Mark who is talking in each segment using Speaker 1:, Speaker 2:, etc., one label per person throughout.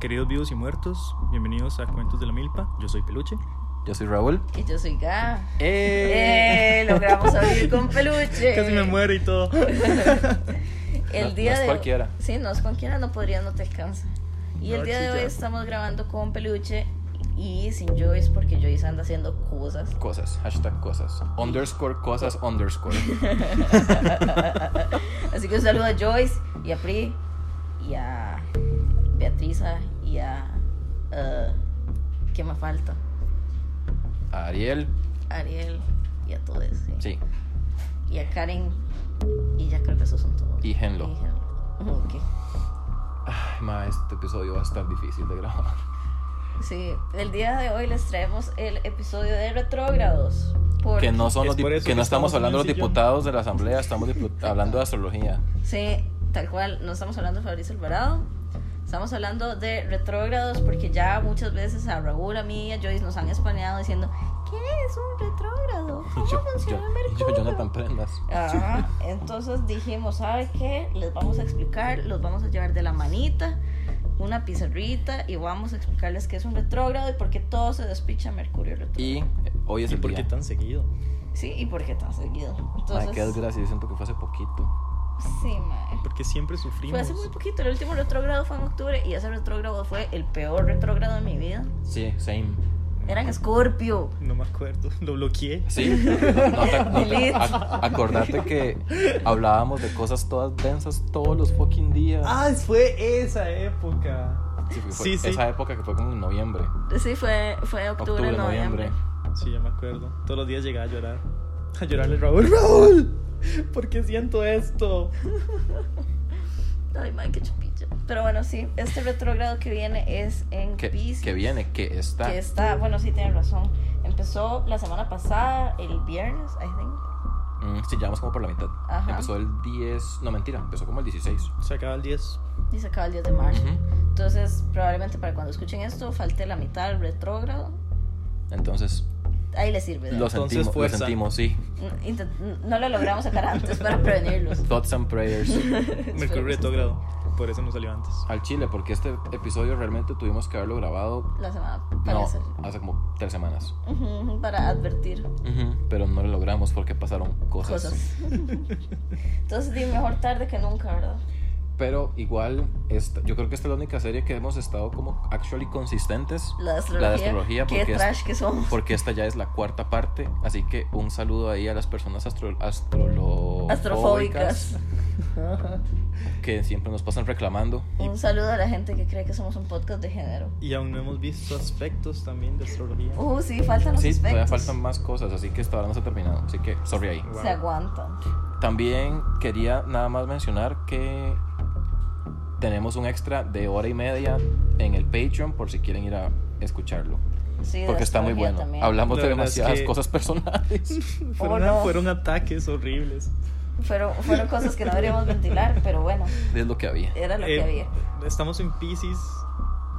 Speaker 1: Queridos vivos y muertos, bienvenidos a Cuentos de la Milpa. Yo soy Peluche.
Speaker 2: Yo soy Raúl.
Speaker 3: Y yo soy Ga.
Speaker 2: ¡Eh!
Speaker 3: ¡Eh! Logramos abrir con peluche.
Speaker 1: Casi me muero y todo.
Speaker 2: No-
Speaker 3: El día
Speaker 2: no es
Speaker 3: de
Speaker 2: cualquiera.
Speaker 3: Sí, no es cualquiera, no podría, no te alcanza. Y
Speaker 1: No,
Speaker 3: el día de hoy
Speaker 1: chica.
Speaker 3: estamos grabando con peluche y sin Joyce porque Joyce anda haciendo cosas.
Speaker 2: Cosas, hashtag cosas. Underscore cosas, underscore.
Speaker 3: Así que un saludo a Joyce y a Pri y a Beatriza y a... eh, ¿Qué me falta?
Speaker 2: Ariel,
Speaker 3: Ariel y a todos.
Speaker 2: sí.
Speaker 3: Y a Karen y ya creo que esos son todos.
Speaker 2: Y Henlo.
Speaker 3: Y Henlo. Ok.
Speaker 2: Ay, ma, este episodio va a estar difícil de grabar.
Speaker 3: Sí, el día de hoy les traemos el episodio de retrógrados. porque-
Speaker 2: Que no, son
Speaker 1: Es
Speaker 2: los dip-
Speaker 1: por eso
Speaker 2: que
Speaker 1: que
Speaker 2: no
Speaker 1: estamos
Speaker 2: estamos
Speaker 1: en
Speaker 2: hablando de
Speaker 1: el
Speaker 2: los
Speaker 1: sillón.
Speaker 2: diputados de la asamblea, estamos dipu- hablando de astrología.
Speaker 3: Sí, tal cual, no estamos hablando de Fabrizio Alvarado. Estamos hablando de retrógrados porque ya muchas veces a Raúl, a mí y a Joyce nos han espaneado diciendo: ¿Qué es un retrógrado? ¿Cómo
Speaker 2: Yo, yo,
Speaker 3: funciona
Speaker 2: yo,
Speaker 3: Mercurio?
Speaker 2: Jonathan Prendas.
Speaker 3: Ajá, entonces dijimos, ¿sabe qué? Les vamos a explicar, los vamos a llevar de la manita, una pizarrita y vamos a explicarles qué es un retrógrado y por qué todo se despicha a Mercurio retrógrado.
Speaker 2: Y eh, hoy es
Speaker 1: ¿Y
Speaker 2: el
Speaker 1: por qué
Speaker 2: día.
Speaker 1: tan seguido?
Speaker 3: Sí, y por qué tan seguido.
Speaker 2: Ma,
Speaker 3: Entonces,
Speaker 2: qué desgracia, yo siento que fue hace poquito.
Speaker 3: sí, mae.
Speaker 1: Porque siempre
Speaker 3: Fue
Speaker 1: sufrimos.
Speaker 3: hace muy poquito, el último retrógrado fue en octubre y ese retrógrado fue el peor retrógrado de mi vida.
Speaker 2: Sí, same.
Speaker 3: Era en Escorpio.
Speaker 1: No me acuerdo. Lo bloqueé.
Speaker 2: Sí, no te- no te-
Speaker 3: Delete.
Speaker 2: ac- acordate que hablábamos de cosas todas densas todos los fucking días.
Speaker 1: Ah, fue esa época.
Speaker 2: Sí, fue- fue
Speaker 1: Sí, sí.
Speaker 2: Esa época que fue como en noviembre.
Speaker 3: Sí, fue, fue octubre,
Speaker 2: Octubre,
Speaker 3: noviembre.
Speaker 2: noviembre.
Speaker 1: Sí, ya me acuerdo. Todos los días llegaba a llorar. A llorarle Raúl. ¡Raúl! ¿Por qué siento esto?
Speaker 3: Ay, man, qué chupilla. Pero bueno, sí, este retrógrado que viene es en
Speaker 2: Que,
Speaker 3: Piscis,
Speaker 2: que viene, que está.
Speaker 3: que está, bueno, sí, tienen razón. Empezó la semana pasada, el viernes, I think.
Speaker 2: Mm, sí, llevamos como por la mitad.
Speaker 3: Ajá.
Speaker 2: Empezó el 10. No, mentira, empezó como el 16.
Speaker 1: Se acaba el 10.
Speaker 3: Y se acaba el 10 de marzo.
Speaker 2: Ujú.
Speaker 3: Entonces, probablemente para cuando escuchen esto, falte la mitad del retrógrado.
Speaker 2: Entonces,
Speaker 3: Ahí les sirve. de
Speaker 2: lo
Speaker 1: Entonces,
Speaker 2: sentimos, lo
Speaker 1: fuerza.
Speaker 2: sentimos, sí.
Speaker 3: Intent- No lo logramos sacar antes para prevenirlos.
Speaker 2: Thoughts and prayers
Speaker 1: Mercurio retrogrado. Por eso no salió antes.
Speaker 2: al Chile, porque este episodio realmente tuvimos que haberlo grabado.
Speaker 3: La semana
Speaker 2: No,
Speaker 3: parece.
Speaker 2: hace como tres semanas.
Speaker 3: Ujú, Para advertir
Speaker 2: Ujú, Pero no lo logramos porque pasaron cosas.
Speaker 3: cosas. Entonces, di mejor tarde que nunca, ¿verdad?
Speaker 2: Pero igual, esta- yo creo que esta es la única serie que hemos estado como actually consistentes.
Speaker 3: La de astrología.
Speaker 2: La de astrología,
Speaker 3: Qué
Speaker 2: porque es-
Speaker 3: trash que somos.
Speaker 2: porque esta ya es la cuarta parte, así que un saludo ahí a las personas astro astrolo-
Speaker 3: Astrofóbicas.
Speaker 2: que siempre nos pasan reclamando.
Speaker 3: Un saludo a la gente que cree que somos un podcast de género.
Speaker 1: Y aún no hemos visto aspectos también de astrología.
Speaker 3: Uh, sí, faltan los
Speaker 2: Sí, todavía
Speaker 3: aspectos.
Speaker 2: faltan más cosas, así que hasta ahora no se ha terminado, así que sorry ahí.
Speaker 1: Wow.
Speaker 3: Se aguantan.
Speaker 2: También quería nada más mencionar que tenemos un extra de hora y media en el Patreon por si quieren ir a escucharlo,
Speaker 3: Sí, de
Speaker 2: porque está muy
Speaker 3: astrología
Speaker 2: bueno.
Speaker 3: también.
Speaker 2: Hablamos
Speaker 1: La
Speaker 2: de
Speaker 1: verdad es
Speaker 2: demasiadas
Speaker 1: que-
Speaker 2: cosas personales.
Speaker 1: Fueron,
Speaker 3: Oh, no.
Speaker 1: fueron ataques horribles.
Speaker 3: Fueron, fueron cosas que no deberíamos ventilar, pero bueno,
Speaker 2: es lo que había.
Speaker 3: era lo
Speaker 1: Eh,
Speaker 3: que había.
Speaker 1: Estamos en Pisces,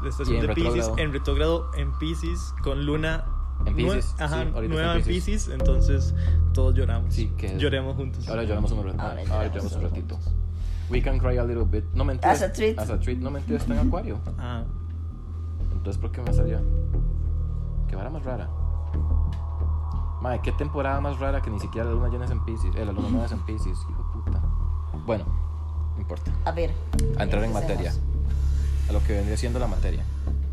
Speaker 1: la
Speaker 2: Y
Speaker 1: estación
Speaker 2: en
Speaker 1: de Pisces,
Speaker 2: retrógrado.
Speaker 1: en retrógrado en Pisces, con luna nue-
Speaker 2: En Pisces,
Speaker 1: ajá,
Speaker 2: sí, ahorita está
Speaker 1: nueva
Speaker 2: en
Speaker 1: en
Speaker 2: Pisces.
Speaker 1: Pisces, entonces todos lloramos.
Speaker 2: Sí, que-
Speaker 1: Lloremos juntos.
Speaker 2: Pues Ahora lloramos un ratito. Ahora,
Speaker 3: Ahora
Speaker 2: lloramos
Speaker 3: lloramos
Speaker 2: un
Speaker 3: todos
Speaker 2: ratito.
Speaker 3: juntos.
Speaker 2: We can cry a little bit. No mentira.
Speaker 3: As a treat.
Speaker 2: As a treat. No mentira, está en acuario.
Speaker 1: Ah,
Speaker 2: Entonces, ¿por qué me salía? Qué vara más rara. Madre, qué temporada más rara que ni siquiera la luna llena es en Pisces. Eh, la luna nueva es en Pisces. Hijo de puta. Bueno, no importa.
Speaker 3: A ver.
Speaker 2: A entrar en
Speaker 3: empecemos.
Speaker 2: materia. A lo que vendría siendo la materia.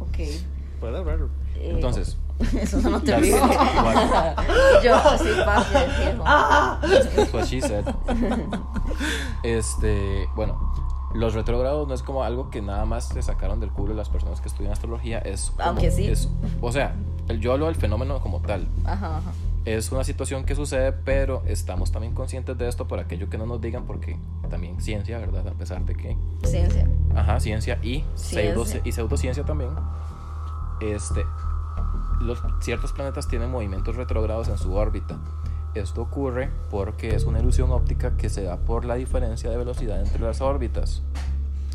Speaker 3: Ok. eh,
Speaker 1: puede hablar.
Speaker 2: Entonces.
Speaker 3: Eso no te
Speaker 2: Ya sé,
Speaker 3: olvides.
Speaker 2: igual.
Speaker 3: Yo así paso de fijo.
Speaker 2: That's what she said. Este, bueno, los retrógrados no es como algo que nada más se sacaron del culo las personas que estudian astrología, es como-
Speaker 3: Aunque sí.
Speaker 2: es- o sea, el yo hablo del fenómeno como tal.
Speaker 3: Ajá, ajá.
Speaker 2: Es una situación que sucede, pero estamos también conscientes de esto por aquello que no nos digan porque también ciencia, ¿verdad? A pesar de que
Speaker 3: Ciencia.
Speaker 2: ajá, ciencia y pseudo
Speaker 3: Ciencia.
Speaker 2: y pseudociencia también. Este los ciertos planetas tienen movimientos retrógrados en su órbita. Esto ocurre porque es una ilusión óptica que se da por la diferencia de velocidad entre las órbitas.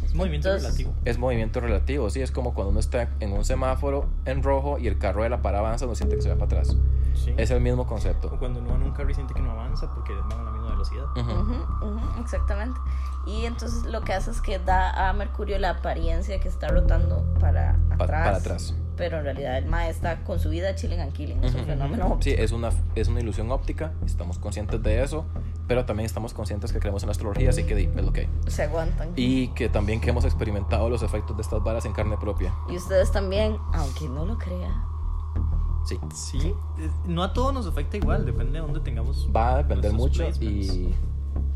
Speaker 1: Es movimiento
Speaker 3: Entonces-
Speaker 1: relativo.
Speaker 2: Es movimiento relativo, sí, es como cuando uno está en un semáforo en rojo y el carro de la parada avanza, uno siente que se va para atrás.
Speaker 1: Sí.
Speaker 2: Es el mismo
Speaker 1: O
Speaker 2: concepto.
Speaker 1: cuando uno va en un carro y siente que no avanza porque van a la misma velocidad.
Speaker 2: Ujú.
Speaker 3: Ujú, ujú, exactamente. Y entonces lo que hace es que da a Mercurio la apariencia que está rotando para atrás.
Speaker 2: Pa- para atrás.
Speaker 3: Pero en realidad el Mae está con su vida chilling and killing. Es un
Speaker 2: Ujú.
Speaker 3: fenómeno.
Speaker 2: Sí, es una, es una ilusión óptica, estamos conscientes de eso, pero también estamos conscientes que creemos en la astrología, así que di, es lo que hay.
Speaker 3: Se aguantan.
Speaker 2: Y que también que hemos experimentado los efectos de estas varas en carne propia.
Speaker 3: Y ustedes también, aunque no lo crea.
Speaker 2: Sí.
Speaker 1: Sí. eh, No a todos nos afecta igual, depende de dónde tengamos.
Speaker 2: Va a depender mucho
Speaker 1: nuestros placements.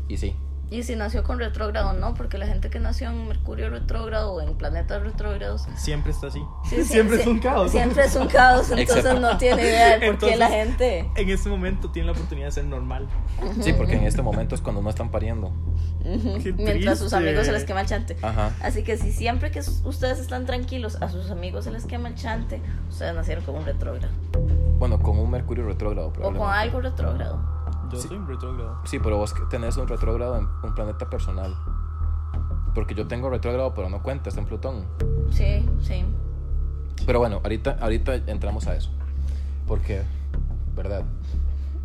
Speaker 2: y, y sí.
Speaker 3: Y si nació con retrógrado o no, porque la gente que nació en Mercurio retrógrado o en planetas retrógrados.
Speaker 1: Siempre está así.
Speaker 3: sí, sí,
Speaker 1: siempre es
Speaker 3: sí,
Speaker 1: un caos.
Speaker 3: Siempre es un caos, entonces
Speaker 2: Excepto-
Speaker 3: no tiene idea de por qué la
Speaker 1: Entonces-
Speaker 3: gente.
Speaker 1: En este momento tiene la oportunidad de ser normal.
Speaker 2: Sí, porque en este momento es cuando no están pariendo.
Speaker 3: Ujú,
Speaker 1: Qué
Speaker 3: Mientras sus
Speaker 1: triste.
Speaker 3: amigos se les quema el chante.
Speaker 2: Ajá.
Speaker 3: Así que si siempre que s- ustedes están tranquilos, a sus amigos se les quema el chante, ustedes nacieron con un retrógrado.
Speaker 2: Bueno, con un mercurio retrógrado
Speaker 3: O
Speaker 2: probablemente.
Speaker 3: con algo retrógrado.
Speaker 1: Yo
Speaker 2: Sí.
Speaker 1: soy un retrógrado.
Speaker 2: Sí, pero vos que tenés un retrógrado en un planeta personal. Porque yo tengo retrógrado, pero no cuenta, está en Plutón.
Speaker 3: Sí, sí.
Speaker 2: Pero bueno, ahorita, ahorita entramos a eso. Porque, ¿verdad?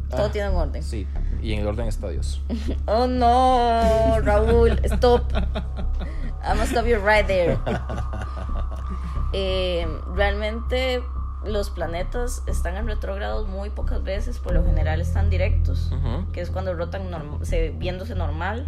Speaker 3: Todo
Speaker 2: Ah,
Speaker 3: tiene un orden.
Speaker 2: Sí, y en el orden está Dios.
Speaker 3: Oh no, Raúl, stop. I must stop you right there. Eh, realmente los planetas están en retrógrados muy pocas veces, por lo general están directos.
Speaker 2: Ujú.
Speaker 3: que es cuando rotan norm- se, viéndose normal.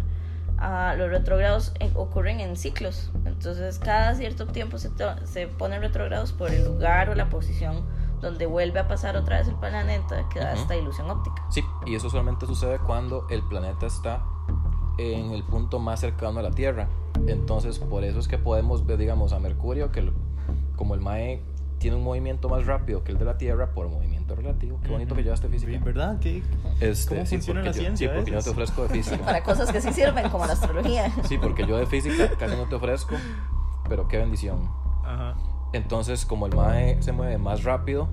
Speaker 3: ah, los retrógrados en- ocurren en ciclos, entonces cada cierto tiempo se, to- se ponen retrógrados por el lugar o la posición donde vuelve a pasar otra vez el planeta que da
Speaker 2: Ujú.
Speaker 3: esta ilusión óptica.
Speaker 2: Sí, y eso solamente sucede cuando el planeta está en el punto más cercano a la Tierra. Entonces, por eso es que podemos ver, digamos, a Mercurio, que lo- como el Mae tiene un movimiento más rápido que el de la Tierra por movimiento relativo. Qué bonito que llevaste física.
Speaker 1: ¿Verdad? ¿Qué?
Speaker 2: Este,
Speaker 1: ¿Cómo
Speaker 2: sí,
Speaker 1: funciona
Speaker 2: porque
Speaker 1: la
Speaker 2: yo-
Speaker 1: ciencia
Speaker 2: Sí,
Speaker 1: a
Speaker 2: porque yo no te
Speaker 1: veces?
Speaker 2: ofrezco de física.
Speaker 3: Para cosas que sí sirven, como la astrología.
Speaker 2: Sí, porque yo de física casi no te ofrezco, pero qué bendición.
Speaker 1: Ajá.
Speaker 2: Entonces, como el MAE se mueve más rápido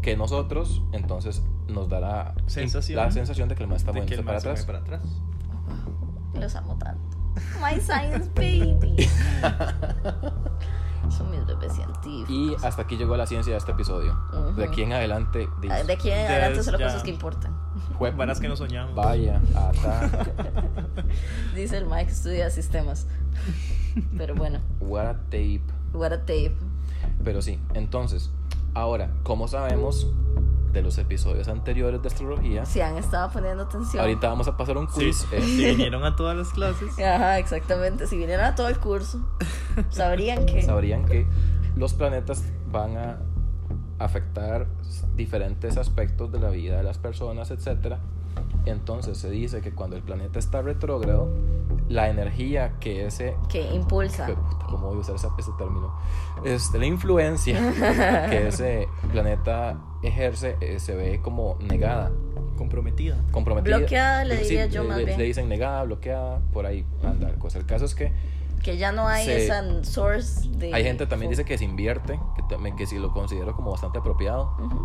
Speaker 2: que nosotros, entonces nos dará
Speaker 1: Sensación.
Speaker 2: la sensación de que el MAE está
Speaker 1: De que
Speaker 2: moviéndose
Speaker 1: el
Speaker 2: para
Speaker 1: mar se mueve
Speaker 2: atrás.
Speaker 1: para atrás.
Speaker 3: Los amo tanto. My science baby. Son mis bebés científicos.
Speaker 2: Y hasta aquí llegó la ciencia de este episodio. De aquí en adelante,
Speaker 3: Ah,
Speaker 2: dice,
Speaker 3: De aquí en adelante
Speaker 1: Des-
Speaker 3: solo
Speaker 1: ya.
Speaker 3: cosas que importan.
Speaker 2: "Jue-
Speaker 1: Varas que no soñamos.
Speaker 2: Mm. Vaya, ata,
Speaker 3: Dice el Mike que estudia sistemas. Pero bueno,
Speaker 2: what a tape.
Speaker 3: what a tape.
Speaker 2: Pero sí, entonces, ahora, como sabemos de los episodios anteriores de astrología,
Speaker 3: Si han estado poniendo atención.
Speaker 2: ahorita vamos a pasar un
Speaker 1: Sí,
Speaker 2: quiz.
Speaker 1: sí,
Speaker 2: eh,
Speaker 1: vinieron a todas las clases.
Speaker 3: Ajá, exactamente. Si vinieran a todo el curso, sabrían que.
Speaker 2: sabrían que los planetas van a afectar diferentes aspectos de la vida de las personas, etc. Entonces se dice que cuando el planeta está retrógrado, la energía que ese...
Speaker 3: que impulsa.
Speaker 2: Jue- puta, ¿Cómo voy a usar esa- ese término? Este, la influencia que ese planeta ejerce eh, se ve como negada,
Speaker 1: Comprometida.
Speaker 2: comprometida.
Speaker 3: Bloqueada, le
Speaker 2: Sí,
Speaker 3: diría yo
Speaker 2: le-
Speaker 3: más
Speaker 2: le-
Speaker 3: bien.
Speaker 2: Le dicen negada, bloqueada, por ahí anda la cosa. El caso es que
Speaker 3: Que ya no hay
Speaker 2: Se-
Speaker 3: esa source de.
Speaker 2: Hay gente también dice que se invierte, que, también- que sí lo considero como bastante apropiado,
Speaker 3: Ujú.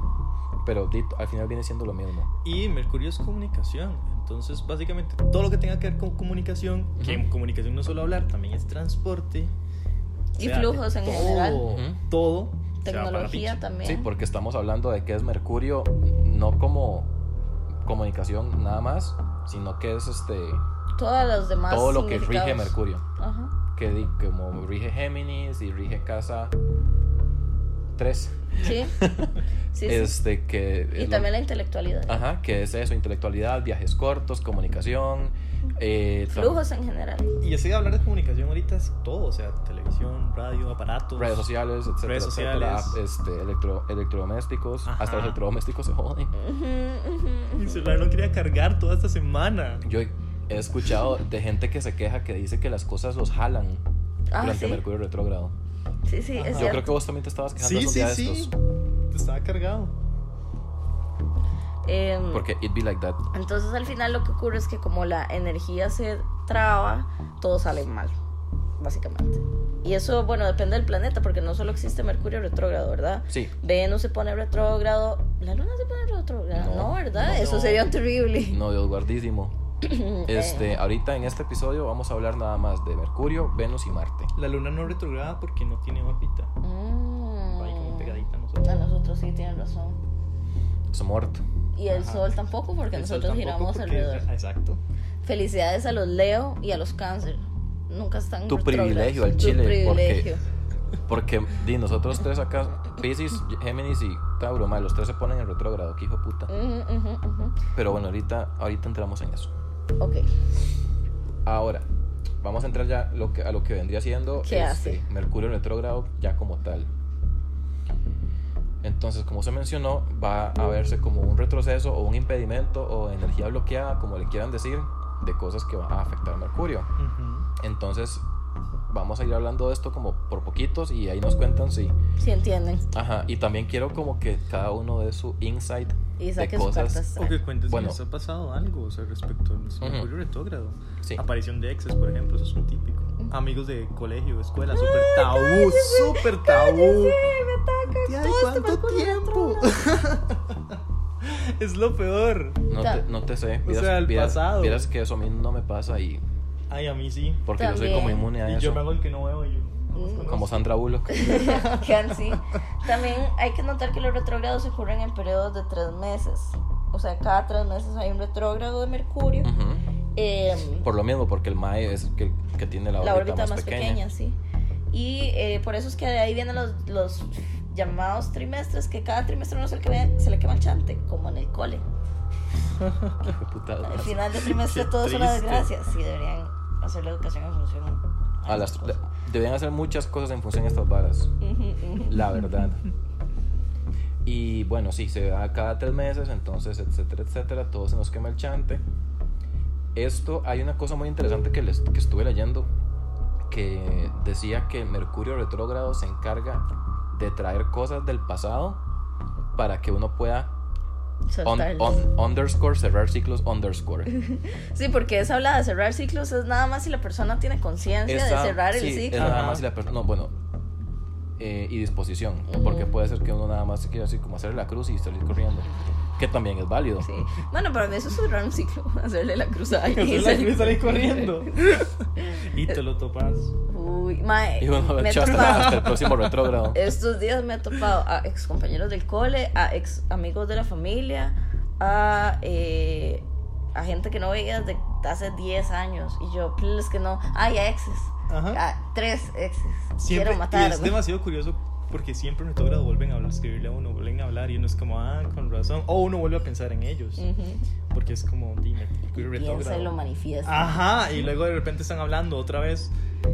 Speaker 2: pero di- al final viene siendo lo mismo.
Speaker 1: Y Mercurio es comunicación. Entonces, básicamente, todo lo que tenga que ver con comunicación, que en comunicación no es solo hablar, también es transporte.
Speaker 3: Y flujos en general.
Speaker 2: Ujú.
Speaker 1: Todo. se va para la
Speaker 3: Tecnología
Speaker 1: pinche.
Speaker 3: también.
Speaker 2: Sí, porque estamos hablando de que es Mercurio no como comunicación nada más, sino que es este
Speaker 3: Todas las demás.
Speaker 2: todo lo que rige
Speaker 3: significados.
Speaker 2: Mercurio,
Speaker 3: Ajá.
Speaker 2: que di- como rige Géminis y rige casa 3.
Speaker 3: Sí. Sí, sí.
Speaker 2: este que
Speaker 3: Y
Speaker 2: es lo-
Speaker 3: también la intelectualidad.
Speaker 2: Ajá, que es eso, intelectualidad, viajes cortos, comunicación, eh, tam-
Speaker 3: Flujos en general.
Speaker 1: Y ese de hablar de comunicación ahorita es todo. O sea, televisión, radio, aparatos.
Speaker 2: redes sociales, etcétera,
Speaker 1: Redes
Speaker 2: etcétera,
Speaker 1: sociales.
Speaker 2: este, electro, electrodomésticos,
Speaker 1: Ajá.
Speaker 2: hasta los electrodomésticos se joden.
Speaker 3: Ujú, ujú.
Speaker 1: Mi celular no quería cargar toda esta semana.
Speaker 2: Yo he escuchado de gente que se queja que dice que las cosas los jalan
Speaker 3: Ah,
Speaker 2: durante
Speaker 3: sí.
Speaker 2: Mercurio retrógrado.
Speaker 3: Sí, sí, es
Speaker 1: Yo
Speaker 2: Yo
Speaker 3: cierto.
Speaker 2: creo que vos también te estabas quejando
Speaker 1: Sí,
Speaker 2: un
Speaker 1: sí,
Speaker 2: día de
Speaker 1: sí.
Speaker 2: estos,
Speaker 1: Estaba cargado.
Speaker 3: Em,
Speaker 2: porque it be like that.
Speaker 3: Entonces al final lo que ocurre es que como la energía se traba, todo sale mal, básicamente. Y eso, bueno, depende del planeta, porque no solo existe Mercurio retrógrado, ¿verdad?
Speaker 2: Sí.
Speaker 3: Venus se pone retrógrado, la Luna se pone retrógrada,
Speaker 2: No,
Speaker 3: no, ¿verdad?
Speaker 2: no,
Speaker 3: eso
Speaker 1: no.
Speaker 3: sería terrible.
Speaker 2: No, Dios guardísimo. Este, ahorita en este episodio vamos a hablar nada más de Mercurio, Venus y Marte.
Speaker 1: La luna no retrograda porque no tiene órbita.
Speaker 3: Mm.
Speaker 1: Ahí como pegadita a
Speaker 3: A
Speaker 1: nosotros.
Speaker 3: nosotros sí tienen razón.
Speaker 2: Es muerto.
Speaker 3: Y el
Speaker 1: Ajá.
Speaker 3: sol tampoco, porque
Speaker 1: El sol
Speaker 3: nosotros
Speaker 1: tampoco
Speaker 3: giramos
Speaker 1: porque-
Speaker 3: alrededor.
Speaker 1: ah, Exacto.
Speaker 3: Felicidades a los Leo y a los Cáncer. Nunca están.
Speaker 2: Tu
Speaker 3: retrógrados.
Speaker 2: privilegio al
Speaker 3: Tu
Speaker 2: chile,
Speaker 3: privilegio.
Speaker 2: Porque di, nosotros tres acá, Pisces, Géminis y Tauro, mae, los tres se ponen en retrógrado, que hijo de puta.
Speaker 3: Ujú, ujú, ujú.
Speaker 2: Pero bueno, ahorita, ahorita entramos en eso.
Speaker 3: Ok.
Speaker 2: Ahora, vamos a entrar ya lo que, a lo que vendría siendo este
Speaker 3: ¿Qué hace?
Speaker 2: Mercurio en retrógrado ya como tal. Entonces, como se mencionó, va a verse como un retroceso o un impedimento o energía bloqueada, como le quieran decir, de cosas que van a afectar a Mercurio.
Speaker 1: Ujú.
Speaker 2: Entonces, vamos a ir hablando de esto como por poquitos y ahí nos cuentan si...
Speaker 3: Si entienden.
Speaker 2: Ajá, y también quiero como que cada uno de su insight
Speaker 3: Y
Speaker 2: de
Speaker 3: saquen sus
Speaker 2: cosas.
Speaker 3: cartas.
Speaker 1: O que cuentes
Speaker 2: Bueno.
Speaker 1: si les ha pasado algo o sea, respecto al Mercurio retrógrado.
Speaker 2: Sí.
Speaker 1: Aparición de exes, por ejemplo, eso es un típico. Amigos de colegio, escuela, súper tabú, súper tabú.
Speaker 3: me
Speaker 1: Ay, ¿cuánto tiempo? es lo peor.
Speaker 2: No
Speaker 3: Ta-
Speaker 2: te, no te sé.
Speaker 1: O
Speaker 2: Vieras,
Speaker 1: sea, el
Speaker 2: vieras-
Speaker 1: pasado.
Speaker 2: vieras que eso a mí no me pasa y...
Speaker 1: Ay, a mí sí.
Speaker 2: Porque yo soy como
Speaker 3: También.
Speaker 2: inmune a
Speaker 1: Y yo me
Speaker 2: eso.
Speaker 1: hago el que no veo y yo. no los
Speaker 3: Mm.
Speaker 1: conozco.
Speaker 2: Como Sandra Bullock.
Speaker 3: Can, sí. También hay que notar que los retrógrados ocurren en periodos de tres meses. O sea, cada tres meses hay un retrógrado de Mercurio.
Speaker 2: Ujú.
Speaker 3: Em,
Speaker 2: Por lo mismo, porque el Mae es el que, que tiene la
Speaker 3: la,
Speaker 2: órbita,
Speaker 3: órbita
Speaker 2: más,
Speaker 3: más, pequeña.
Speaker 2: pequeña.
Speaker 3: sí. Y eh, por eso es que de ahí vienen los, los llamados trimestres, que cada trimestre uno se le, quema, se le quema el chante, como en el cole.
Speaker 2: Hijo de puta.
Speaker 3: Al final del trimestre
Speaker 1: Qué
Speaker 3: todo es una
Speaker 1: triste.
Speaker 3: desgracia. Sí, deberían hacer la educación en función
Speaker 2: A las-
Speaker 3: cosas.
Speaker 2: deben hacer muchas cosas en función de estas varas.
Speaker 3: Ujú, ujú.
Speaker 2: La verdad. Y bueno, sí, se da cada tres meses, entonces, etcétera, etcétera. Todo se nos quema el chante. Esto, hay una cosa muy interesante que, les, que estuve leyendo que decía que Mercurio retrógrado se encarga de traer cosas del pasado para que uno pueda on-
Speaker 3: Soltarlo.
Speaker 2: on- underscore cerrar ciclos underscore.
Speaker 3: Sí, porque esa habla de cerrar ciclos es nada más si la persona tiene conciencia de
Speaker 2: Esa-
Speaker 3: cerrar el
Speaker 2: sí, es
Speaker 3: ciclo.
Speaker 2: nada
Speaker 1: Ajá.
Speaker 2: más si la persona. No, bueno. eh, y disposición. Porque
Speaker 3: Ujú.
Speaker 2: puede ser que uno nada más quiera así como hacer la cruz y salir corriendo. Que también es válido.
Speaker 3: Sí. Bueno, para mí eso es cerrar un ciclo, hacerle la cruzada. y
Speaker 1: Yo soy la
Speaker 3: salir.
Speaker 1: que salí corriendo. y te lo topas.
Speaker 3: Uy, mae,
Speaker 2: Y uno
Speaker 3: me he
Speaker 2: hecho hasta,
Speaker 3: topado-
Speaker 2: hasta el próximo retrógrado.
Speaker 3: Estos días me he topado a ex compañeros del cole, a ex amigos de la familia, a, eh, a gente que no veía desde hace 10 años. Y yo, es que no. Ay, a exes.
Speaker 1: Ajá.
Speaker 3: A tres exes.
Speaker 1: Siempre,
Speaker 3: Quiero
Speaker 1: y
Speaker 3: matar.
Speaker 1: es
Speaker 3: güey.
Speaker 1: demasiado curioso porque siempre en retrógrado vuelven a hablar, escribirle a uno, vuelven a hablar y uno es como, ah, con razón. O uno vuelve a pensar en ellos.
Speaker 3: Ujú.
Speaker 1: Porque es como, dime, Mercurio
Speaker 3: Piensa Mm. y lo
Speaker 1: retrógrado.
Speaker 3: manifiesta.
Speaker 1: Ajá, y luego de repente están hablando otra vez.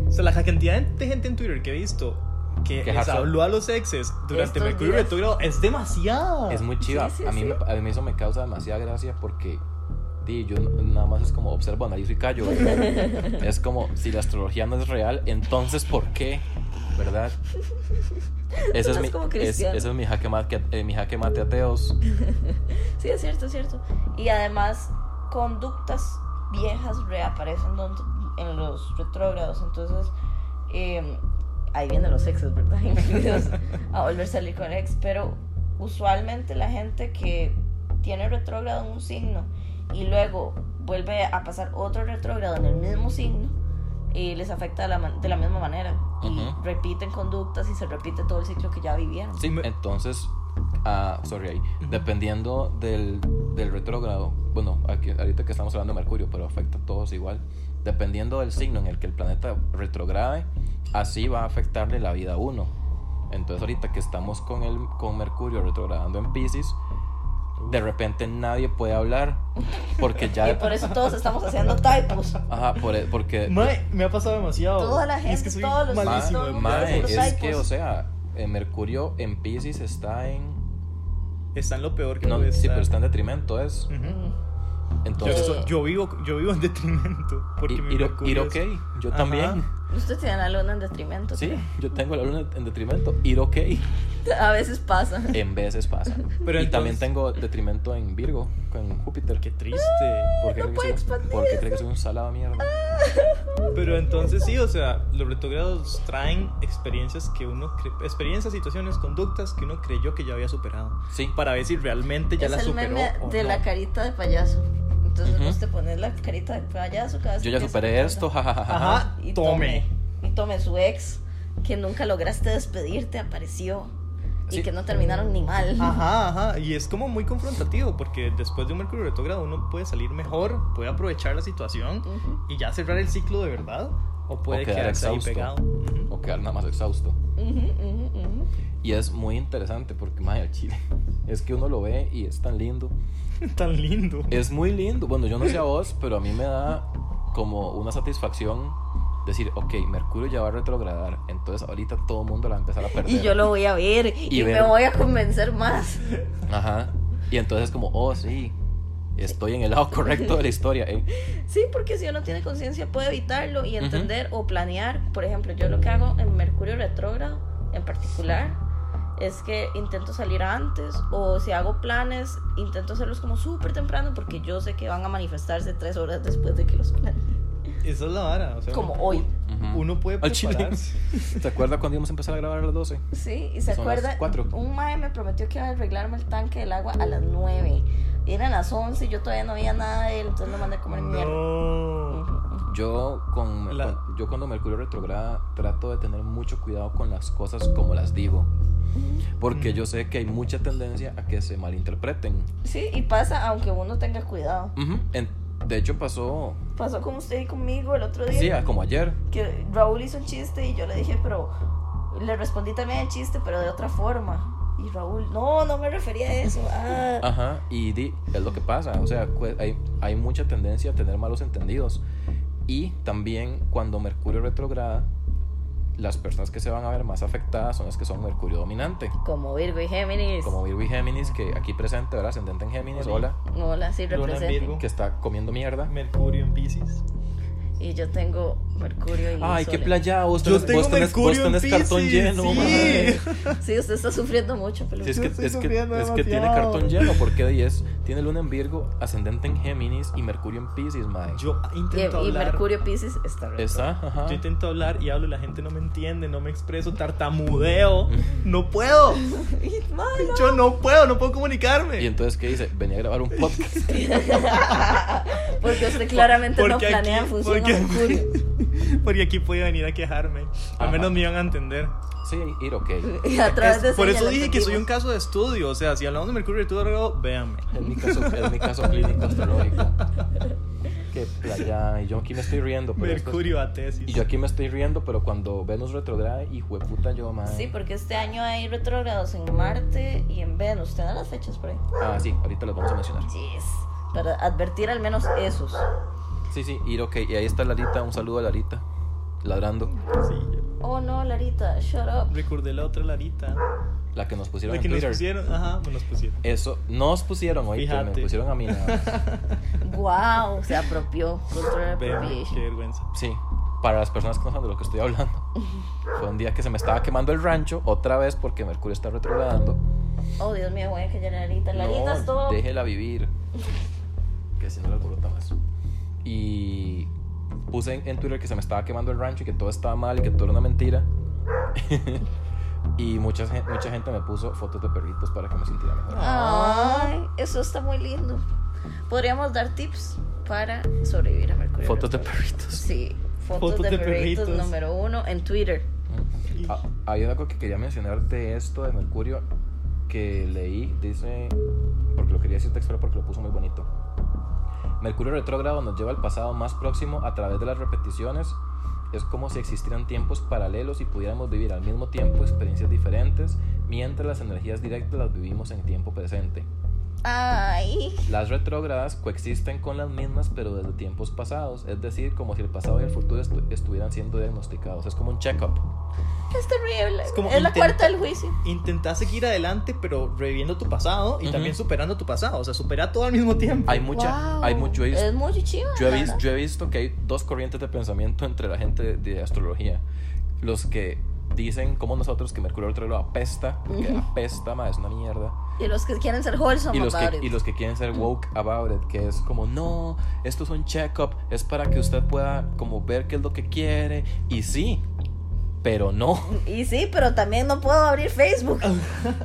Speaker 1: O sea, la cantidad de gente en Twitter que he visto que les
Speaker 2: Quejarse.
Speaker 1: habló a los exes durante
Speaker 3: Estos
Speaker 1: Mercurio
Speaker 3: días.
Speaker 1: retrógrado es demasiado.
Speaker 2: Es muy chiva.
Speaker 3: Sí, sí,
Speaker 2: a, mí
Speaker 3: sí.
Speaker 2: me- a mí eso me causa demasiada gracia porque. Di, yo nada más es como observo, analizo y callo. ¿verdad? es como si la astrología no es real, entonces ¿por qué? ¿Verdad? Eso es,
Speaker 3: Más
Speaker 2: mi,
Speaker 3: como
Speaker 2: es,
Speaker 3: cristiano.
Speaker 2: eso es mi jaque mate, eh, mi jaque mate ateos.
Speaker 3: Sí, es cierto, es cierto. Y además, conductas viejas reaparecen don- en los retrógrados. Entonces, eh, ahí vienen los exes, ¿verdad? Incluidos a volver a salir con el ex. Pero usualmente la gente que tiene retrógrado en un signo y luego vuelve a pasar otro retrógrado en el mismo signo. Y les afecta de la, man- de la misma manera.
Speaker 2: Ujú.
Speaker 3: Y repiten conductas y se repite todo el ciclo que ya vivieron.
Speaker 2: Sí,
Speaker 1: Me-
Speaker 2: entonces, ah, sorry ahí,
Speaker 1: Ujú.
Speaker 2: dependiendo del, del retrógrado, bueno, aquí, ahorita que estamos hablando de Mercurio, pero afecta a todos igual, dependiendo del signo en el que el planeta retrograde, así va a afectarle la vida a uno. Entonces ahorita que estamos con, el, con Mercurio retrogradando en Pisces, de repente nadie puede hablar, porque
Speaker 3: Y
Speaker 2: ya...
Speaker 3: por eso todos estamos haciendo typos.
Speaker 2: Ajá, por- e, porque...
Speaker 1: Mae, me ha pasado demasiado.
Speaker 3: Toda la
Speaker 1: Y
Speaker 3: gente,
Speaker 1: es que soy
Speaker 3: todos los-
Speaker 2: Ma-
Speaker 1: malísimo.
Speaker 3: todo el
Speaker 1: de
Speaker 3: mundo
Speaker 1: palabras.
Speaker 2: mae,
Speaker 3: hace los
Speaker 2: es que,
Speaker 3: typos.
Speaker 2: o sea, eh, Mercurio en Pisces está en...
Speaker 1: Están lo peor que
Speaker 2: No,
Speaker 1: puede
Speaker 2: sí,
Speaker 1: estar.
Speaker 2: pero está en detrimento, es.
Speaker 1: Ujú. Yo,
Speaker 2: Entonces,
Speaker 3: Eh,
Speaker 1: yo vivo, yo vivo en detrimento. Porque
Speaker 2: Y-
Speaker 1: mi
Speaker 2: y lo-
Speaker 1: Mercurio
Speaker 2: ir
Speaker 1: es-
Speaker 2: ok, yo
Speaker 1: Ajá.
Speaker 2: también.
Speaker 3: Usted tiene la luna en detrimento.
Speaker 2: Sí, yo tengo la luna en detrimento. Ir ok,
Speaker 3: creo. A veces pasa.
Speaker 2: en veces pasa.
Speaker 1: Pero
Speaker 2: y también
Speaker 1: entonces-
Speaker 2: tengo detrimento en Virgo, con Júpiter.
Speaker 1: Qué triste.
Speaker 2: ¿Por qué cree
Speaker 3: No
Speaker 2: que
Speaker 3: puede
Speaker 2: soy-
Speaker 3: expandir
Speaker 2: por qué cree que soy un salado de mierda?
Speaker 1: Pero entonces sí, o sea, los retrogrados traen experiencias que uno cre- experiencias, situaciones, conductas que uno creyó que ya había superado.
Speaker 2: Sí,
Speaker 1: Para ver si realmente ya
Speaker 3: es
Speaker 1: la
Speaker 3: el
Speaker 1: superó
Speaker 3: meme
Speaker 1: o
Speaker 3: de
Speaker 1: no.
Speaker 3: la carita de payaso. Entonces
Speaker 2: Ujú.
Speaker 3: vos te pones la carita de payaso cada vez
Speaker 2: Yo
Speaker 3: que
Speaker 2: ya
Speaker 3: te
Speaker 2: superé
Speaker 3: sacan.
Speaker 2: esto, jajaja.
Speaker 1: Ajá, tome.
Speaker 3: Y tome. Y tome su ex, que nunca lograste despedirte, apareció. Y
Speaker 2: Sí.
Speaker 3: que no terminaron ni mal.
Speaker 1: Ajá, ajá. Y es como muy confrontativo porque después de un Mercurio retrógrado uno puede salir mejor, puede aprovechar la situación
Speaker 3: Ujú,
Speaker 1: y ya cerrar el ciclo de verdad o puede
Speaker 2: quedar
Speaker 1: quedarse
Speaker 2: exhausto.
Speaker 1: ahí pegado. Ujú.
Speaker 2: O quedar nada más exhausto.
Speaker 3: ujú, ujú, ujú.
Speaker 2: Y es muy interesante porque, madre, al chile. Es que uno lo ve y es tan lindo.
Speaker 1: Tan lindo.
Speaker 2: Es muy lindo. Bueno, yo no sé a vos, pero a mí me da como una satisfacción decir, ok, Mercurio ya va a retrogradar. Entonces ahorita todo el mundo la va a empezar a perder.
Speaker 3: Y yo lo voy a ver y,
Speaker 2: ver.
Speaker 3: me voy a convencer más.
Speaker 2: Ajá. Y entonces como, oh, sí. Estoy en el lado correcto de la historia. eh.
Speaker 3: Sí, porque si uno tiene conciencia puede evitarlo y
Speaker 2: Ujú.
Speaker 3: entender o planear. Por ejemplo, yo lo que hago en Mercurio retrógrado en particular es que intento salir antes o si hago planes, intento hacerlos como súper temprano porque yo sé que van a manifestarse tres horas después de que los planes.
Speaker 1: Esa es la vara. O sea,
Speaker 3: Como hoy.
Speaker 2: Ujú.
Speaker 1: Uno puede
Speaker 2: Al chile.
Speaker 1: prepararse.
Speaker 2: ¿Te acuerdas cuando íbamos a empezar a grabar a las 12?
Speaker 3: Sí, y se
Speaker 2: Son las
Speaker 3: acuerda.
Speaker 2: cuatro.
Speaker 3: Un mae me prometió que iba a arreglarme el tanque del agua a las 9. Y eran las 11 y yo todavía no había nada de él, entonces lo mandé a comer mierda.
Speaker 1: No.
Speaker 3: Ujú, ujú.
Speaker 2: Yo, con,
Speaker 1: La-
Speaker 2: con- yo cuando Mercurio retrograda trato de tener mucho cuidado con las cosas como las digo. Porque
Speaker 1: Mm.
Speaker 2: yo sé que hay mucha tendencia a que se malinterpreten.
Speaker 3: Sí, y pasa aunque uno tenga cuidado.
Speaker 2: Ujú. En- de hecho pasó,
Speaker 3: Pasó con usted y conmigo el otro día.
Speaker 2: sí,
Speaker 1: ah.
Speaker 2: a- como ayer.
Speaker 3: Que Raúl hizo un chiste y yo le dije, pero. Le respondí también el chiste, pero de otra forma. Y Raúl, no, no me refería a eso. Ah.
Speaker 2: Ajá, y di- es lo que pasa. O sea, cu- hay, hay mucha tendencia a tener malos entendidos. Y también cuando Mercurio retrograda, las personas que se van a ver más afectadas son las que son Mercurio dominante.
Speaker 3: Como Virgo y Géminis.
Speaker 2: Como Virgo y Géminis, que aquí presente, ¿verdad? Ascendente en Géminis, hola.
Speaker 1: Hola.
Speaker 3: Hola, sí,
Speaker 1: Luna en
Speaker 3: represento.
Speaker 1: Virgo.
Speaker 2: Que está comiendo mierda.
Speaker 1: Mercurio en Pisces.
Speaker 3: Y yo tengo Mercurio y.
Speaker 2: Ay, qué
Speaker 3: Sol en-
Speaker 2: playa, vos
Speaker 1: Yo
Speaker 2: tenés,
Speaker 1: tengo
Speaker 2: vos tenés- vos
Speaker 1: Mercurio en
Speaker 2: tenés cartón
Speaker 1: Piscis,
Speaker 2: lleno,
Speaker 1: sí.
Speaker 2: madre.
Speaker 3: Sí, usted está sufriendo mucho, pero
Speaker 2: Sí, es
Speaker 1: Yo
Speaker 2: que,
Speaker 1: estoy
Speaker 2: es, que,
Speaker 1: sufriendo
Speaker 2: es que tiene
Speaker 1: demasiado.
Speaker 2: cartón lleno, porque di es, tiene luna en Virgo, ascendente en Géminis y Mercurio en Pisces, madre.
Speaker 1: Yo
Speaker 3: Y,
Speaker 1: intento
Speaker 3: y
Speaker 1: hablar. Eh.
Speaker 3: Mercurio Pisces está re-
Speaker 2: Está, ajá.
Speaker 1: Yo intento hablar y hablo y la gente no me entiende, no me expreso, tartamudeo. No puedo.
Speaker 3: Y, ma,
Speaker 1: Yo no puedo, no puedo comunicarme.
Speaker 2: Y entonces, ¿qué dice? Venía a grabar un podcast.
Speaker 3: Porque usted claramente no
Speaker 1: Porque
Speaker 3: planea
Speaker 1: aquí-
Speaker 3: en función
Speaker 1: porque-
Speaker 3: a Mercurio.
Speaker 1: Porque aquí podía venir a quejarme.
Speaker 2: Ajá.
Speaker 1: Al menos me iban a entender.
Speaker 2: Sí, ir ok.
Speaker 3: Y a través
Speaker 1: Es-
Speaker 3: de
Speaker 1: por
Speaker 3: ya
Speaker 1: eso
Speaker 3: lo
Speaker 1: dije que soy un
Speaker 3: entendimos.
Speaker 1: caso de estudio. O sea, si hablamos de Mercurio retrógrado, véanme.
Speaker 2: Es mi caso, es mi caso clínico astrológico. Qué playa. Y yo aquí me estoy riendo. Pero esto es-
Speaker 1: Mercurio a tesis.
Speaker 2: y yo aquí me estoy riendo, pero cuando Venus retrograda, hijo de puta, yo, madre.
Speaker 3: Sí, porque este año hay retrógrados en Marte y en Venus. ¿Usted da las fechas por ahí?
Speaker 2: Ah, sí, ahorita los vamos a mencionar.
Speaker 3: Yes. Para advertir al menos esos.
Speaker 2: Sí, sí, ir ok. Y ahí está Larita, un saludo a Larita, ladrando.
Speaker 1: Sí, yo
Speaker 3: Oh no, Larita, shut up.
Speaker 1: recordé la otra larita.
Speaker 2: La que nos
Speaker 1: La
Speaker 2: pusieron en
Speaker 1: que nos
Speaker 2: Twitter.
Speaker 1: pusieron. Ajá, me nos pusieron.
Speaker 2: Eso, nos pusieron hoy, me
Speaker 1: Fíjate.
Speaker 2: pusieron a mí. nada más.
Speaker 3: Wow, se apropió. Cultural
Speaker 1: Véanme, qué
Speaker 3: appropriation.
Speaker 1: vergüenza.
Speaker 2: Sí, para las personas que no saben de lo que estoy hablando. Fue un día que se me estaba quemando el rancho, otra vez porque Mercurio está retrogradando.
Speaker 3: Oh Dios mío, voy a callar a Larita.
Speaker 2: No,
Speaker 3: Larita, es todo.
Speaker 2: déjela vivir. Que si no la alborota más. Y puse en, en Twitter que se me estaba quemando el rancho y que todo estaba mal y que todo era una mentira. y mucha, gen- mucha gente me puso fotos de perritos para que me sintiera mejor.
Speaker 3: Ay, eso está muy lindo. Podríamos dar tips para sobrevivir a Mercurio.
Speaker 2: Fotos de
Speaker 3: retrógrado.
Speaker 2: perritos.
Speaker 3: Sí, fotos, de, perritos, número uno en Twitter.
Speaker 1: Y-
Speaker 2: Ah, hay algo que quería mencionar de esto de Mercurio que leí, dice, porque lo quería decir textual porque lo puso muy bonito. Mercurio retrógrado nos lleva al pasado más próximo a través de las repeticiones. Es como si existieran tiempos paralelos y pudiéramos vivir al mismo tiempo experiencias diferentes, mientras las energías directas las vivimos en tiempo presente.
Speaker 3: Ay,
Speaker 2: Las retrógradas coexisten con las mismas pero desde tiempos pasados, es decir, como si el pasado y el futuro estu- estuvieran siendo diagnosticados. Es como un check-up.
Speaker 3: es terrible. Es,
Speaker 1: Es como
Speaker 3: la
Speaker 1: intenta-
Speaker 3: cuarta del juicio.
Speaker 1: Intentás seguir adelante, pero reviviendo tu pasado y
Speaker 2: Ujú.
Speaker 1: también superando tu pasado. O sea, supera todo al mismo tiempo.
Speaker 2: Hay mucha,
Speaker 3: Wow,
Speaker 2: hay mucho,
Speaker 3: Es muy chiva.
Speaker 2: Yo he,
Speaker 3: la
Speaker 2: vis-
Speaker 3: verdad.
Speaker 2: yo he visto que hay dos corrientes de pensamiento entre la gente de, de astrología. Los que dicen, como nosotros, que Mercurio retrógrado apesta, que
Speaker 3: Ujú.
Speaker 2: apesta, ma, es una mierda.
Speaker 3: Y los que quieren ser wholesome
Speaker 2: Y los,
Speaker 3: about
Speaker 2: que,
Speaker 3: it.
Speaker 2: y los que quieren ser woke about it, que es como, no, esto es un check-up, es para que usted pueda como ver qué es lo que quiere. Y sí, pero no.
Speaker 3: Y sí, pero también no puedo abrir Facebook.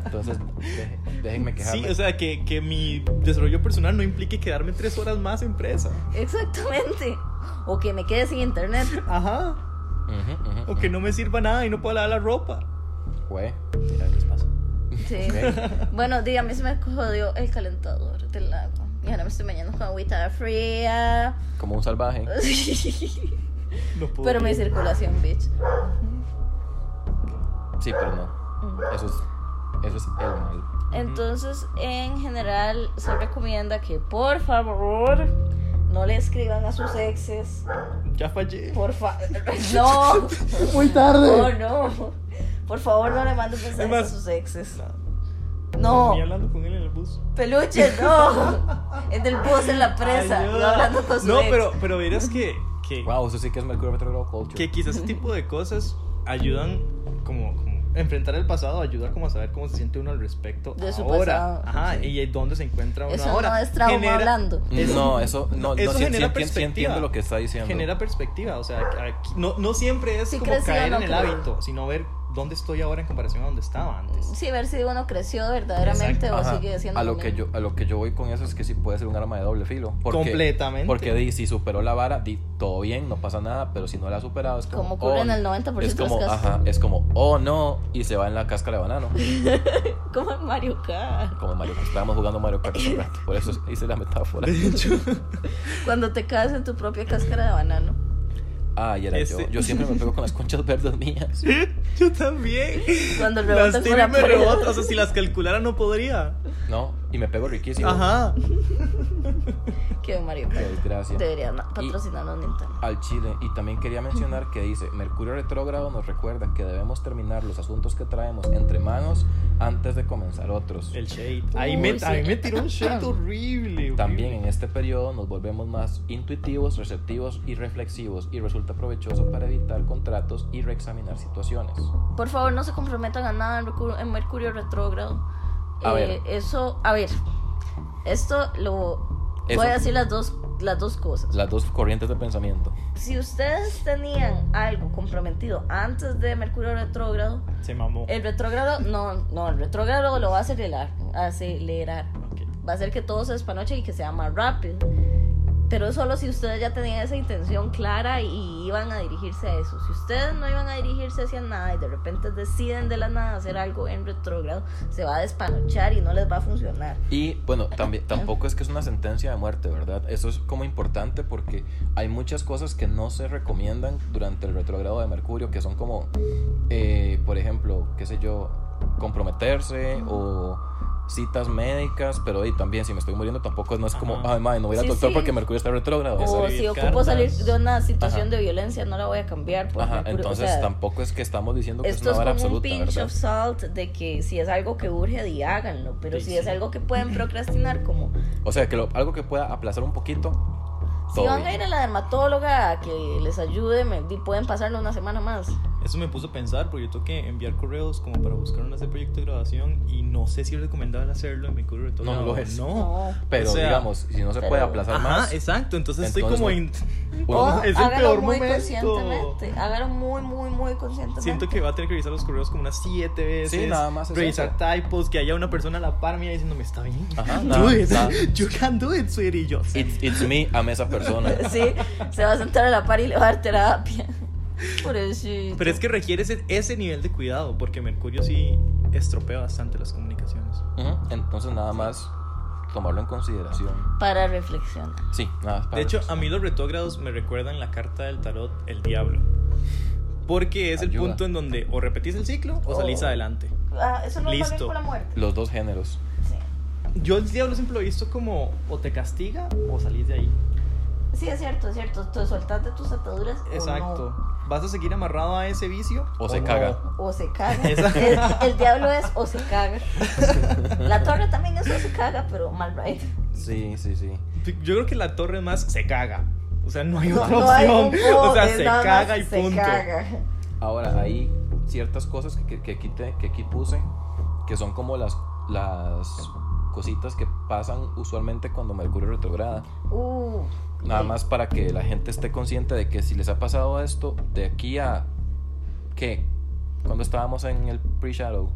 Speaker 2: Entonces, deje- Déjenme quejarme.
Speaker 1: Sí, o sea, que, que mi desarrollo personal no implique quedarme tres horas más en presa.
Speaker 3: Exactamente. O que me quede sin internet.
Speaker 1: Ajá.
Speaker 2: Ujú, ujú,
Speaker 1: O que
Speaker 2: ujú.
Speaker 1: no me sirva nada y no pueda lavar la ropa.
Speaker 2: Güey, mira, les pasa.
Speaker 3: Sí. Bueno, di, a mí se me jodió el calentador del agua. Y ahora me estoy bañando con agüita fría.
Speaker 2: Como un salvaje.
Speaker 1: No puedo
Speaker 3: Pero mi
Speaker 1: creer.
Speaker 3: circulación, bitch.
Speaker 2: Sí, pero no.
Speaker 3: Mm.
Speaker 2: Eso es, eso es el mal.
Speaker 3: Entonces, en general, se recomienda que por favor no le escriban a sus exes.
Speaker 1: Ya fallé.
Speaker 3: Por fa No,
Speaker 1: Muy
Speaker 3: no, Oh, no. Por favor, no le manden mensajes a
Speaker 1: más-
Speaker 3: sus exes.
Speaker 1: No.
Speaker 3: No,
Speaker 1: Ni hablando con él en el bus.
Speaker 3: peluche, no. En el bus, en la presa, no
Speaker 1: Ayuda.
Speaker 3: hablando con su
Speaker 1: No,
Speaker 3: ex.
Speaker 1: pero, pero verás que, que,
Speaker 2: Wow, eso sí que es Mercurio Retrogrado Culture.
Speaker 1: que quizás ese tipo de cosas ayudan como, como enfrentar el pasado, ayuda como a saber cómo se siente uno al respecto
Speaker 3: De su
Speaker 1: ahora.
Speaker 3: pasado,
Speaker 1: Ajá,
Speaker 3: sí.
Speaker 1: y dónde se encuentra uno
Speaker 3: Eso
Speaker 1: ahora.
Speaker 3: no es trauma hablando.
Speaker 2: Mm. No, eso no, no
Speaker 1: Eso
Speaker 2: sí, sí
Speaker 1: genera
Speaker 2: entien- sí
Speaker 1: perspectiva.
Speaker 2: entiendo lo que está diciendo.
Speaker 1: genera perspectiva, o sea, aquí- no, no siempre es
Speaker 3: Sí
Speaker 1: como
Speaker 3: crecí o
Speaker 1: caer
Speaker 3: no
Speaker 1: en el
Speaker 3: crecí.
Speaker 1: hábito, sino ver dónde estoy ahora en comparación a dónde estaba antes.
Speaker 3: Sí, ver si uno creció verdaderamente
Speaker 1: Exacto,
Speaker 2: Ajá.
Speaker 3: o sigue siendo
Speaker 2: a lo
Speaker 3: mismo.
Speaker 2: que yo a lo que yo voy con eso es que sí puede ser un arma de doble filo porque,
Speaker 1: Completamente.
Speaker 2: porque di, si superó la vara di todo bien no pasa nada pero si no la ha superado es como, "Oh,
Speaker 3: Como ocurre en el 90%
Speaker 2: es
Speaker 3: de los
Speaker 2: como
Speaker 3: casos.
Speaker 2: ajá es como oh no y se va en la cáscara de banano
Speaker 3: Como en Mario Kart.
Speaker 2: como Mario Kart estábamos jugando Mario Kart hace un rato, por eso hice la metáfora
Speaker 1: De hecho,
Speaker 3: Cuando te caes en tu propia cáscara de banano.
Speaker 2: ah y era yo
Speaker 1: Este-
Speaker 2: yo siempre me pego con las conchas verdes mías
Speaker 1: yo también.
Speaker 3: Cuando el
Speaker 1: Las
Speaker 3: rebote fue
Speaker 1: tiro y
Speaker 3: una
Speaker 1: me
Speaker 3: pared.
Speaker 1: rebota, o sea, si las calculara no podría.
Speaker 2: no y me pego riquísimo
Speaker 1: Ajá.
Speaker 3: Que Mario
Speaker 2: Qué
Speaker 3: Kart.
Speaker 2: desgracia
Speaker 3: Deberían
Speaker 2: Y-
Speaker 3: patrocinarnos Nintendo.
Speaker 2: al Chile. Y también quería mencionar que dice, Mercurio retrógrado nos recuerda que debemos terminar los asuntos que traemos entre manos antes de comenzar otros.
Speaker 1: El shade. Ahí
Speaker 3: Uy,
Speaker 1: me,
Speaker 3: sí.
Speaker 1: a mí me tiró un shade horrible. horrible.
Speaker 2: También en este periodo nos volvemos más intuitivos, receptivos y reflexivos y resulta provechoso para evitar contratos y reexaminar situaciones.
Speaker 3: Por favor, no se comprometan a nada en, Mercu- en Mercurio retrógrado.
Speaker 2: A
Speaker 3: Eh, Eso, a ver. Esto lo.
Speaker 2: Eso.
Speaker 3: Voy a decir las dos, las dos cosas.
Speaker 2: Las dos corrientes de pensamiento.
Speaker 3: Si ustedes tenían algo comprometido antes de Mercurio retrógrado,
Speaker 1: Se mamó.
Speaker 3: el retrógrado, no, no, el retrógrado lo va a acelerar. Acelerar.
Speaker 1: Ok.
Speaker 3: va a hacer que todo se despanoche y que sea más rápido. Pero es solo si ustedes ya tenían esa intención clara y iban a dirigirse a eso. Si ustedes no iban a dirigirse hacia nada y de repente deciden de la nada hacer algo en retrógrado, se va a despanochar y no les va a funcionar.
Speaker 2: Y bueno, también, tampoco es que es una sentencia de muerte, ¿verdad? Eso es como importante porque hay muchas cosas que no se recomiendan durante el retrogrado de Mercurio, que son como, eh, por ejemplo, qué sé yo, comprometerse o citas médicas, pero y también si me estoy muriendo tampoco no es como,
Speaker 1: Ajá.
Speaker 2: ay, madre, no voy a ir
Speaker 3: Sí,
Speaker 2: al doctor
Speaker 3: sí.
Speaker 2: porque Mercurio está retrógrado.
Speaker 1: Eso.
Speaker 3: O
Speaker 1: Escribir
Speaker 3: si ocupo
Speaker 1: cartas.
Speaker 3: salir de una situación
Speaker 2: Ajá.
Speaker 3: de violencia, no la voy a cambiar. Por
Speaker 2: Ajá,
Speaker 3: mercurio. O
Speaker 2: entonces
Speaker 3: sea,
Speaker 2: tampoco es que estamos diciendo
Speaker 1: pues,
Speaker 2: que es
Speaker 3: Esto
Speaker 2: una
Speaker 3: es
Speaker 2: vara
Speaker 3: como un
Speaker 2: absoluta,
Speaker 3: pinch
Speaker 2: ¿verdad?
Speaker 3: of salt de que si es algo que urge, di háganlo. Pero
Speaker 1: Sí,
Speaker 3: si
Speaker 1: sí.
Speaker 3: es algo que pueden procrastinar, como
Speaker 2: O sea, que lo- algo que pueda aplazar un poquito.
Speaker 3: Si
Speaker 2: todo
Speaker 3: van a
Speaker 2: bien.
Speaker 3: ir a la dermatóloga a que les ayude, me, di- pueden pasarlo una semana más.
Speaker 1: Eso me puso a pensar porque yo tengo que enviar correos como para buscar una de proyecto de grabación y no sé si es recomendable hacerlo en mi correo de todo.
Speaker 2: No lo es.
Speaker 1: No.
Speaker 2: Pero
Speaker 1: o sea,
Speaker 2: digamos, si no se
Speaker 3: pero- Oh,
Speaker 2: puede aplazar más,
Speaker 1: Ajá, exacto. Entonces, estoy
Speaker 2: Entonces,
Speaker 1: como en.
Speaker 2: Bueno,
Speaker 3: o
Speaker 1: es el
Speaker 3: hágalo
Speaker 1: peor
Speaker 3: muy
Speaker 1: momento.
Speaker 3: conscientemente. Hágalo muy, muy, muy conscientemente.
Speaker 1: Siento que va a tener que revisar los correos como unas siete veces.
Speaker 2: Sí, nada más es
Speaker 1: Revisar
Speaker 2: eso.
Speaker 1: typos, que haya una persona a la par mía diciéndome, está bien.
Speaker 2: Ajá,
Speaker 1: do
Speaker 2: nada,
Speaker 1: it.
Speaker 2: nada.
Speaker 1: You can do it, sweetie. Y yo, sí.
Speaker 2: It's, it's me, a esa persona.
Speaker 3: Sí, se va a sentar a la par y le va a dar terapia. Por eso.
Speaker 1: Pero es que requiere ese, ese nivel de cuidado porque Mercurio sí estropea bastante las comunicaciones.
Speaker 2: Ujú, Entonces nada más tomarlo en consideración.
Speaker 3: Para reflexionar.
Speaker 2: Sí, nada más para
Speaker 1: De hecho, a
Speaker 2: reflexionar.
Speaker 1: mí los retógrados me recuerdan la carta del tarot El Diablo. Porque es el
Speaker 2: Ayuda.
Speaker 1: punto en donde o repetís el ciclo o salís
Speaker 3: Oh.
Speaker 1: adelante.
Speaker 3: Ah, eso no es
Speaker 1: Listo.
Speaker 3: con la muerte.
Speaker 2: Los dos géneros.
Speaker 3: Sí.
Speaker 1: Yo el diablo siempre lo he visto como o te castiga o salís de ahí.
Speaker 3: Sí, es cierto, es cierto. Te soltás de tus ataduras.
Speaker 1: Exacto. ¿Vas a seguir amarrado a ese vicio?
Speaker 2: O se
Speaker 1: no?
Speaker 2: caga.
Speaker 3: Oh, O, no. o se caga.
Speaker 1: Esa-
Speaker 3: El, el diablo es o se caga. La torre también es o se caga, pero mal right.
Speaker 2: Sí, sí, sí.
Speaker 1: Yo creo que la torre más se caga. O sea, no hay
Speaker 3: No,
Speaker 1: otra
Speaker 3: no hay
Speaker 1: opción.
Speaker 3: un
Speaker 1: o sea,
Speaker 3: poder,
Speaker 1: se
Speaker 3: nada más
Speaker 1: caga y
Speaker 3: se
Speaker 1: punto.
Speaker 3: caga.
Speaker 2: Ahora, hay ciertas cosas que, que, que aquí te- que aquí puse, que son como las, las cositas que pasan usualmente cuando Mercurio retrograda.
Speaker 3: Uh,
Speaker 2: Nada
Speaker 3: ok.
Speaker 2: más para que la gente esté consciente de que si les ha pasado esto, de aquí a... ¿Qué? Cuando estábamos en el pre-shadow.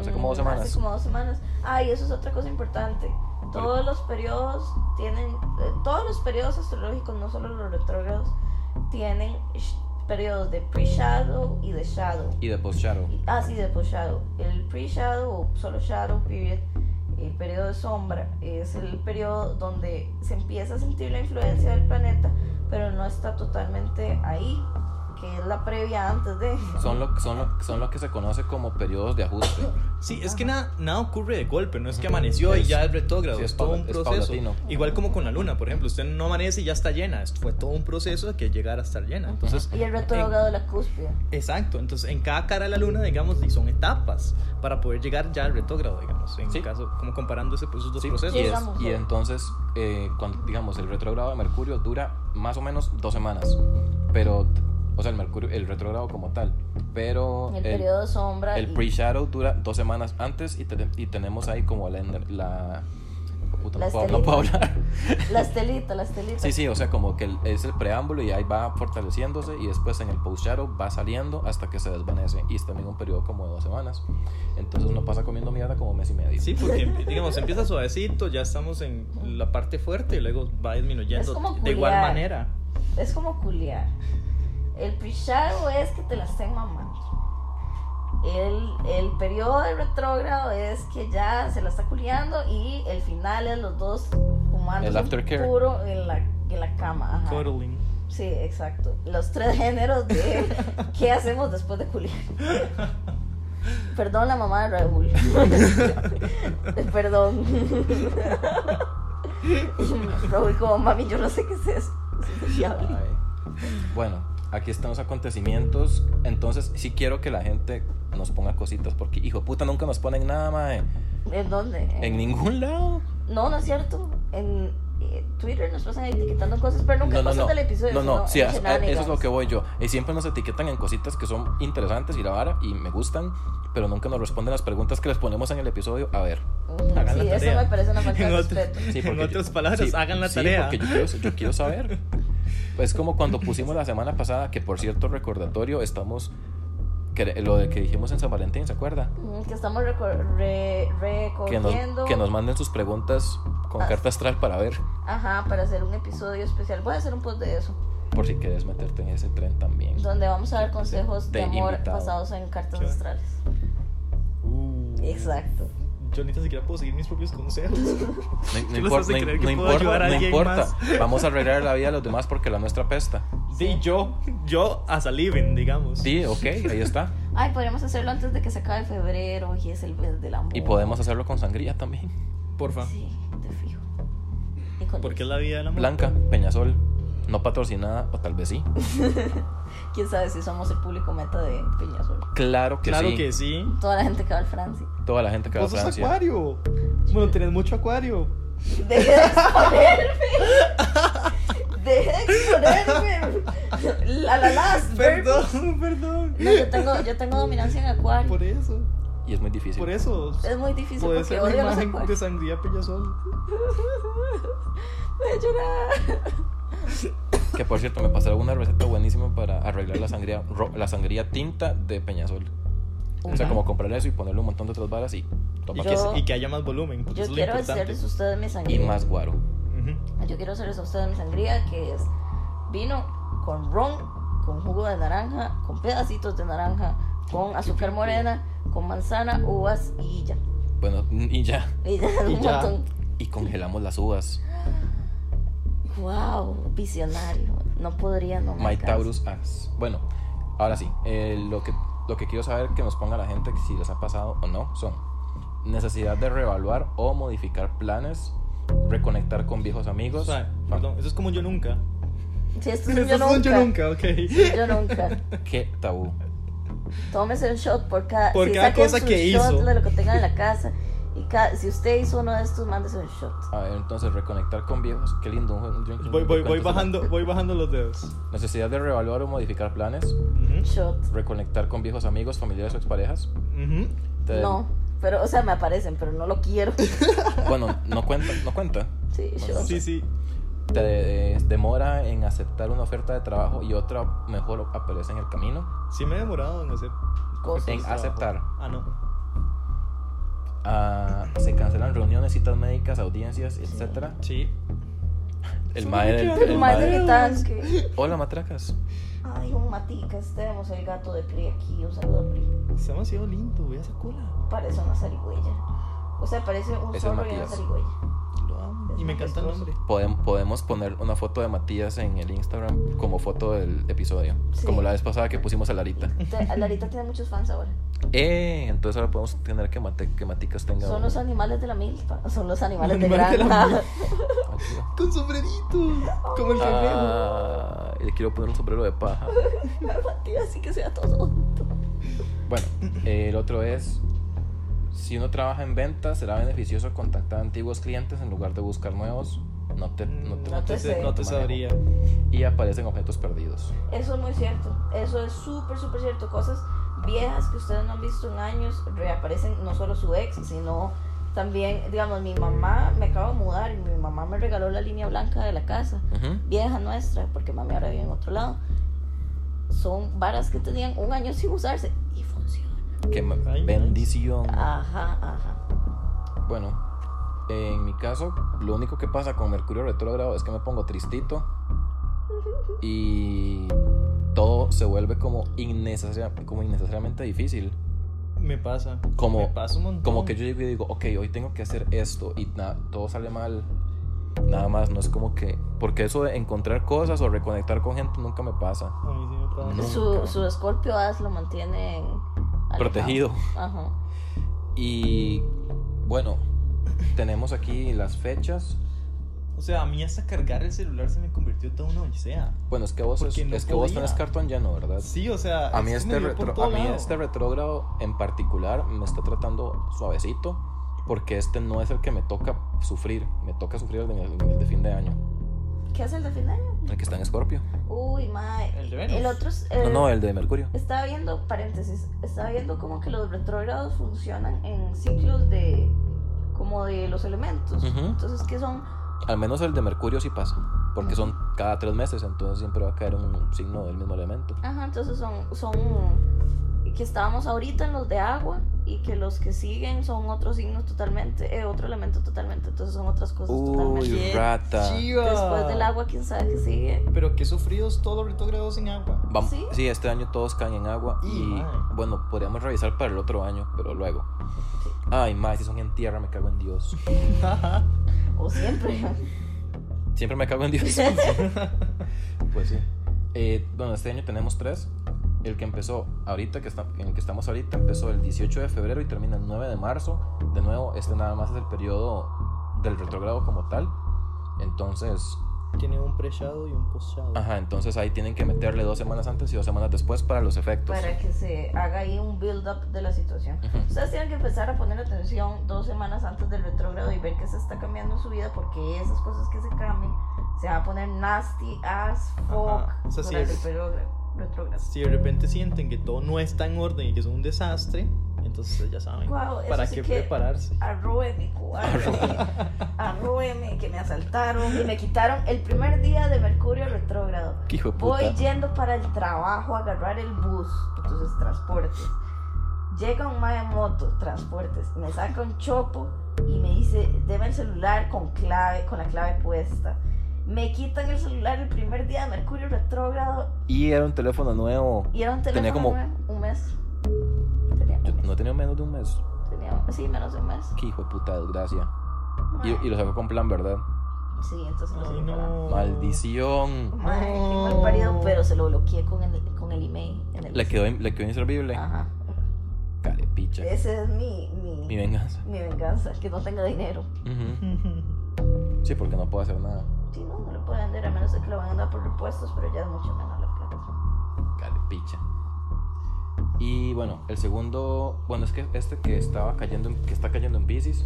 Speaker 2: Hace como dos
Speaker 3: Mm,
Speaker 2: semanas.
Speaker 3: Hace como dos semanas. Ah, y eso es otra cosa importante. Todos los periodos tienen, eh, todos los periodos astrológicos, no solo los retrógrados, tienen sh- periodos de pre-shadow y de shadow.
Speaker 2: Y de post shadow.
Speaker 3: Y- Ah, sí, de post-shadow. El pre-shadow o solo shadow period, el periodo de sombra, es el periodo donde se empieza a sentir la influencia del planeta, pero no está totalmente ahí, que es la previa antes de...
Speaker 2: Son lo, son, lo, son lo que se conoce como periodos de ajuste.
Speaker 1: Sí, es que nada, nada ocurre de golpe, no es que amaneció y
Speaker 2: Es-
Speaker 1: ya es retrógrado,
Speaker 2: sí, es
Speaker 1: es todo
Speaker 2: paula-
Speaker 1: un
Speaker 2: es
Speaker 1: proceso.
Speaker 2: paulatino.
Speaker 1: Igual como con la luna, por ejemplo, usted no amanece y ya está llena, esto fue todo un proceso de que llegara a estar llena. Entonces,
Speaker 3: Y el retrógrado de la cúspide.
Speaker 1: exacto, entonces en cada cara de la luna, digamos, y son etapas para poder llegar ya al retrógrado, digamos, en
Speaker 2: Sí.
Speaker 1: caso, como comparando ese, pues, esos dos
Speaker 2: Sí,
Speaker 1: procesos.
Speaker 2: y, es-
Speaker 3: Digamos,
Speaker 2: y
Speaker 3: sí.
Speaker 2: entonces, eh, cuando, digamos, el retrogrado de Mercurio dura más o menos dos semanas. Pero, o sea, el Mercurio, el retrogrado como tal. Pero
Speaker 3: El, periodo de sombra.
Speaker 2: el
Speaker 3: y-
Speaker 2: pre-shadow dura dos semanas antes y, te- y tenemos ahí como la. ener- la puta,
Speaker 3: La
Speaker 2: no, puedo, no puedo hablar.
Speaker 3: La estelita, la estelita.
Speaker 2: Sí, sí, o sea, como que el- es el preámbulo y ahí va fortaleciéndose y después en el post-shadow va saliendo hasta que se desvanece y es también un periodo como de dos semanas. Entonces uno pasa comiendo mierda como mes y medio.
Speaker 1: Sí, porque digamos, empieza suavecito, ya estamos en la parte fuerte y luego va disminuyendo
Speaker 3: Es como
Speaker 1: de igual
Speaker 3: culiar.
Speaker 1: manera.
Speaker 3: Es como culiar. El pre-shadow es que te la estén mamando. El, el periodo de retrógrado es que ya se la está culiando y el final es los dos fumando
Speaker 2: El aftercare.
Speaker 3: puro en la, en la cama. ajá.
Speaker 1: Cuddling.
Speaker 3: Sí, exacto. Los tres géneros de qué hacemos después de culiar. Perdón la mamá de Raúl. Perdón. Raúl como mami, yo no sé qué es eso. Es el diablo".
Speaker 2: Ay. Bueno, aquí están los acontecimientos. Entonces, sí quiero que la gente nos ponga cositas. Porque, hijo de puta, nunca nos ponen nada, mae.
Speaker 3: ¿En dónde?
Speaker 2: En ningún lado.
Speaker 3: No, no es cierto. En eh, Twitter nos pasan etiquetando cosas, pero nunca
Speaker 2: No, no,
Speaker 3: pasan
Speaker 2: no.
Speaker 3: del episodio.
Speaker 2: No, no,
Speaker 3: sino
Speaker 2: sí, a- a- eso es
Speaker 3: shenanigans.
Speaker 2: lo que voy yo. Y siempre nos etiquetan en cositas que son interesantes y la vara y me gustan. Pero nunca nos responden las preguntas que les ponemos en el episodio. A ver.
Speaker 3: Ujú,
Speaker 1: Hagan
Speaker 3: Sí,
Speaker 1: la
Speaker 3: eso
Speaker 1: tarea.
Speaker 3: me parece una falta
Speaker 1: En
Speaker 3: de
Speaker 1: otro-
Speaker 3: respeto.
Speaker 1: En
Speaker 2: porque
Speaker 1: otras palabras, hagan la
Speaker 2: sí,
Speaker 1: tarea.
Speaker 2: porque yo quiero, yo quiero saber. Es como cuando pusimos la semana pasada, que por cierto, recordatorio, estamos. que- lo de que dijimos en San Valentín, ¿se acuerda?
Speaker 3: Mm, Que estamos reco- re-
Speaker 2: que nos,
Speaker 3: recogiendo.
Speaker 2: que nos manden sus preguntas con
Speaker 3: Ah.
Speaker 2: carta astral para ver
Speaker 3: Ajá, para hacer un episodio especial. Voy a hacer un post de eso,
Speaker 2: por si quieres meterte en ese tren también.
Speaker 3: donde vamos a dar consejos de
Speaker 2: De
Speaker 3: amor
Speaker 2: invitado.
Speaker 3: basados en cartas
Speaker 1: Sí.
Speaker 3: astrales.
Speaker 1: Uh.
Speaker 3: Exacto.
Speaker 1: Yo ni tan siquiera puedo seguir mis propios consejos.
Speaker 2: No, no
Speaker 1: ¿Qué les
Speaker 2: importa,
Speaker 1: hace
Speaker 2: no-
Speaker 1: creer que
Speaker 2: no
Speaker 1: puedo
Speaker 2: importa,
Speaker 1: ayudar a
Speaker 2: no
Speaker 1: alguien
Speaker 2: importa.
Speaker 1: más?
Speaker 2: Vamos a arreglar la vida de los demás porque la nuestra pesta.
Speaker 1: Di yo, yo as a living, digamos.
Speaker 2: Sí, ok, ahí está.
Speaker 3: Ay, podríamos hacerlo antes de que se acabe febrero y es el mes del amor.
Speaker 2: Y podemos hacerlo con sangría también.
Speaker 1: Porfa.
Speaker 3: Sí, te fijo. Y con-
Speaker 1: Porque es la vida de la mujer.
Speaker 2: Blanca, Peñasol, no patrocinada, o tal vez sí.
Speaker 3: Quién sabe si somos el público meta de Peñasol.
Speaker 2: Claro que
Speaker 1: Claro
Speaker 2: sí.
Speaker 1: que sí.
Speaker 3: Toda la gente que va al Francia.
Speaker 2: Toda la gente que va a
Speaker 1: Vos sos
Speaker 2: Francia.
Speaker 1: acuario. Bueno, tenés mucho acuario.
Speaker 3: Deje de exponerme. Deje de exponerme. La la las.
Speaker 1: Perdón, perdón.
Speaker 3: No, yo tengo, yo tengo dominancia en acuario.
Speaker 1: Por eso,
Speaker 2: Y es muy difícil.
Speaker 1: por eso.
Speaker 3: Es muy difícil
Speaker 1: Puede
Speaker 3: porque
Speaker 1: ser la
Speaker 3: odio los
Speaker 1: imagen de
Speaker 3: acuarios.
Speaker 1: sangría Peñasol.
Speaker 3: Voy a llorar.
Speaker 2: Que por cierto, me pasaron una receta buenísima para arreglar la sangría, ro- la sangría tinta de Peñasol. O sea,
Speaker 1: Ujú.
Speaker 2: como comprar eso y ponerle un montón de otras varas y
Speaker 1: Y
Speaker 2: toma
Speaker 1: que,
Speaker 3: Yo-
Speaker 1: y que haya más volumen. Porque
Speaker 3: Yo
Speaker 1: eso es lo
Speaker 3: quiero
Speaker 1: importante.
Speaker 3: hacerles a ustedes mi
Speaker 2: y
Speaker 3: sangría.
Speaker 2: más guaro.
Speaker 1: Ujú.
Speaker 3: Yo quiero hacerles a ustedes mi sangría, que es vino con ron, con jugo de naranja, con pedacitos de naranja, con azúcar morena, con manzana, uvas y ya.
Speaker 2: Bueno, y ya.
Speaker 3: Y ya,
Speaker 1: Y
Speaker 3: un
Speaker 1: ya.
Speaker 3: montón.
Speaker 2: Y congelamos las uvas.
Speaker 3: Wow, visionario. No podría no
Speaker 2: My
Speaker 3: my
Speaker 2: Taurus Axe. Bueno, ahora sí. eh, lo, que, lo que quiero saber que nos ponga la gente que si les ha pasado o no son necesidad de reevaluar o modificar planes, reconectar con viejos
Speaker 1: O
Speaker 2: amigos.
Speaker 1: sea,
Speaker 2: Fa-
Speaker 1: perdón, eso es como yo nunca.
Speaker 3: Sí, esto es
Speaker 1: Eso
Speaker 3: un yo
Speaker 1: es un
Speaker 3: nunca.
Speaker 1: yo nunca, ok.
Speaker 3: Yo nunca.
Speaker 2: Qué tabú.
Speaker 3: Tómese un shot por cada,
Speaker 1: Por
Speaker 3: sí,
Speaker 1: cada
Speaker 3: saquen
Speaker 1: cosa
Speaker 3: su
Speaker 1: que
Speaker 3: shot
Speaker 1: hizo.
Speaker 3: de lo que tengan en la casa. Y ca- si usted hizo uno de estos, mándese un shot.
Speaker 2: A ver, entonces reconectar con viejos. Qué lindo. un- un drink-
Speaker 1: Voy, voy, voy
Speaker 2: recuento.
Speaker 1: bajando, voy bajando los dedos.
Speaker 2: Necesidad de reevaluar o modificar planes,
Speaker 1: Ujú,
Speaker 3: Shot.
Speaker 2: reconectar con viejos amigos, familiares o exparejas.
Speaker 1: ujú.
Speaker 2: Te-
Speaker 3: No, pero, o sea, me aparecen, pero no lo quiero.
Speaker 2: Bueno, no cuenta, no cuenta.
Speaker 3: Sí, shot.
Speaker 1: Sí, sí.
Speaker 2: Te de- demora en aceptar una oferta de trabajo y otra mejor aparece en el camino.
Speaker 1: Sí me he demorado en hacer
Speaker 3: Cosas.
Speaker 2: En aceptar.
Speaker 1: Ah, no.
Speaker 2: ah, se cancelan reuniones, citas médicas, audiencias, etcétera.
Speaker 1: Sí.
Speaker 2: El
Speaker 1: Solo
Speaker 2: mae,
Speaker 1: queda
Speaker 2: el,
Speaker 1: el
Speaker 2: el
Speaker 1: mae
Speaker 2: mae-
Speaker 1: de-
Speaker 3: tanque.
Speaker 2: Hola, matracas.
Speaker 3: Ay, un maticas, tenemos el gato de Pri aquí. Un saludo a Pri.
Speaker 1: Está demasiado lindo, vea esa cola.
Speaker 3: Parece una zarigüeya. O sea, parece un
Speaker 2: Ese es
Speaker 3: zorro y una
Speaker 2: Matías.
Speaker 3: zarigüeya.
Speaker 1: Lo amo.
Speaker 3: Es
Speaker 1: Y me encanta el
Speaker 3: majestuoso.
Speaker 1: nombre.
Speaker 2: Podem- podemos poner una foto de Matías en el Instagram como foto del episodio.
Speaker 3: Sí.
Speaker 2: Como la vez pasada que pusimos a Larita.
Speaker 3: Te- Larita tiene muchos fans ahora.
Speaker 2: Eh, entonces ahora podemos tener que, mate- que Maticas tenga
Speaker 3: Son
Speaker 2: un-
Speaker 3: los animales de la milpa. Son los animales de
Speaker 1: Los animales de la
Speaker 3: granja.
Speaker 2: Ay, tío.
Speaker 1: Con sombrerito. Como el cangrejo.
Speaker 2: Ah, y le quiero poner un sombrero de paja.
Speaker 3: Matías, así que sea todo.
Speaker 2: Bueno, eh, el otro es, si uno trabaja en ventas, será beneficioso contactar a antiguos clientes en lugar de buscar nuevos. No te, no
Speaker 1: Mm.
Speaker 2: te-
Speaker 3: No te sé.
Speaker 1: no te
Speaker 2: manejo.
Speaker 1: sabría.
Speaker 2: Y aparecen objetos perdidos.
Speaker 3: Eso es muy cierto. Eso es súper, súper cierto. Cosas viejas que ustedes no han visto en años reaparecen no solo su ex, sino también, digamos, mi mamá me acabo de mudar y mi mamá me regaló la línea blanca de la casa.
Speaker 2: Ujú.
Speaker 3: Vieja nuestra, porque mami ahora vive en otro lado. Son varas que tenían un año sin usarse y funciona.
Speaker 2: Qué ma-
Speaker 1: Ay, nice.
Speaker 2: bendición.
Speaker 3: Ajá, ajá.
Speaker 2: Bueno, en mi caso, lo único que pasa con Mercurio retrógrado es que me pongo tristito y todo se vuelve como, innecesaria, como innecesariamente difícil.
Speaker 1: Me pasa.
Speaker 2: Como-
Speaker 1: Me pasa un montón.
Speaker 2: Como que yo llego y digo, ok, hoy tengo que hacer esto y na- todo sale mal. Nada más, no es como que... Porque eso de encontrar cosas o reconectar con gente nunca me pasa.
Speaker 1: A mí sí me pasa.
Speaker 2: No.
Speaker 3: Su, su escorpio as lo mantiene alejado.
Speaker 2: Protegido.
Speaker 3: Ajá.
Speaker 2: Y bueno, tenemos aquí las fechas.
Speaker 1: O sea, a mí hasta cargar el celular se me convirtió toda una odisea.
Speaker 2: Bueno, es que vos, es,
Speaker 1: Porque no
Speaker 2: es que vos
Speaker 1: podía.
Speaker 2: tenés cartón lleno, ¿verdad?
Speaker 1: Sí, o sea.
Speaker 2: A mí,
Speaker 1: es que
Speaker 2: este
Speaker 1: me dio por
Speaker 2: retro-
Speaker 1: todo
Speaker 2: a mí
Speaker 1: lado.
Speaker 2: este retrógrado en particular me está tratando suavecito porque este no es el que me toca sufrir. Me toca sufrir el de, el de fin de año.
Speaker 3: ¿Qué hace el de fin de año?
Speaker 2: El que está en Escorpio.
Speaker 3: Uy, mae.
Speaker 1: El de Venus.
Speaker 3: El otro es-
Speaker 2: No,
Speaker 3: el-
Speaker 2: no, eh. el de Mercurio.
Speaker 3: Estaba viendo, paréntesis, estaba viendo como que los retrógrados funcionan en ciclos de. como de los elementos.
Speaker 2: Ujú.
Speaker 3: Entonces, ¿qué son?
Speaker 2: Al menos el de Mercurio sí pasa. Porque son cada tres meses, entonces siempre va a caer un signo del mismo elemento.
Speaker 3: Ajá, entonces son. son que estábamos ahorita en los de agua y que los que siguen son otros signos totalmente, eh, otro elemento totalmente, entonces son otras cosas totalmente.
Speaker 2: Uy, rata.
Speaker 1: Chiva.
Speaker 3: Después del agua, quién sabe qué sigue.
Speaker 1: Pero qué sufridos todos los retrógrados sin agua.
Speaker 2: Vam-
Speaker 3: ¿Sí?
Speaker 2: sí, este año todos caen en agua.
Speaker 1: Y,
Speaker 2: Y
Speaker 1: mae.
Speaker 2: bueno, podríamos revisar para el otro año, pero luego.
Speaker 3: Sí.
Speaker 2: Ay, más, si son en tierra, me cago en Dios.
Speaker 3: O siempre.
Speaker 1: Pues
Speaker 2: Siempre me cago en Dios. Pues sí. Eh, bueno, este año tenemos tres. El que empezó ahorita, que está, en el que estamos ahorita, empezó el 18 de febrero y termina el 9 de marzo. De nuevo, este nada más es el periodo del retrogrado como tal. Entonces,
Speaker 1: Tiene un prechado y un postchado.
Speaker 2: ajá, entonces ahí tienen que meterle dos semanas antes y dos semanas después para los efectos.
Speaker 3: para que se haga ahí un build up de la situación.
Speaker 2: Ujú.
Speaker 3: Ustedes tienen que empezar a poner atención dos semanas antes del retrógrado y ver qué se está cambiando en su vida porque esas cosas que se cambien se van a poner nasty as fuck
Speaker 1: Ajá, o sea, sí
Speaker 3: durante
Speaker 1: es.
Speaker 3: el retrógrado. retrógrado.
Speaker 1: Si de repente sienten que todo no está en orden y que es un desastre, entonces ustedes ya saben
Speaker 3: Guau, eso
Speaker 1: para
Speaker 3: sí
Speaker 1: qué
Speaker 3: que-
Speaker 1: prepararse.
Speaker 3: Arróbeme, cobarde. Arróbeme, que me asaltaron y me quitaron el primer día de Mercurio retrógrado.
Speaker 2: Qué hijo de
Speaker 3: Voy
Speaker 2: puta.
Speaker 3: yendo para el trabajo a agarrar el bus, entonces transportes. Llega un mae en moto, transportes, me saca un chopo y me dice, deme el celular con clave, con la clave puesta. Me quitan el celular el primer día de Mercurio retrógrado
Speaker 2: Y era un teléfono nuevo.
Speaker 3: y era un teléfono
Speaker 2: Tenía como-
Speaker 3: nuevo, un mes. Tenía,
Speaker 2: Yo
Speaker 3: un mes,
Speaker 2: no tenía menos de un mes.
Speaker 3: tenía- sí, menos de un mes.
Speaker 2: Qué hijo de puta desgracia. Y,
Speaker 3: Mae.
Speaker 2: y lo sacó con plan, ¿verdad?
Speaker 3: Sí, entonces lo
Speaker 1: Ay,
Speaker 3: bloqueé.
Speaker 1: no.
Speaker 2: Maldición.
Speaker 3: Mae, qué mal parido, pero se lo bloqueé con el, con el email. en el-
Speaker 2: Le quedó, in- le quedó inservible.
Speaker 3: Ajá.
Speaker 2: Carepicha.
Speaker 3: Ese es mi, mi,
Speaker 2: Mi venganza.
Speaker 3: mi venganza, que no tenga dinero.
Speaker 2: Ujú. Sí, porque no puedo hacer nada.
Speaker 3: Si no, no lo pueden vender a menos de que lo van a dar por repuestos, pero ya es mucho menos la plata.
Speaker 2: Carepicha. Y bueno, el segundo, bueno, es que este que estaba cayendo, en- que está cayendo en Pisces.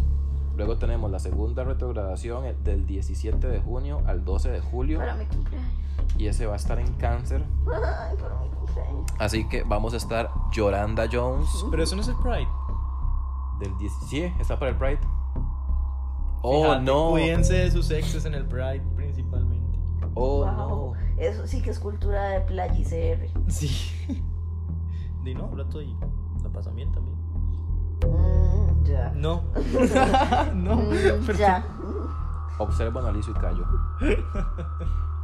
Speaker 2: Luego tenemos la segunda retrogradación el- del 17 de junio al 12 de julio
Speaker 3: Para mi cumpleaños.
Speaker 2: y ese va a estar en Cáncer,
Speaker 3: Ay, para mi cumpleaños.
Speaker 2: así que vamos a estar Yolanda Jones
Speaker 1: Pero eso no es el Pride.
Speaker 2: del 17, está para el Pride. Oh
Speaker 1: Fíjate,
Speaker 2: no.
Speaker 1: Cuídense de sus exes en el Pride principalmente.
Speaker 2: Oh
Speaker 3: Wow.
Speaker 2: no.
Speaker 3: Eso sí que es cultura de playa ICR.
Speaker 1: Sí. Di no, rato y la pasan bien también.
Speaker 3: Mm, ya.
Speaker 1: No. no.
Speaker 3: Mm,
Speaker 1: pero-
Speaker 3: ya.
Speaker 2: Observo, analizo y callo.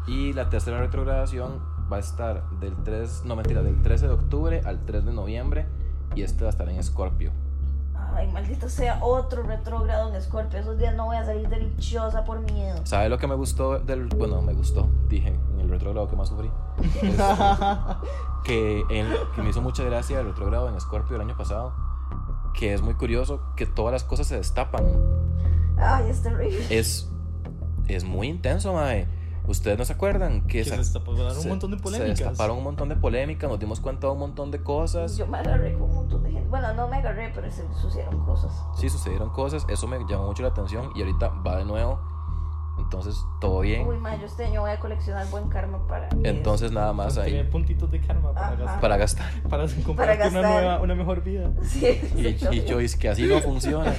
Speaker 2: Y la tercera retrogradación va a estar del 3, no mentira, del 13 de octubre al 3 de noviembre y este va a estar en Escorpio.
Speaker 3: Ay, maldito sea otro retrógrado en Escorpio. Esos días no voy a salir deliciosa por miedo.
Speaker 2: ¿Sabes lo que me gustó del bueno, me gustó, dije en el retrogrado que más sufrí? Es que, en- que me hizo mucha gracia el retrogrado en Escorpio el año pasado, que es muy curioso que todas las cosas se destapan.
Speaker 3: Ay, es terrible.
Speaker 2: es, es muy intenso, mae. Ustedes no se acuerdan que,
Speaker 1: Que se
Speaker 2: sa-
Speaker 1: destaparon un
Speaker 2: se-
Speaker 1: montón de
Speaker 2: se
Speaker 1: polémicas.
Speaker 2: destaparon un montón de polémicas, nos dimos cuenta de un montón de cosas.
Speaker 3: Yo me agarré con un montón de gente. Bueno, no me agarré, pero se sucedieron cosas.
Speaker 2: Sí, sucedieron cosas, eso me llamó mucho la atención y ahorita va de nuevo. Entonces, todo
Speaker 3: Uy,
Speaker 2: bien.
Speaker 3: ma, yo este año voy a coleccionar buen karma para. mis-
Speaker 2: Entonces, nada más
Speaker 1: Tiene
Speaker 2: ahí
Speaker 1: puntitos de karma para
Speaker 3: Ajá.
Speaker 1: gastar.
Speaker 2: para gastar.
Speaker 1: Para comprarte una
Speaker 3: gastar.
Speaker 1: nueva, una mejor vida.
Speaker 3: Sí,
Speaker 2: Y, y yo, es que así no funciona.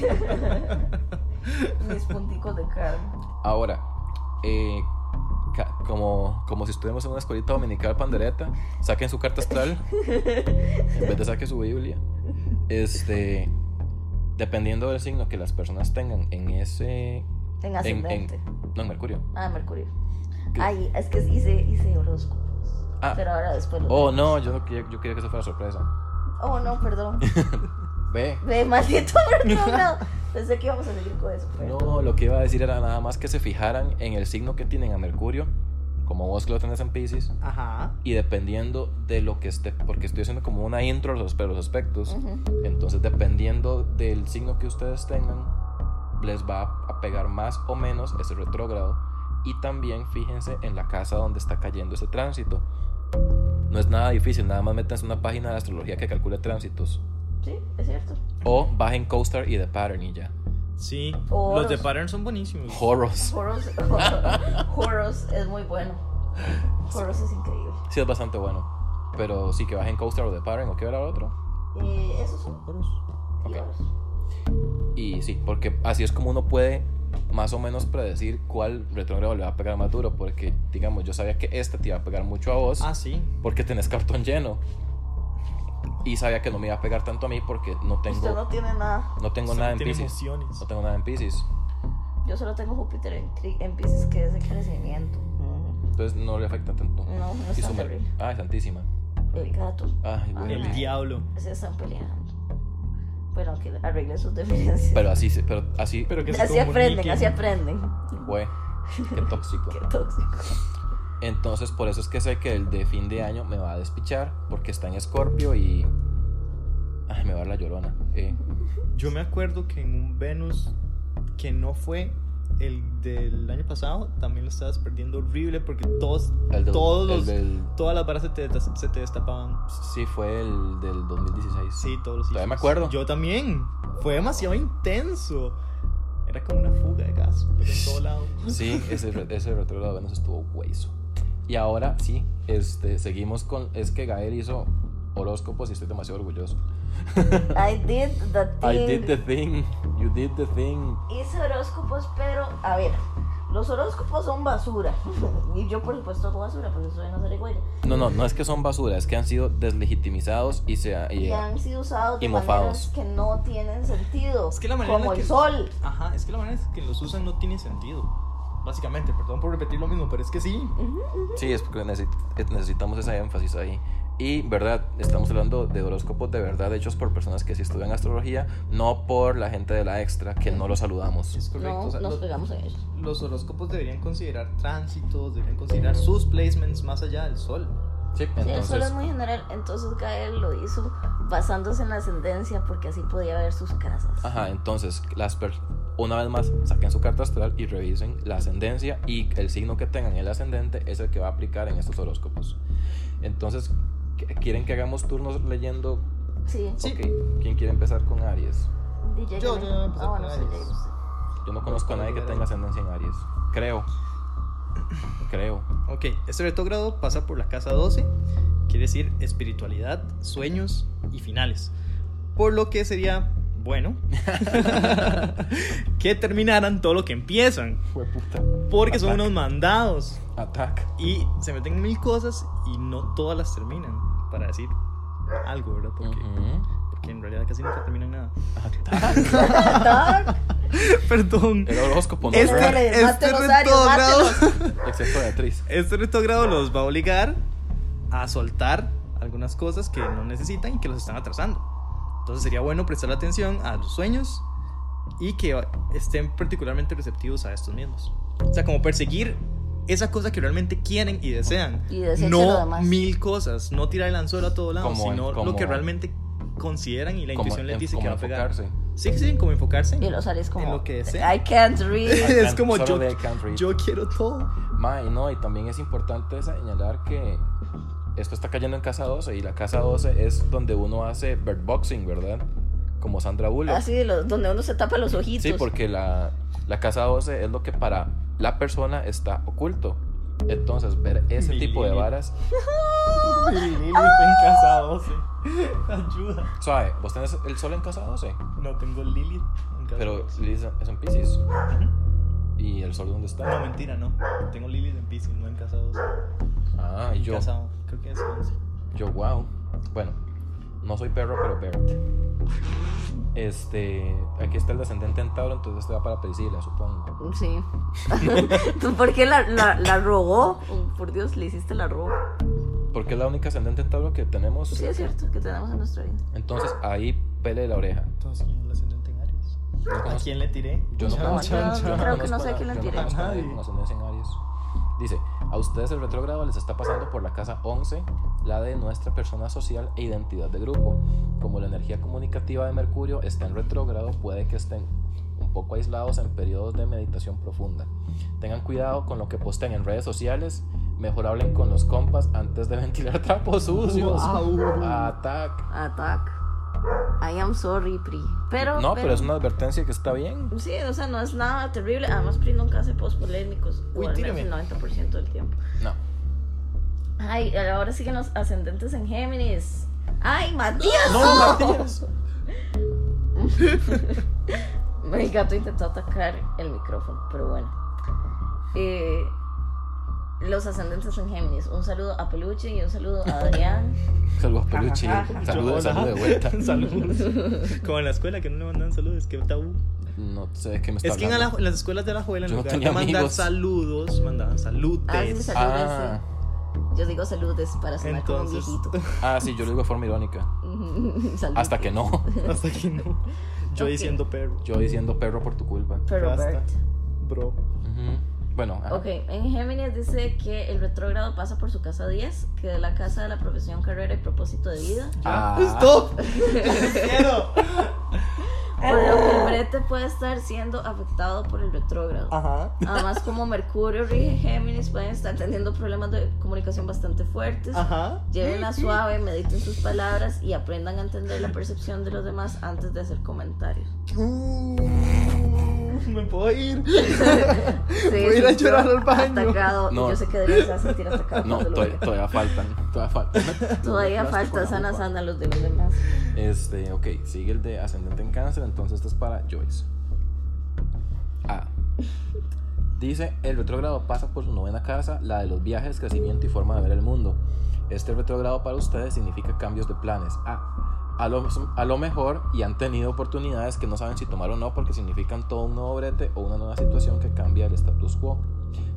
Speaker 3: Mis punticos de karma.
Speaker 2: Ahora, eh, ca- como, como si estuviéramos en una escuelita dominical pandereta, saquen su carta astral en vez de saquen su Biblia. Este, dependiendo del signo que las personas tengan en ese.
Speaker 3: En
Speaker 2: En,
Speaker 3: ascendente.
Speaker 2: en- no, en Mercurio.
Speaker 3: Ah, Mercurio.
Speaker 2: ¿Qué?
Speaker 3: Ay, es que hice, hice horóscopos.
Speaker 2: Ah.
Speaker 3: Pero ahora después lo
Speaker 2: Oh,
Speaker 3: vemos.
Speaker 2: no, yo, no quería- yo quería que eso fuera sorpresa.
Speaker 3: Oh, no, perdón.
Speaker 2: Ve.
Speaker 3: Ve, maldito retrógrado. Pensé que íbamos a seguir con eso. pero-
Speaker 2: No, lo que iba a decir era nada más que se fijaran en el signo que tienen a Mercurio, como vos que lo tenés en Pisces,
Speaker 1: Ajá.
Speaker 2: y dependiendo de lo que esté, porque estoy haciendo como una intro a los, a los aspectos.
Speaker 3: Ujú.
Speaker 2: Entonces, dependiendo del signo que ustedes tengan, les va a pegar más o menos ese retrógrado. Y también fíjense en la casa donde está cayendo ese tránsito. No es nada difícil, nada más métanse en una página de astrología que calcule tránsitos.
Speaker 3: Sí, es cierto.
Speaker 2: O bajen CoStar y The Pattern y ya.
Speaker 1: Sí.
Speaker 3: Oros.
Speaker 1: Los de Pattern son buenísimos.
Speaker 2: Horrors.
Speaker 3: Horus, es muy bueno. Horus es increíble.
Speaker 2: Sí, es bastante bueno. Pero sí, que bajen CoStar o The Pattern o que era otro.
Speaker 3: Eh, esos son
Speaker 1: Oros.
Speaker 2: Ok.
Speaker 3: Horus.
Speaker 2: Y sí, porque así es como uno puede más o menos predecir cuál retrógrado le va a pegar más duro. Porque, digamos, yo sabía que este te iba a pegar mucho a vos
Speaker 1: Ah, sí.
Speaker 2: porque tenés cartón lleno. Y sabía que no me iba a pegar tanto a mí porque no
Speaker 3: Usted no
Speaker 2: tengo,
Speaker 3: tiene nada.
Speaker 2: no tengo
Speaker 1: O sea,
Speaker 2: nada
Speaker 1: no
Speaker 2: en
Speaker 1: tiene
Speaker 2: Pisces.
Speaker 1: emociones.
Speaker 2: No tengo nada en Pisces.
Speaker 3: Yo solo tengo Júpiter en, cri- en Pisces, que es de crecimiento.
Speaker 2: Entonces no le afecta tanto.
Speaker 3: No, no
Speaker 2: Y
Speaker 3: está
Speaker 2: su mer-
Speaker 3: terrible.
Speaker 2: Ay, santísima.
Speaker 3: El gato.
Speaker 2: Ay,
Speaker 3: Ah,
Speaker 2: Dios
Speaker 1: El
Speaker 2: mío.
Speaker 1: diablo.
Speaker 3: Se están peleando. Bueno, que arreglen sus diferencias.
Speaker 2: Pero así, se- pero así,
Speaker 1: Pero que se
Speaker 3: así aprenden,
Speaker 1: comuniquen.
Speaker 3: así aprenden.
Speaker 2: güey, qué tóxico.
Speaker 3: Qué tóxico.
Speaker 2: Entonces, por eso es que sé que el de fin de año me va a despichar porque está en Escorpio y. Ay, me va a dar la llorona. eh.
Speaker 1: Yo me acuerdo que en un Venus que no fue el del año pasado, también lo estabas perdiendo horrible porque todos,
Speaker 2: El del-
Speaker 1: todos
Speaker 2: el
Speaker 1: los-
Speaker 2: del-
Speaker 1: todas las varas se te, des- se te destapaban.
Speaker 2: Sí, fue el del 2016.
Speaker 1: Sí, todos los
Speaker 2: Todavía me
Speaker 1: issues.
Speaker 2: acuerdo.
Speaker 1: Yo también. Fue demasiado intenso. Era como una fuga de gas, pero en todo lado.
Speaker 2: Sí, ese, re- ese retrogrado de Venus estuvo hueso. Y ahora sí, este, seguimos con. Es que Gael hizo horóscopos y estoy demasiado orgulloso.
Speaker 3: I did the
Speaker 2: I
Speaker 3: thing.
Speaker 2: did the thing, you did the thing.
Speaker 3: Hice horóscopos, pero a ver, los horóscopos son basura. y yo, por supuesto, hago basura porque soy una zarigüeya.
Speaker 2: No, no, no es que son basura, es que han sido deslegitimizados y se. ha- y-
Speaker 3: Y han sido usados de
Speaker 2: Y mofados.
Speaker 3: maneras que no tienen sentido.
Speaker 1: Es que la manera en
Speaker 3: como
Speaker 1: la
Speaker 3: el
Speaker 1: que-
Speaker 3: sol.
Speaker 1: Ajá, es que la manera en que los usan no tiene sentido. Básicamente, perdón por repetir lo mismo, pero es que sí.
Speaker 2: Sí, es porque necesit- necesitamos esa énfasis ahí. Y, verdad, estamos hablando de horóscopos de verdad hechos por personas que sí estudian astrología, no por la gente de la extra que no los saludamos.
Speaker 1: Es correcto. o sea,
Speaker 3: no nos
Speaker 1: los-
Speaker 3: pegamos en ellos.
Speaker 1: los horóscopos deberían considerar tránsitos, deberían considerar sus placements más allá del sol.
Speaker 2: Sí,
Speaker 3: Sí, el sol es
Speaker 2: entonces.
Speaker 3: muy general, entonces Gael lo hizo basándose en la ascendencia porque así podía ver sus casas.
Speaker 2: Ajá, entonces, las per- una vez más, saquen su carta astral y revisen la ascendencia y el signo que tengan el ascendente es el que va a aplicar en estos horóscopos. Entonces, ¿qu- ¿quieren que hagamos turnos leyendo?
Speaker 3: Sí,
Speaker 1: Sí.
Speaker 2: Ok, ¿quién quiere empezar con Aries?
Speaker 3: DJ
Speaker 1: Yo-
Speaker 3: Gael.
Speaker 1: yo voy a empezar
Speaker 3: Ah, bueno,
Speaker 1: con
Speaker 3: sí,
Speaker 1: Aries.
Speaker 3: James.
Speaker 2: Yo no conozco a nadie que tenga ascendencia en Aries. Creo. Creo.
Speaker 1: Ok, este retrogrado pasa por la casa 12, quiere decir espiritualidad, sueños y finales. Por lo que sería bueno que terminaran todo lo que empiezan,
Speaker 2: Fue puta.
Speaker 1: porque son
Speaker 2: Ataque.
Speaker 1: unos mandados
Speaker 2: Attack.
Speaker 1: y se meten en mil cosas y no todas las terminan, para decir algo, ¿verdad? Porque, porque en realidad casi nunca termina en nada.
Speaker 3: Dark.
Speaker 1: Perdón.
Speaker 2: El horóscopo no es real,
Speaker 1: Este, este
Speaker 3: Mátelos, Aries,
Speaker 1: retrogrado,
Speaker 2: excepto de Beatriz.
Speaker 1: este retrogrado los va a obligar a soltar algunas cosas que no necesitan y que los están atrasando. Entonces sería bueno prestar atención a los sueños y que estén particularmente receptivos a estos mismos. O sea, como perseguir esa cosa que realmente quieren y desean.
Speaker 3: Y desearse
Speaker 1: no
Speaker 3: lo demás.
Speaker 1: mil cosas, no tirar el anzuelo a todo lado,
Speaker 2: Como en-
Speaker 1: sino
Speaker 2: como-
Speaker 1: lo que realmente consideran y la
Speaker 2: Como
Speaker 1: intuición les
Speaker 2: en-
Speaker 1: dice
Speaker 2: como
Speaker 1: que va a pegar.
Speaker 2: enfocarse.
Speaker 1: Sí, sí, como enfocarse.
Speaker 3: Y los Aries como
Speaker 1: En lo que desea.
Speaker 3: I can't read.
Speaker 1: Es
Speaker 2: I
Speaker 1: como
Speaker 2: solo
Speaker 1: yo-
Speaker 2: de I can't read.
Speaker 1: Yo quiero todo.
Speaker 2: Ma, y no, y también es importante señalar que esto está cayendo en casa 12 y la casa 12 es donde uno hace birdboxing, ¿verdad? Como Sandra Bullock.
Speaker 1: Ah,
Speaker 3: Así de los- donde uno se tapa los ojitos.
Speaker 2: Sí, porque la, la casa 12 es lo que para la persona está oculto. Entonces, ver ese
Speaker 1: Mi
Speaker 2: tipo de
Speaker 1: Lili.
Speaker 2: varas.
Speaker 1: Lili está en casa 12. Ayuda.
Speaker 2: Suave, vos tenés el sol en casa 12,
Speaker 1: No tengo Lilith en casa
Speaker 2: pero
Speaker 1: 12.
Speaker 2: Lili es es en Pisces.
Speaker 1: Ujú.
Speaker 2: ¿Y el sol dónde
Speaker 1: No,
Speaker 2: está?
Speaker 1: mentira, no. Tengo Lilith en Pisces, no en casa 12.
Speaker 2: Ah,
Speaker 1: en
Speaker 2: yo.
Speaker 1: casa creo que es 11.
Speaker 2: Yo, wow. Bueno, no soy perro, pero perro. Este, aquí está el descendente en Tauro, entonces este va para Priscila, supongo.
Speaker 3: Sí. ¿Tú por qué la, la, la robó? Oh, Por Dios, le hiciste la robo.
Speaker 2: Porque es la única ascendente en Tauro que tenemos.
Speaker 3: Sí, es cierto, que tenemos en nuestra vida.
Speaker 2: Entonces ahí pele la oreja.
Speaker 1: Entonces, ¿quién es el ascendente en Aries?
Speaker 2: Yo no
Speaker 1: ¿A
Speaker 2: conozco-
Speaker 1: quién le tiré?
Speaker 2: Yo no,
Speaker 1: Chan,
Speaker 2: conozco-
Speaker 1: chan,
Speaker 3: yo
Speaker 1: chan.
Speaker 3: creo que no
Speaker 2: conozco
Speaker 3: sé
Speaker 2: a
Speaker 3: a quién le
Speaker 2: yo
Speaker 3: tiré.
Speaker 2: No conozco a nadie
Speaker 1: Nadie.
Speaker 2: con ascendencia en Aries. Dice, a ustedes el retrógrado les está pasando por la casa 11, la de nuestra persona social e identidad de grupo. Como la energía comunicativa de Mercurio está en retrógrado, puede que estén un poco aislados en periodos de meditación profunda. Tengan cuidado con lo que posten en redes sociales, mejor hablen con los compas antes de ventilar trapos sucios.
Speaker 1: Wow.
Speaker 2: Atac.
Speaker 3: Attack. I am sorry, Pri. Pero.
Speaker 2: No, pero es una advertencia que está bien.
Speaker 3: Sí, o sea, no es nada terrible. Además, Pri nunca hace post polémicos.
Speaker 1: Uy,
Speaker 3: o al menos
Speaker 1: tírame.
Speaker 3: el 90% del tiempo.
Speaker 2: No.
Speaker 3: Ay, ahora siguen los ascendentes en Géminis. Ay, Matías.
Speaker 1: No, Matías.
Speaker 3: El gato intentó atacar el micrófono, pero bueno. Eh, los ascendentes en Géminis. Un saludo a Peluche y un saludo a Adrián.
Speaker 2: Saludos, peluche.
Speaker 3: Yo,
Speaker 2: Saludos,
Speaker 1: Hola.
Speaker 2: saludos de vuelta.
Speaker 1: Saludos. Como en la escuela que no le mandan saludos, que tabú.
Speaker 2: No sé de qué me está
Speaker 1: Es que en,
Speaker 2: hablando.
Speaker 1: la- en las escuelas de la escuela, en
Speaker 2: Yo no
Speaker 1: lugar de
Speaker 2: tenía
Speaker 1: mandar
Speaker 2: amigos.
Speaker 1: saludos, mandaban
Speaker 3: Ah, sí,
Speaker 1: saludes.
Speaker 3: saludos.
Speaker 2: Ah,
Speaker 3: sí. Yo digo saludes para sonar
Speaker 1: Entonces-
Speaker 3: como un
Speaker 2: ah, sí, yo lo digo de forma irónica.
Speaker 3: viejito. Saludes.
Speaker 2: Hasta que no.
Speaker 1: Hasta que no. Yo
Speaker 3: Ok.
Speaker 1: diciendo perro,
Speaker 2: Yo diciendo perro por tu culpa.
Speaker 3: Pero
Speaker 1: Basta.
Speaker 3: Bert.
Speaker 1: bro.
Speaker 2: Ujú. Bueno, ajá.
Speaker 3: Ok, en Géminis dice que el retrógrado pasa por su casa 10, que de la casa de la profesión, carrera y propósito de vida.
Speaker 2: Ah,
Speaker 1: ¡Stop! ¡Quiero! Ah.
Speaker 3: Por lo que el brete puede estar siendo afectado por el retrógrado.
Speaker 1: Ajá.
Speaker 3: Además, como Mercurio rige Géminis, pueden estar teniendo problemas de comunicación bastante fuertes.
Speaker 1: Ajá.
Speaker 3: Llévenla suave, mediten sus palabras y aprendan a entender la percepción de los demás antes de hacer comentarios.
Speaker 1: Uh, me puedo ir.
Speaker 3: Sí,
Speaker 1: Voy a ir a
Speaker 3: sintió
Speaker 1: llorar al baño.
Speaker 3: Atacado, y
Speaker 2: No.
Speaker 3: yo sé que Adrián se va a sentir atacado.
Speaker 2: No,
Speaker 3: cuando lo
Speaker 2: todavía,
Speaker 3: vea.
Speaker 2: todavía faltan. Todavía faltan.
Speaker 3: Todavía
Speaker 2: Me aplasto
Speaker 3: falta
Speaker 2: con la
Speaker 3: sana,
Speaker 2: lupa.
Speaker 3: sana los de los demás.
Speaker 2: Este, ok, sigue el de ascendente en cáncer, entonces este es para Joyce. A. Dice, el retrógrado pasa por su novena casa, la de los viajes, crecimiento y forma de ver el mundo. Este retrógrado para ustedes significa cambios de planes. A. A lo, a lo mejor y han tenido oportunidades que no saben si tomar o no porque significan todo un nuevo brete o una nueva situación que cambia el status quo.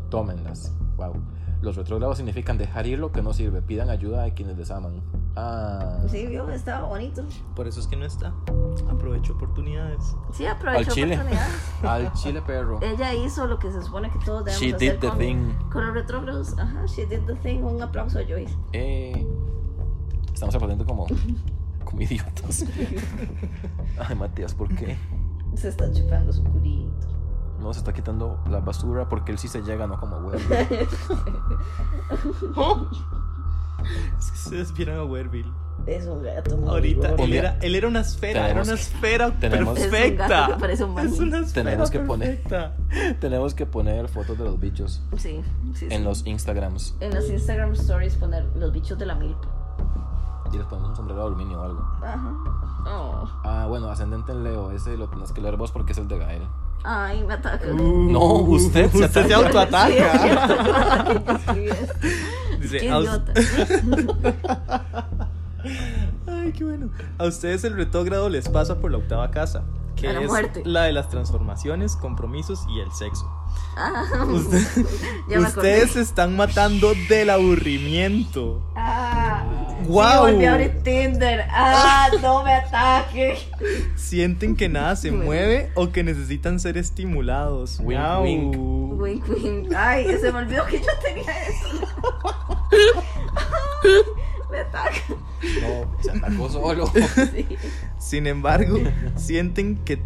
Speaker 2: Tómenlas. Wow. Los retrógrados significan dejar ir lo que no sirve. Pidan ayuda a quienes les aman. Ah.
Speaker 3: Sí, vio, estaba bonito.
Speaker 1: Por eso es que no está. Aprovecho oportunidades.
Speaker 3: Sí, aprovechó
Speaker 2: Al chile.
Speaker 3: oportunidades.
Speaker 2: Al chile perro.
Speaker 3: Ella hizo lo que se supone que todos debemos
Speaker 2: She
Speaker 3: hacer
Speaker 2: did the
Speaker 3: con,
Speaker 2: thing.
Speaker 3: con los retrógrados. Ajá, she did the thing. Un aplauso a Joyce.
Speaker 2: Eh, estamos aprendiendo como, como idiotas. Ay, Matías, ¿por qué?
Speaker 3: Se está chupando su culito.
Speaker 2: No se está quitando la basura porque él sí se llega, no como huevo.
Speaker 1: Es que ustedes vieron a Werville.
Speaker 3: Es un gato. muy
Speaker 1: Ahorita
Speaker 3: gordo.
Speaker 2: Un
Speaker 1: él
Speaker 2: día-
Speaker 1: era, él era una esfera,
Speaker 2: Tenemos
Speaker 1: era una
Speaker 2: que-
Speaker 1: esfera
Speaker 2: tenemos-
Speaker 3: Es un gato
Speaker 1: perfecta.
Speaker 3: que parece un maní.
Speaker 1: Es una esfera
Speaker 2: Tenemos que poner-
Speaker 1: perfecta.
Speaker 2: Tenemos que poner fotos de los bichos
Speaker 3: Sí, sí. sí.
Speaker 2: en los Instagrams
Speaker 3: en las Instagram stories poner los bichos de la milpa.
Speaker 2: y les ponemos un sombrero de aluminio o algo.
Speaker 3: Ajá. Oh.
Speaker 2: Ah, bueno, ascendente en Leo, ese lo tenés que leer vos porque es el de Gael.
Speaker 3: Ay, me ataca.
Speaker 2: No, usted se
Speaker 1: Uh. usted se
Speaker 2: ataca.
Speaker 3: Mm. Sí,
Speaker 1: autoataca. Dice,
Speaker 3: es cierto. Ay, qué estúpido. Qué
Speaker 1: "A us-
Speaker 3: idiota.
Speaker 1: Ay, Ay, qué bueno. A ustedes el retógrado les pasa por la octava casa, que
Speaker 3: A la
Speaker 1: es
Speaker 3: muerte.
Speaker 1: la de las transformaciones, compromisos y el sexo.
Speaker 3: Ah,
Speaker 1: Usted-
Speaker 3: ya me acordé.
Speaker 1: ustedes se están matando del aburrimiento.
Speaker 3: Ah,
Speaker 1: Guau.
Speaker 3: sí, volví a abrir Tinder. Ah, no me ataque.
Speaker 1: Sienten que nada se
Speaker 3: Bueno.
Speaker 1: mueve o que necesitan ser estimulados.
Speaker 2: Wink,
Speaker 1: Miau.
Speaker 2: wink.
Speaker 3: Wink, wink. Ay, se me olvidó que yo tenía eso. me ataca.
Speaker 2: No, se atacó solo.
Speaker 3: Sí.
Speaker 1: Sin embargo, sienten que.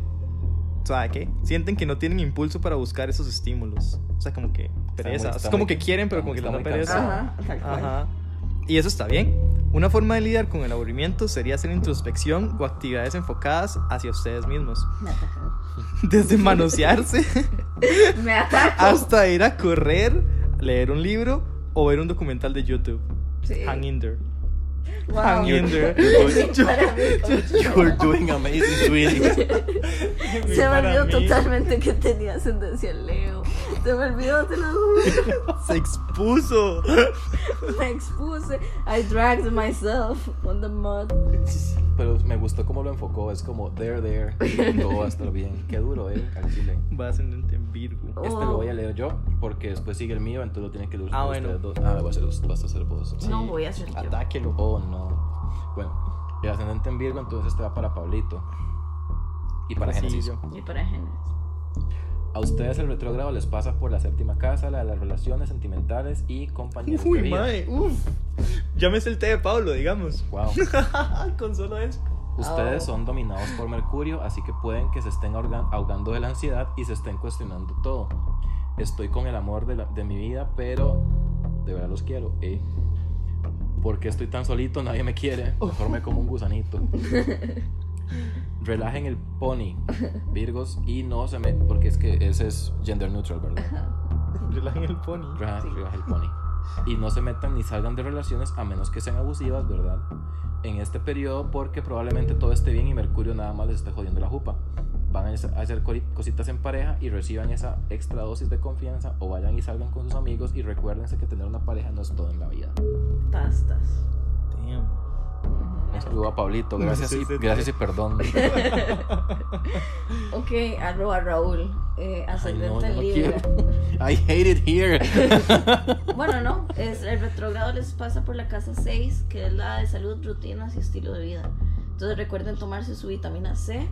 Speaker 1: ¿Sabe qué? Sienten que no tienen impulso para buscar esos estímulos. O sea, como que pereza.
Speaker 2: muy-
Speaker 1: O sea,
Speaker 2: está
Speaker 1: es como
Speaker 2: muy-
Speaker 1: que quieren, pero
Speaker 2: está
Speaker 1: como que les da
Speaker 2: muy
Speaker 1: pereza.
Speaker 2: cansado.
Speaker 3: Ajá, tal cual.
Speaker 1: Ajá. Y eso está bien. Una forma de lidiar con el aburrimiento sería hacer introspección o actividades enfocadas hacia ustedes mismos.
Speaker 3: Me ataca.
Speaker 1: Desde manosearse
Speaker 3: Me ataca.
Speaker 1: hasta ir a correr, leer un libro o ver un documental de YouTube.
Speaker 3: Sí.
Speaker 1: Hang in there.
Speaker 3: Wow.
Speaker 1: Hang in there.
Speaker 3: Sí, para mí, como-
Speaker 2: You're doing amazing, sweetie.
Speaker 3: Se me
Speaker 1: Para
Speaker 3: olvidó
Speaker 1: mí,
Speaker 3: totalmente que tenía ascendencia Leo. Se me olvidó, te lo juro.
Speaker 1: Se expuso.
Speaker 3: Me expuse. I dragged myself on the mud.
Speaker 2: Pero me gustó cómo lo enfocó. Es como, there, there. Todo va a estar bien. Qué duro, eh, al chile.
Speaker 1: Va ascendente en
Speaker 3: Oh.
Speaker 1: Virgo.
Speaker 2: Este lo voy a leer yo porque después sigue el mío, entonces lo tienen que leer
Speaker 1: Ah,
Speaker 2: ustedes
Speaker 1: bueno.
Speaker 2: dos. Ah, vas a hacer, vas a hacer vos.
Speaker 3: No voy a hacer yo.
Speaker 1: Atáquelo.
Speaker 2: Oh, no. Bueno, el ascendente en Virgo, entonces este va para Pablito. Y para
Speaker 1: Así
Speaker 2: Génesis.
Speaker 1: yo.
Speaker 3: Y para Génesis.
Speaker 2: A ustedes el retrógrado les pasa por la séptima casa, la de las relaciones sentimentales y compañeros de
Speaker 1: Uy,
Speaker 2: vida.
Speaker 1: mae, uf. Llámese el té de Pablo, digamos.
Speaker 2: Wow.
Speaker 1: Con solo eso.
Speaker 2: Ustedes
Speaker 3: Oh.
Speaker 2: son dominados por Mercurio, así que pueden que se estén ahorga- ahogando de la ansiedad y se estén cuestionando todo. Estoy con el amor de, la- de mi vida, pero de verdad los quiero. ¿eh? ¿Por qué estoy tan solito? Nadie me quiere. Mejor me como un gusanito. Relajen el pony, Virgos, y no se me... Porque es que ese es gender neutral, ¿verdad?
Speaker 1: Relajen el pony.
Speaker 2: Raja-
Speaker 3: Sí.
Speaker 2: raja el pony. Y no se metan ni salgan de relaciones a menos que sean abusivas, ¿verdad? En este periodo, porque probablemente todo esté bien y Mercurio nada más les está jodiendo la jupa. Van a hacer- a hacer cori- cositas en pareja y reciban esa extra dosis de confianza o vayan y salgan con sus amigos y recuérdense que tener una pareja no es todo en la vida.
Speaker 3: Pastas.
Speaker 1: Damn.
Speaker 2: Un saludo a Pablito, gracias,
Speaker 1: Sí, sí,
Speaker 2: y,
Speaker 1: sí.
Speaker 2: gracias y perdón.
Speaker 3: Ok, arroba Raúl. Eh,
Speaker 2: no,
Speaker 3: ascendente
Speaker 2: yo no
Speaker 3: Libra.
Speaker 2: I hate it here.
Speaker 3: Bueno, no. Es, el retrogrado les pasa por la casa 6, que es la de salud, rutinas y estilo de vida. Entonces recuerden tomarse su vitamina C.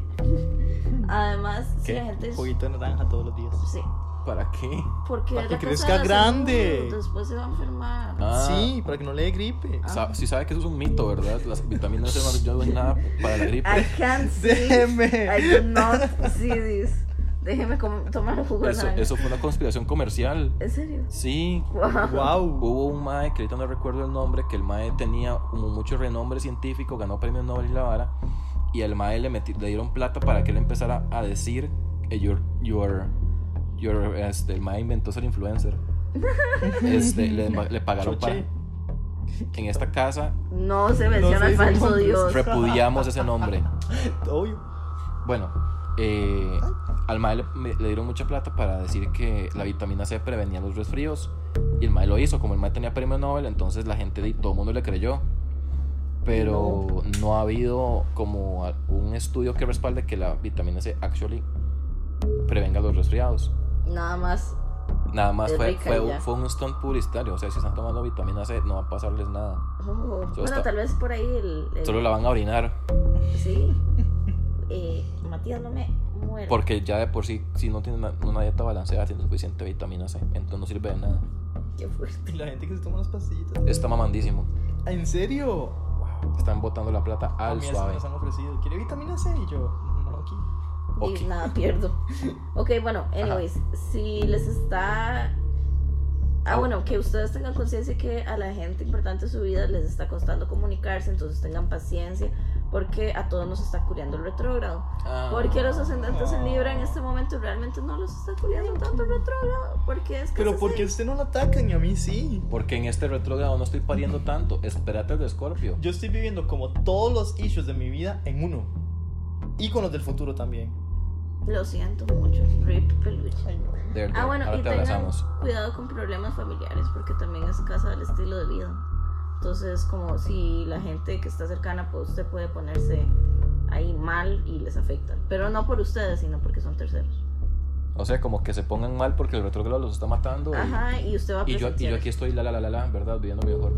Speaker 3: Además, si
Speaker 1: ¿Qué?
Speaker 3: la gente. es-
Speaker 1: Juguito de naranja todos los días.
Speaker 3: Sí.
Speaker 2: ¿Para qué?
Speaker 3: Porque
Speaker 1: Para
Speaker 3: es
Speaker 1: que
Speaker 3: la casa
Speaker 1: crezca
Speaker 3: de la
Speaker 1: grande.
Speaker 3: salud, Después se va a enfermar.
Speaker 2: Ah.
Speaker 1: Sí, para que no le dé gripe.
Speaker 2: Sa- Si sabe que eso es un mito, ¿verdad? Las vitaminas C no ayudan en nada para la gripe.
Speaker 3: I can't see. I
Speaker 1: Déjeme.
Speaker 3: do not see this. Déjeme com- tomar un jugo de
Speaker 2: Eso,
Speaker 3: naranja.
Speaker 2: eso fue una conspiración comercial.
Speaker 3: ¿En serio?
Speaker 2: Sí.
Speaker 3: Wow.
Speaker 1: Wow.
Speaker 2: Hubo un mae, que ahorita no recuerdo el nombre, que el mae tenía como mucho renombre científico, ganó premio Nobel y la vara, y al mae le, meti- le dieron plata para que él empezara a decir que your, your, your, este, el mae inventó ser influencer. Este, le, ma- le pagaron para...
Speaker 1: Choche.
Speaker 2: En esta casa
Speaker 3: No
Speaker 1: No
Speaker 3: se
Speaker 1: se
Speaker 3: menciona al
Speaker 1: dice
Speaker 3: falso
Speaker 1: nombres.
Speaker 3: Dios.
Speaker 2: repudiamos ese nombre.
Speaker 1: Obvio.
Speaker 2: Bueno, eh, al mae le, me- le dieron mucha plata para decir que la vitamina C prevenía los resfríos. Y el mae lo hizo. Como el mae tenía premio Nobel, entonces la gente y todo el mundo le creyó. Pero no. ha habido como a- un estudio que respalde que la vitamina C actually prevenga los resfriados.
Speaker 3: Nada más.
Speaker 2: Nada más
Speaker 3: Es
Speaker 2: fue,
Speaker 3: rica
Speaker 2: fue,
Speaker 3: y
Speaker 2: un-
Speaker 3: ya.
Speaker 2: fue un stunt publicitario. O sea, si están tomando vitamina C, no va a pasarles nada.
Speaker 3: Oh, bueno,
Speaker 2: está-
Speaker 3: tal vez por ahí el. el-
Speaker 2: Solo la van a orinar.
Speaker 3: Sí. Eh, Matías, no me muero.
Speaker 2: Porque ya de por sí, si no tienen una, una dieta balanceada, tienen suficiente vitamina C. Entonces no sirve de nada.
Speaker 3: Qué fuerte.
Speaker 1: Y la gente que se toma las pastillitas.
Speaker 2: Está mamandísimo.
Speaker 1: ¿En serio?
Speaker 2: Están botando la plata
Speaker 1: A
Speaker 2: al
Speaker 1: mí eso me
Speaker 2: suave.
Speaker 1: las han ofrecido. ¿Quiere vitamina C? Y yo, no, aquí.
Speaker 2: Ok.
Speaker 3: Y nada, pierdo. Ok, bueno, anyways. Si les está. Ah,
Speaker 2: Ah,
Speaker 3: bueno, que ustedes tengan conciencia que a la gente importante de su vida les está costando comunicarse, entonces tengan paciencia, porque a todos nos está curiando el retrógrado.
Speaker 2: Ah.
Speaker 3: Porque los ascendentes en Libra en este momento realmente no los está curiando tanto el retrógrado, porque es que
Speaker 1: Pero
Speaker 3: Pues es
Speaker 1: porque
Speaker 3: así.
Speaker 1: usted no la atacan y a mí sí.
Speaker 2: Porque en este retrógrado no estoy pariendo tanto. Espérate el de Scorpio.
Speaker 1: Yo estoy viviendo como todos los issues de mi vida en uno. Y con los del futuro también.
Speaker 3: Lo siento mucho, Rip Peluche.
Speaker 1: Ay, no.
Speaker 2: There, there.
Speaker 3: Ah, bueno,
Speaker 2: Ahora
Speaker 3: y
Speaker 2: te
Speaker 3: tengan
Speaker 2: abrazamos.
Speaker 3: cuidado con problemas familiares porque también es casa del estilo de vida. Entonces, como si la gente que está cercana, pues usted puede ponerse ahí mal y les afecta. Pero no por ustedes, sino porque son terceros.
Speaker 2: O sea, como que se pongan mal porque el retrógrado los está matando. y-
Speaker 3: Ajá, y usted va a
Speaker 2: y, yo, y yo
Speaker 3: presenciar.
Speaker 2: aquí estoy, la la la la, la ¿verdad? Viviendo mejor.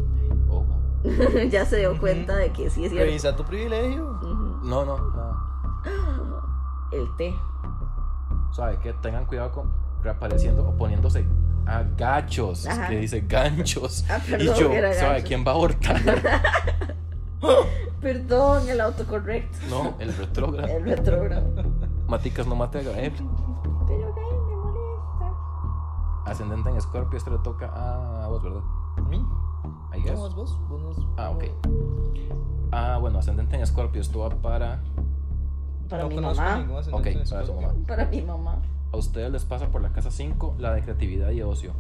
Speaker 2: Oh, wow.
Speaker 3: ya se dio cuenta de que sí es cierto.
Speaker 1: Revisa tu privilegio.
Speaker 3: Ujú.
Speaker 2: No, no, nada.
Speaker 3: El té.
Speaker 2: ¿Sabe qué? Tengan cuidado con reapareciendo o poniéndose a gachos. Es
Speaker 3: Ajá.
Speaker 2: que dice ganchos.
Speaker 3: Ah,
Speaker 2: y
Speaker 3: perdón,
Speaker 2: yo,
Speaker 3: era
Speaker 2: ¿sabe
Speaker 3: gancho.
Speaker 2: quién va a abortar?
Speaker 3: Perdón, el autocorrecto.
Speaker 2: no, el retrógrado.
Speaker 3: El retrógrado.
Speaker 2: Maticas no mate a Gael.
Speaker 3: Pero Gael me molesta.
Speaker 2: Ascendente en Escorpio, este le toca a vos, ¿verdad?
Speaker 1: ¿A mí?
Speaker 2: I guess.
Speaker 1: No, es vos. vos no es-
Speaker 2: Ah, ok.
Speaker 1: no-
Speaker 2: Ah, bueno, ascendente en Escorpio, esto va para.
Speaker 3: Para
Speaker 1: no
Speaker 3: mi
Speaker 1: conozco
Speaker 3: mamá.
Speaker 1: ningún
Speaker 2: Ok,
Speaker 1: ascendente en
Speaker 2: para su
Speaker 1: Escorpio.
Speaker 2: mamá.
Speaker 3: Para mi mamá.
Speaker 2: A ustedes les pasa por la casa 5 la de creatividad y ocio.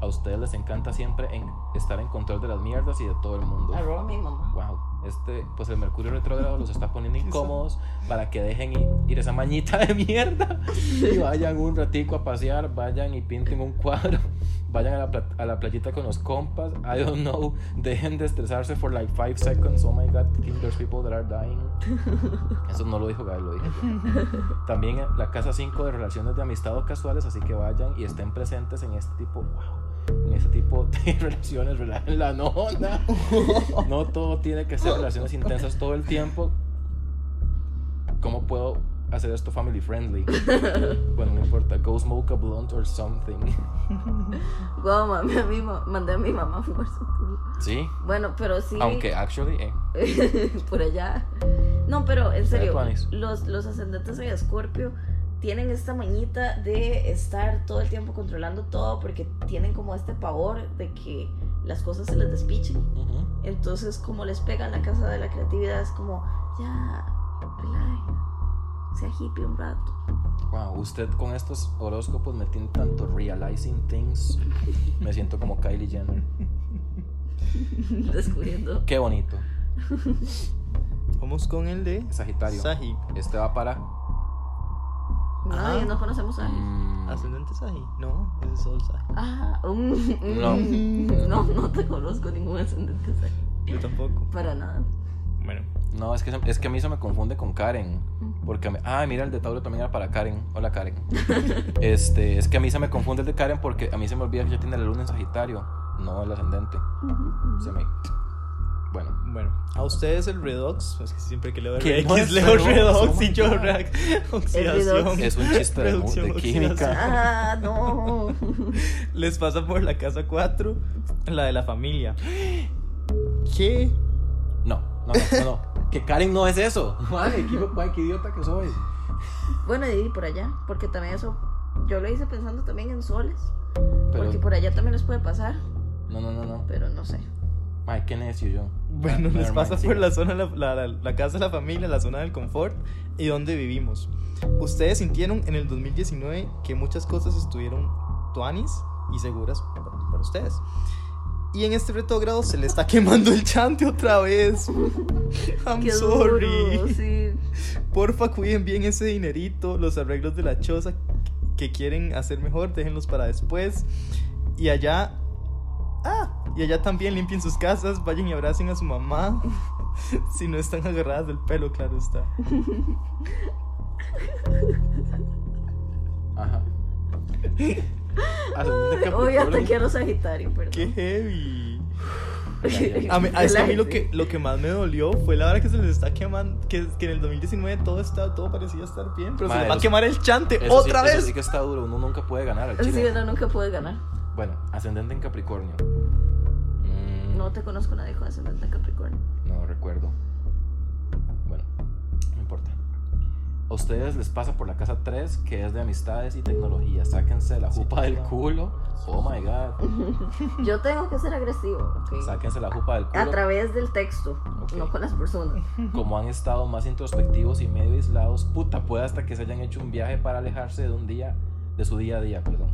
Speaker 2: A ustedes les encanta siempre en estar en control de las mierdas y de todo el mundo.
Speaker 3: Arroba mi mamá.
Speaker 2: Wow, este, pues el Mercurio retrógrado los está poniendo
Speaker 1: Qué
Speaker 2: incómodos para que dejen i- ir esa mañita de mierda y vayan un ratico a pasear, vayan y pinten un cuadro, vayan a la, pla- a la playita con los compas, I don't know, dejen de estresarse for like 5 seconds, oh my god, there's people that are dying. Eso no lo dijo Gael, lo dije yo. También eh, la casa 5 de relaciones de amistad o casuales, así que vayan y estén presentes en este tipo, wow, en este tipo de relaciones, relajen la nona. No todo tiene que ser relaciones intensas todo el tiempo. ¿Cómo puedo hacer esto family friendly? Bueno, no importa. Go smoke a blunt or something.
Speaker 3: Wow, mami, a mi ma- mandé a mi mamá a fumar su puro.
Speaker 2: Sí.
Speaker 3: Bueno, pero sí.
Speaker 2: Aunque, actually, eh.
Speaker 3: por allá. No, pero en serio,
Speaker 2: Planes.
Speaker 3: los, los ascendentes en Escorpio tienen esta mañita de estar todo el tiempo controlando todo porque tienen como este pavor de que las cosas se les despichen. Entonces, como les pegan la casa de la creatividad, es como, ya, relaja, sea hippie un rato.
Speaker 2: Wow, usted con estos horóscopos me tiene tanto realizing things. Me siento como Kylie Jenner.
Speaker 3: Descubriendo.
Speaker 2: Qué bonito.
Speaker 1: Vamos con el de
Speaker 2: Sagitario.
Speaker 1: Saji.
Speaker 2: Este va para.
Speaker 1: Ajá.
Speaker 3: Ay, no conocemos a él.
Speaker 2: mm,
Speaker 1: Ascendente Saji. No, ese es Sol Saji.
Speaker 3: Ah, mm, mm,
Speaker 2: No.
Speaker 3: no, no te conozco ningún ascendente
Speaker 1: Yo tampoco.
Speaker 3: para nada.
Speaker 1: Bueno.
Speaker 2: No, es que, se- es que a mí se me confunde con Karen. Porque a mí- Ah, mira, el de Tauro también era para Karen. Hola, Karen. este, es que a mí se me confunde el de Karen porque a mí se me olvida que ya tiene la luna en Sagitario. No el ascendente. Se me. Bueno.
Speaker 1: Bueno, a ustedes el redox, es que siempre que leo
Speaker 2: ¿Qué
Speaker 1: RX
Speaker 2: no es
Speaker 1: leo
Speaker 2: redox?
Speaker 1: redox
Speaker 2: Oh
Speaker 1: y
Speaker 2: my
Speaker 1: yo
Speaker 2: God.
Speaker 1: reac- oxidación.
Speaker 3: redox.
Speaker 2: Es un chiste de, mu-
Speaker 1: Reducción,
Speaker 2: de química.
Speaker 3: Ah, no.
Speaker 1: Les pasa por la casa 4, la de la familia. ¿Qué?
Speaker 2: No, no, no, no, no. Que Karen no es eso. Madre, qué, hijo- ay, qué idiota que soy.
Speaker 3: Bueno, y por allá, porque también eso, yo lo hice pensando también en soles,
Speaker 2: Pero.
Speaker 3: porque por allá también les puede pasar,
Speaker 2: No, no, no, no.
Speaker 3: pero no sé.
Speaker 2: Ay, qué necio yo.
Speaker 1: Bueno,
Speaker 2: Ah,
Speaker 1: les
Speaker 2: never
Speaker 1: pasa
Speaker 2: mind,
Speaker 1: por
Speaker 2: siga.
Speaker 1: la zona, la, la- la casa de la familia, la zona del confort y donde vivimos. Ustedes sintieron en el 2019 que muchas cosas estuvieron tuanis y seguras para, para ustedes. Y en este retógrado se le está quemando el chante otra vez. I'm
Speaker 3: Qué duro,
Speaker 1: sorry.
Speaker 3: sí.
Speaker 1: Porfa, cuiden bien ese dinerito, los arreglos de la choza que quieren hacer mejor, déjenlos para después. Y allá. Ah, y allá también limpien sus casas, vayan y abracen a su mamá. si no están agarradas del pelo, claro está.
Speaker 2: Ajá. Ascendente
Speaker 3: Hoy hasta
Speaker 2: Capricornio.
Speaker 3: quiero Sagitario, perdón.
Speaker 1: ¡Qué heavy!
Speaker 2: Ya, ya.
Speaker 1: A mí, a- es que a mí lo
Speaker 3: Sí.
Speaker 1: que, lo que más me dolió fue la hora que se les está quemando. Que, que en el 2019 todo, está, todo parecía estar bien, pero se
Speaker 2: Madre,
Speaker 1: les va a
Speaker 2: los-
Speaker 1: quemar el chante
Speaker 2: Eso sí-
Speaker 1: otra
Speaker 2: eso
Speaker 1: vez.
Speaker 2: sí que está duro. Uno nunca puede ganar al
Speaker 3: Sí,
Speaker 2: chile.
Speaker 3: verdad, nunca puedes ganar.
Speaker 2: Bueno, ascendente en Capricornio. Mm,
Speaker 3: No te conozco a nadie con ascendente en Capricornio.
Speaker 2: no recuerdo. Bueno, no importa. A ustedes les pasa por la casa 3, que es de amistades y tecnología. Sáquense la
Speaker 1: Sí,
Speaker 2: jupa del
Speaker 1: claro.
Speaker 2: culo. Oh my god.
Speaker 3: Yo tengo que ser agresivo, ok.
Speaker 2: Sáquense la jupa del
Speaker 3: A
Speaker 2: culo.
Speaker 3: través del texto,
Speaker 2: Ok.
Speaker 3: no con las personas.
Speaker 2: Como han estado más introspectivos y medio aislados, puta, puede hasta que se hayan hecho un viaje para alejarse de un día, de su día a día, perdón.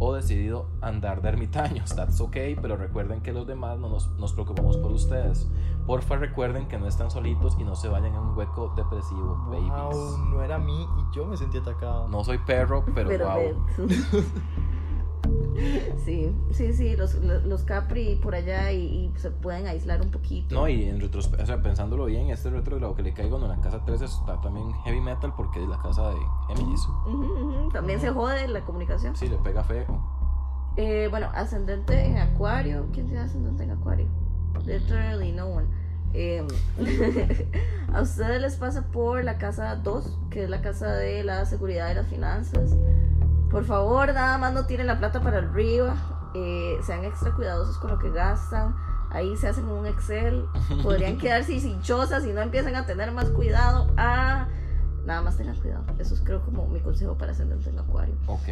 Speaker 2: O decidido andar de ermitaños. That's okay, pero recuerden que los demás no nos, nos preocupamos por ustedes. Porfa, recuerden que no están solitos y no se vayan en un hueco depresivo, babies.
Speaker 1: Wow, no era a mí y yo me sentí atacado.
Speaker 2: No soy perro, pero,
Speaker 3: Pero,
Speaker 2: wow.
Speaker 3: ve- Sí, sí, sí, los, los, los Capri por allá y, y se pueden aislar un poquito.
Speaker 2: No, y en retrospecto, o sea, pensándolo bien, este retrogrado que le caigo en la casa 3 está también heavy metal porque es la casa de Géminis.
Speaker 3: Ujú, ujú, También se jode la comunicación.
Speaker 2: Sí, le pega feo.
Speaker 3: Eh, bueno, ascendente en Acuario. ¿Quién tiene ascendente en Acuario? Literally no one. Eh, a ustedes les pasa por la casa 2, que es la casa de la seguridad y las finanzas. Por favor, nada más no tienen la plata para arriba. eh, sean extra cuidadosos con lo que gastan. Ahí se hacen un Excel. Podrían quedarse sinchosas si no empiezan a tener más cuidado. Ah, nada más tengan cuidado. Eso es creo como mi consejo para ascendente en Acuario.
Speaker 2: Ok.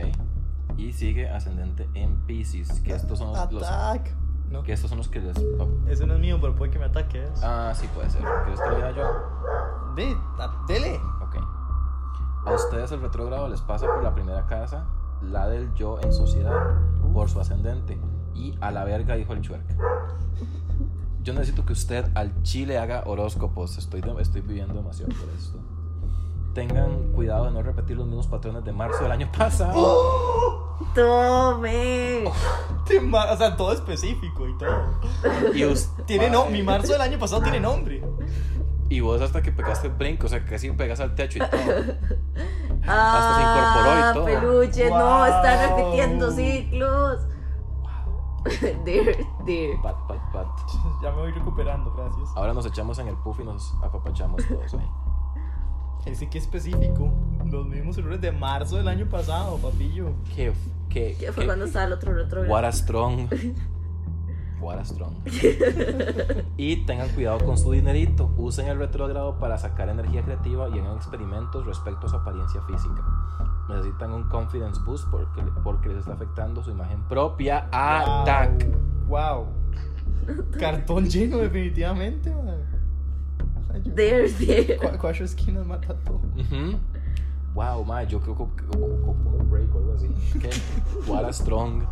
Speaker 2: Y sigue ascendente en Pisces, que estos son los, los-
Speaker 1: Attack. No,
Speaker 2: que estos son los que les...
Speaker 1: ese no es mío, pero puede que me ataque. ¿eh?
Speaker 2: Ah, sí, puede ser. ¿Quieres que lo lea yo?
Speaker 1: Ve, a- dele.
Speaker 2: Ok. A ustedes el retrógrado les pasa por la primera casa, la del yo en sociedad, por su ascendente. Y a la verga dijo el chuerca. Yo necesito que usted al chile haga horóscopos. Estoy, de- estoy viviendo demasiado por esto. Tengan cuidado de no repetir los mismos patrones de marzo del año pasado.
Speaker 3: Tome.
Speaker 1: ¡Oh! Te ma- O sea, todo específico y todo.
Speaker 2: Y us-
Speaker 1: Tiene no,
Speaker 2: mae,
Speaker 1: mi marzo del año pasado tiene nombre.
Speaker 2: Y vos hasta que pegaste el brinco, o sea, casi pegas al techo y todo.
Speaker 3: Ah,
Speaker 2: Hasta se incorporó y todo.
Speaker 3: Peluche, no, está
Speaker 1: Wow.
Speaker 3: repitiendo ciclos. Dear, dear.
Speaker 2: Pat, pat, pat.
Speaker 1: Ya me voy recuperando, gracias.
Speaker 2: Ahora nos echamos en el puff y nos apapachamos todos ahí.
Speaker 1: Él sí que específico. Los mismos errores de marzo del año pasado, papillo.
Speaker 2: ¿Qué, qué,
Speaker 3: Que fue cuando estaba el otro
Speaker 2: What
Speaker 3: retrogrado.
Speaker 2: a strong. What a strong. y tengan cuidado con su dinerito. Usen el retrógrado para sacar energía creativa y hagan experimentos respecto a su apariencia física. Necesitan un confidence boost porque, porque les está afectando su imagen propia. Attack.
Speaker 1: Wow. Cartón lleno, definitivamente, man. Ay, yo-
Speaker 3: Dear, dear.
Speaker 1: Cu- Cuatro esquinas mata todo.
Speaker 2: Ujú. Wow, mae, yo creo que ocupo- ocupo un break o algo así. ¿Qué? What a strong.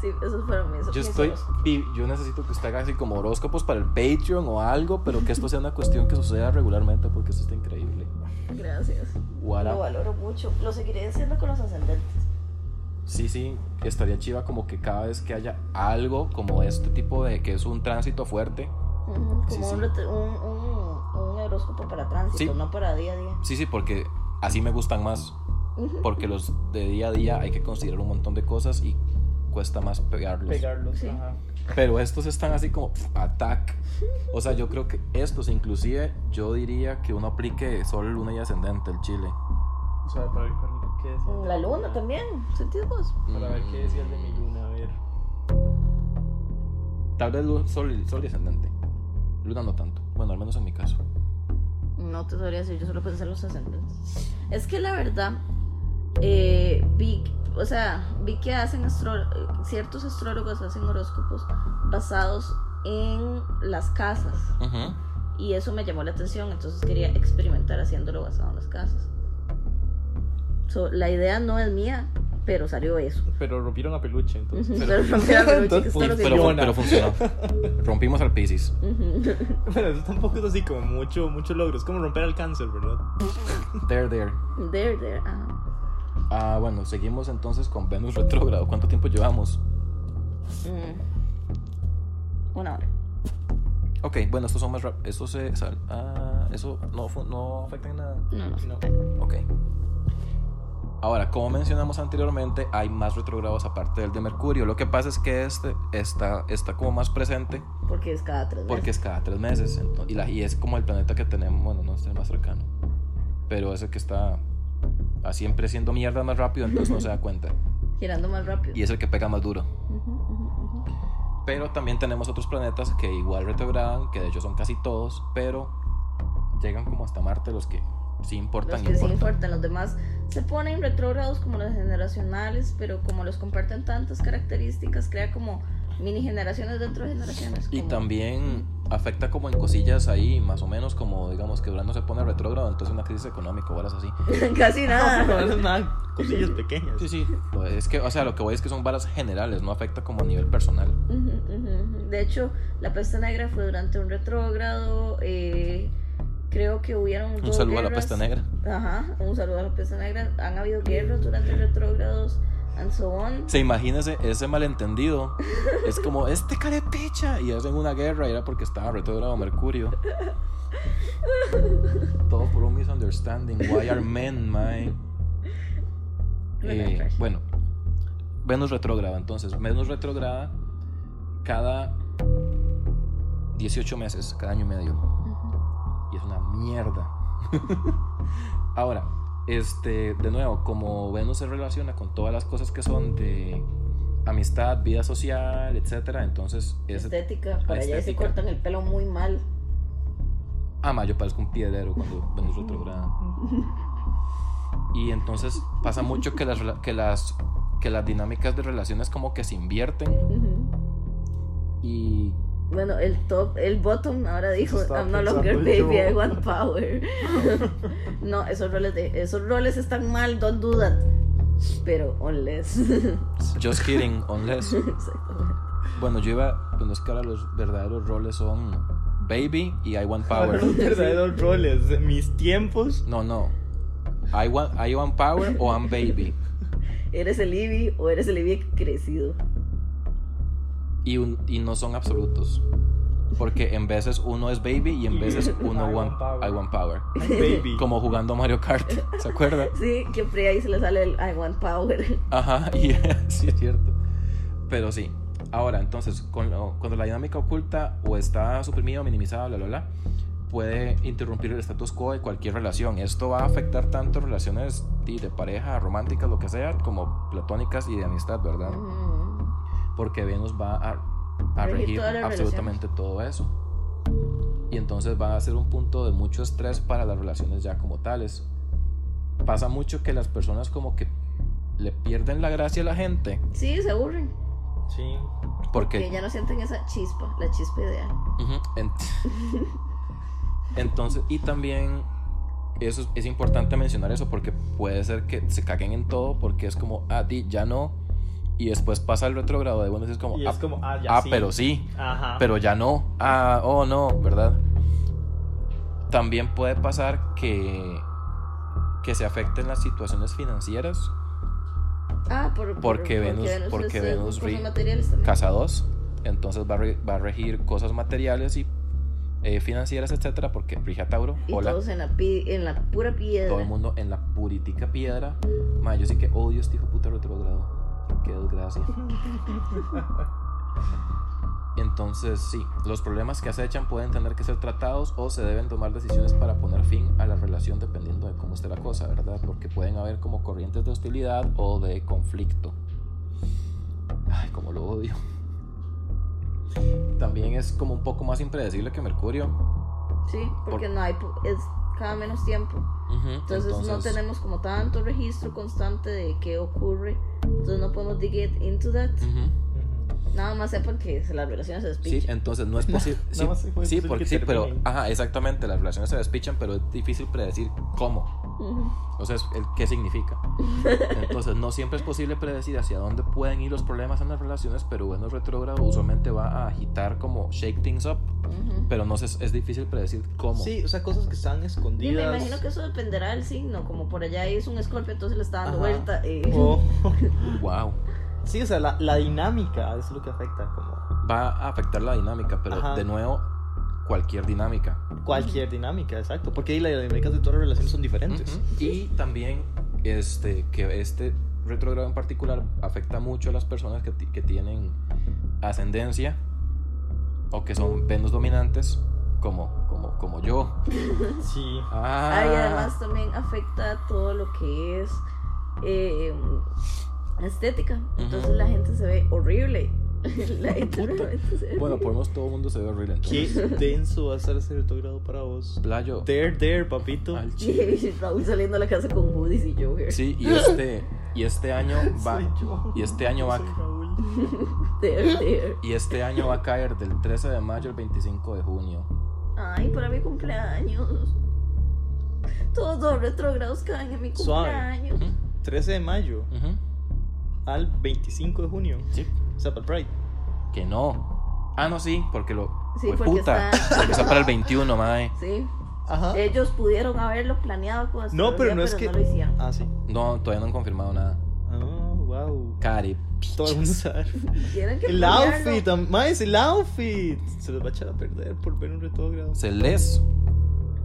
Speaker 3: Sí, esos fueron mis
Speaker 2: Yo
Speaker 3: mis
Speaker 2: estoy.
Speaker 3: ojos.
Speaker 2: vi- Yo necesito que usted haga así como horóscopos para el Patreon o algo, pero que esto sea una cuestión que suceda regularmente porque esto está increíble.
Speaker 3: Gracias.
Speaker 2: What
Speaker 3: Lo
Speaker 2: up?
Speaker 3: valoro mucho. Lo seguiré haciendo con los ascendentes.
Speaker 2: Sí, sí, estaría chiva como que cada vez que haya algo como este tipo de que es un tránsito fuerte.
Speaker 3: Ujú,
Speaker 2: Sí,
Speaker 3: Como
Speaker 2: sí.
Speaker 3: un, retro- un, un, un horóscopo para tránsito,
Speaker 2: Sí.
Speaker 3: no para día a día.
Speaker 2: Sí, sí, porque así me gustan más.
Speaker 3: Ujú.
Speaker 2: Porque los de día a día hay que considerar un montón de cosas y cuesta más pegarlos.
Speaker 1: Pegarlos.
Speaker 3: Sí.
Speaker 1: ajá.
Speaker 2: Pero estos están así como pf, attack. O sea, yo creo que estos, inclusive, yo diría que uno aplique sol, luna y ascendente, el chile.
Speaker 1: O sea, para ver cuál- qué decía.
Speaker 3: La luna también, ¿sentís vos?
Speaker 1: Para ver qué decía el de mi luna, a ver.
Speaker 2: Tal vez lu- sol, y- sol y ascendente. Luna no tanto. Bueno, al menos en mi caso.
Speaker 3: No te sabría decir, yo solo pensé en los ascendentes. Es que la verdad, eh, vi, o sea, vi que hacen astro- eh, ciertos astrólogos hacen horóscopos basados en las casas.
Speaker 2: Ujú.
Speaker 3: Y eso me llamó la atención, entonces quería experimentar haciéndolo basado en las casas. So, la idea no es mía, pero salió eso.
Speaker 1: Pero rompieron a peluche, entonces.
Speaker 3: Pero no me da peluche, que
Speaker 1: Entonces,
Speaker 3: esto
Speaker 1: pues,
Speaker 3: no
Speaker 2: Pero, fu-
Speaker 1: Fiona.
Speaker 2: pero funcionó. Rompimos al Pisces.
Speaker 3: sirve. Ujú.
Speaker 1: Pero eso tampoco es así como mucho, mucho logro. Es como romper al cáncer, ¿verdad?
Speaker 2: There, there.
Speaker 3: There, there, ah.
Speaker 2: Ah, bueno, seguimos entonces con Venus retrógrado. ¿Cuánto tiempo llevamos?
Speaker 3: Mm. Una hora.
Speaker 2: Ok, bueno, estos son más rap. Estos se. sal- ah, eso no, fu- no afecta en nada.
Speaker 3: No, no.
Speaker 1: No.
Speaker 2: Ok. Ahora, como mencionamos anteriormente, hay más retrogrados aparte del de Mercurio. Lo que pasa es que este está, está como más presente
Speaker 3: Porque es cada tres
Speaker 2: porque
Speaker 3: meses.
Speaker 2: es cada tres meses. ento- y, la- y es como el planeta que tenemos, bueno, no es el más cercano. Pero ese que está ah, siempre siendo mierda más rápido, entonces no se da cuenta.
Speaker 3: Girando más rápido.
Speaker 2: Y es el que pega más duro.
Speaker 3: Ujú, ujú, ujú.
Speaker 2: Pero también tenemos otros planetas que igual retrogradan, que de hecho son casi todos, pero llegan como hasta Marte los que sí
Speaker 3: Los
Speaker 2: importan.
Speaker 3: que sí
Speaker 2: importan.
Speaker 3: importan, los demás se ponen retrógrados como los generacionales, pero como los comparten tantas características, crea como mini generaciones dentro de generaciones.
Speaker 2: Y
Speaker 3: como-
Speaker 2: también afecta como en cosillas ahí, más o menos como digamos que Urano se pone retrógrado, entonces una crisis económica o varas así.
Speaker 3: Casi
Speaker 1: No,
Speaker 3: nada.
Speaker 1: no es nada. Cosillas pequeñas.
Speaker 2: Sí, sí. Es que, o sea, lo que voy es que son varas generales, no afecta como a nivel personal.
Speaker 3: Ujú, ujú, ujú. De hecho, la peste negra fue durante un retrógrado. eh, creo que hubieron.
Speaker 2: Un
Speaker 3: dos
Speaker 2: saludo a la
Speaker 3: guerras.
Speaker 2: peste negra.
Speaker 3: Ajá, un saludo a la peste negra. Han habido guerras durante retrógrados. and so on.
Speaker 2: Se imagínese ese malentendido. Es como, este carepicha. Y hacen una guerra y era porque estaba retrogrado Mercurio. Todo por un misunderstanding. Why are men, my? Eh, bueno, Venus retrógrada. Entonces, Venus retrógrada cada 18 meses, cada año y medio.
Speaker 3: Ujú.
Speaker 2: Y es una mierda. Ahora, este, de nuevo, como Venus se relaciona con todas las cosas que son de amistad, vida social, etcétera, entonces es.
Speaker 3: Estética, para allá se
Speaker 2: estética.
Speaker 3: cortan el pelo muy mal.
Speaker 2: Ah, ma, yo parezco un piedrero cuando Venus retrograda. Y entonces pasa mucho que las, rela- que las, que las dinámicas de relaciones como que se invierten
Speaker 3: Ujú.
Speaker 2: y
Speaker 3: Bueno, el top, el bottom ahora dijo,
Speaker 4: Eso estaba
Speaker 3: I'm no longer
Speaker 4: pensando
Speaker 3: baby,
Speaker 4: yo.
Speaker 3: I want power. no, esos roles, de- esos roles están mal, don't do that. Pero unless.
Speaker 2: just kidding, unless.
Speaker 3: Exactamente.
Speaker 2: Bueno, yo iba, bueno, es que ahora los verdaderos roles son baby y I want power.
Speaker 1: Los verdaderos roles de mis tiempos.
Speaker 2: No, no. I want, I want power o I'm baby.
Speaker 3: ¿Eres el Ivy o eres el Ivy crecido?
Speaker 2: Y, un- y no son absolutos. Porque en veces uno es baby y en veces uno
Speaker 4: I want
Speaker 2: want,
Speaker 4: power.
Speaker 2: I want power.
Speaker 1: Ay, baby.
Speaker 2: Como jugando Mario Kart, ¿se acuerda?
Speaker 3: Sí, que Free ahí se le sale el I want power.
Speaker 2: Ajá, y sí es cierto. Pero sí. Ahora, entonces, con lo- cuando la dinámica oculta o está suprimida o minimizada, bla, bla, bla, puede interrumpir el status quo de cualquier relación. Esto va a afectar tanto relaciones di, de pareja, románticas, lo que sea, como platónicas y de amistad, ¿verdad?
Speaker 3: Ujú.
Speaker 2: Porque Venus va a, a
Speaker 3: Regir
Speaker 2: regir
Speaker 3: todas las
Speaker 2: absolutamente todo eso. Y entonces va a ser un punto de mucho estrés para las relaciones ya como tales. Pasa mucho que las personas como que le pierden la gracia a la gente
Speaker 3: Sí, se aburren.
Speaker 1: Sí.
Speaker 2: porque
Speaker 3: Que ya no sienten esa chispa, la chispa ideal.
Speaker 2: Ujú, ent- entonces y también eso es, es importante mencionar eso porque puede ser que se caguen en todo porque es como ah di ya no y después pasa el retrogrado de Venus y es como
Speaker 1: Y
Speaker 2: ah,
Speaker 1: es como, ah, ya
Speaker 2: ah
Speaker 1: sí.
Speaker 2: pero sí
Speaker 1: Ajá.
Speaker 2: pero ya no. Ah, oh no, ¿verdad? También puede pasar que, que se afecten las situaciones financieras.
Speaker 3: Ah, por, por-
Speaker 2: Porque Venus- porque
Speaker 3: es, eh,
Speaker 2: Venus
Speaker 3: cosas
Speaker 2: ri-
Speaker 3: materiales también.
Speaker 2: Casa 2, entonces va a, re- va a regir cosas materiales y eh, financieras, etcétera, porque rige a Tauro.
Speaker 3: Y
Speaker 2: Hola,
Speaker 3: todos en la, pi- en la pura piedra.
Speaker 2: todo el mundo en la puritica piedra. Ma, yo sí que odio este hijo de puta retrogrado. Qué desgracia. Entonces, sí, los problemas que acechan pueden tener que ser tratados o se deben tomar decisiones para poner fin a la relación dependiendo de cómo esté la cosa, ¿verdad? Porque pueden haber como corrientes de hostilidad o de conflicto. Ay, como lo odio. También es como un poco más impredecible que Mercurio.
Speaker 3: Sí, porque
Speaker 2: Por-
Speaker 3: no hay. pu- Es cada menos tiempo.
Speaker 2: Ujú,
Speaker 3: Entonces, no tenemos como tanto registro constante de qué ocurre. Entonces no podemos dig it into that.
Speaker 2: ujú.
Speaker 1: Ujú.
Speaker 3: Nada más sepan que las relaciones se
Speaker 2: Sí,
Speaker 3: despichan.
Speaker 2: entonces no es posible. Sí,
Speaker 1: nada más es muy
Speaker 2: sí,
Speaker 1: posible
Speaker 2: porque
Speaker 1: que
Speaker 2: sí, pero.
Speaker 1: terminen.
Speaker 2: Ajá, exactamente. Las relaciones se despichan, pero es difícil predecir cómo.
Speaker 3: Ujú.
Speaker 2: O sea, es el, qué significa. Entonces, no siempre es posible predecir hacia dónde pueden ir los problemas en las relaciones, pero bueno, retrógrado usualmente va a agitar como shake things up,
Speaker 3: Ujú.
Speaker 2: pero no sé, es difícil predecir cómo.
Speaker 1: Sí, o sea, cosas que están
Speaker 3: Y me
Speaker 1: escondidas.
Speaker 3: imagino que eso dependerá del signo, como por allá es un escorpio, entonces le está dando
Speaker 1: Ajá.
Speaker 3: vuelta. eh.
Speaker 1: O-
Speaker 2: Wow.
Speaker 1: Sí, o sea, la, la dinámica es lo que afecta como
Speaker 2: Va a afectar la dinámica, pero
Speaker 1: Ajá.
Speaker 2: de nuego, cualquier dinámica.
Speaker 1: cualquier dinámica, exacto. Porque ahí las dinámicas de todas las relaciones son diferentes.
Speaker 2: Ujú. Y también este, que este retrogrado en particular afecta mucho a las personas que, ti- que tienen ascendencia o que son Venus dominantes, como, como, como yo.
Speaker 1: Sí.
Speaker 2: Ah,
Speaker 3: Ah, y además también afecta todo lo que es eh, estética. Entonces
Speaker 2: Ujú.
Speaker 3: la gente se ve horrible. la gente realmente se ve
Speaker 2: Bueno, por lo menos todo el mundo se ve horrible.
Speaker 1: Qué
Speaker 2: Entonces,
Speaker 1: denso va a estar ese retrogrado para vos.
Speaker 2: Playo.
Speaker 1: There, there, papito.
Speaker 2: al chile.
Speaker 3: horrible. Raúl saliendo a la casa con hoodies y jogger.
Speaker 2: Sí, y este, y este año va.
Speaker 1: Soy yo.
Speaker 2: Y este año va.
Speaker 1: Soy Raúl.
Speaker 3: There, there.
Speaker 2: Y este año va a caer del 13 de mayo al 25 de junio.
Speaker 3: Ay, para mi cumpleaños. Todos los retrogrados caen en mi
Speaker 1: Suave.
Speaker 3: cumpleaños.
Speaker 2: Ujú,
Speaker 1: 13 de mayo
Speaker 2: ujú,
Speaker 1: al 25 de junio.
Speaker 2: Sí.
Speaker 1: O sea, para el Pride.
Speaker 2: Que no. Ah, no, sí, porque lo.
Speaker 3: Sí,
Speaker 2: Fue
Speaker 3: porque
Speaker 2: puta.
Speaker 3: está-
Speaker 2: Porque está para el 21, mae.
Speaker 3: Sí.
Speaker 1: Ajá.
Speaker 3: Ellos pudieron haberlo planeado con
Speaker 1: Ah. No, pero
Speaker 3: astrología,
Speaker 1: no es que-
Speaker 3: lo hicieron.
Speaker 1: Ah, sí.
Speaker 2: No, todavía no han confirmado nada.
Speaker 1: Oh, wow. wow.
Speaker 2: Cari.
Speaker 1: Todo el mundo sabe.
Speaker 3: Tienen que
Speaker 1: El
Speaker 3: planearlo.
Speaker 1: outfit, am- más el outfit. Se los va a echar a perder por ver un retógrado.
Speaker 2: Se les.
Speaker 1: ah,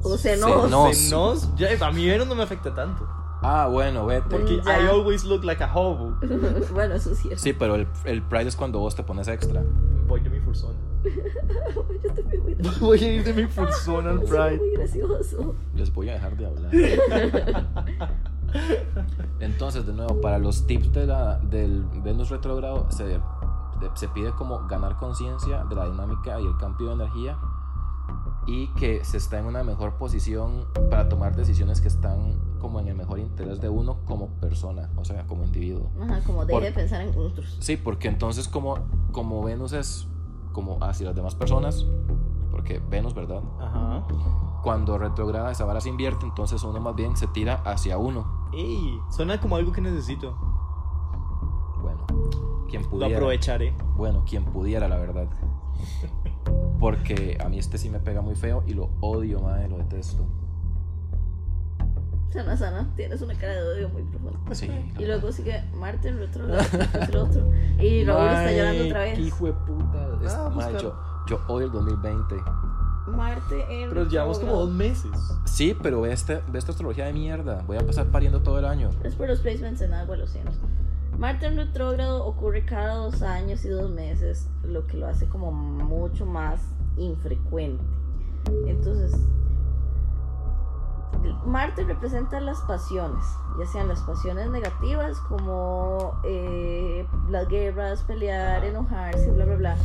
Speaker 3: O se
Speaker 2: Se no.
Speaker 3: no.
Speaker 2: Nos.
Speaker 1: Se nos- ya, a mí Venom no me afecta tanto.
Speaker 2: Ah, bueno, vete.
Speaker 1: Porque
Speaker 3: Mm, Ya.
Speaker 1: I always look like a hobo.
Speaker 3: Bueno, eso es cierto.
Speaker 2: Sí, pero el, el Pride es cuando vos te pones extra.
Speaker 1: Voy de mi fursona.
Speaker 3: Yo también voy a-
Speaker 1: Voy a ir de mi fursona al
Speaker 3: Eso es
Speaker 1: Pride.
Speaker 3: muy gracioso.
Speaker 2: Les voy a dejar de hablar. Entonces, de nuevo, para los tips de, la, del Venus retrógrado, se, de- se pide como ganar conciencia de la dinámica y el cambio de energía y que se está en una mejor posición para tomar decisiones que están como en el mejor interés de uno como persona, o sea, como individuo.
Speaker 3: Ajá, como deje
Speaker 2: Por-
Speaker 3: de pensar en otros.
Speaker 2: Sí, porque entonces como, como Venus es como hacia las demás personas, porque Venus, ¿verdad?
Speaker 1: Ajá.
Speaker 2: Cuando retrograda esa vara se invierte, entonces uno más bien se tira hacia uno.
Speaker 1: Ey, suena como algo que necesito.
Speaker 2: Bueno, quien
Speaker 1: Lo
Speaker 2: pudiera.
Speaker 1: aprovecharé.
Speaker 2: Bueno, quien pudiera, la verdad. Porque a mí este sí me pega muy feo y lo odio, madre, lo detesto.
Speaker 3: Sana, sana, tienes una cara de odio muy profunda.
Speaker 2: Ah, Sí.
Speaker 3: Y luego sigue Marte en otro lado, después el otro. Y Raúl está
Speaker 2: Mae,
Speaker 3: llorando otra vez.
Speaker 2: qué hijo de puta. Es-
Speaker 1: Ah,
Speaker 2: mae,
Speaker 1: buscar.
Speaker 2: yo, yo odio el 2020.
Speaker 3: Marte en
Speaker 1: Pero llevamos como dos
Speaker 3: retrógrado.
Speaker 1: meses.
Speaker 2: Sí, pero ve, este, ve esta astrología de mierda. Voy a pasar pariendo todo el año.
Speaker 3: Es por los placements en agua, lo siento. Marte en retrógrado ocurre cada dos años y dos meses, lo que lo hace como mucho más infrecuente. Entonces, Marte representa las pasiones, ya sean las pasiones negativas como eh, las guerras, pelear, enojarse, bla, bla, bla.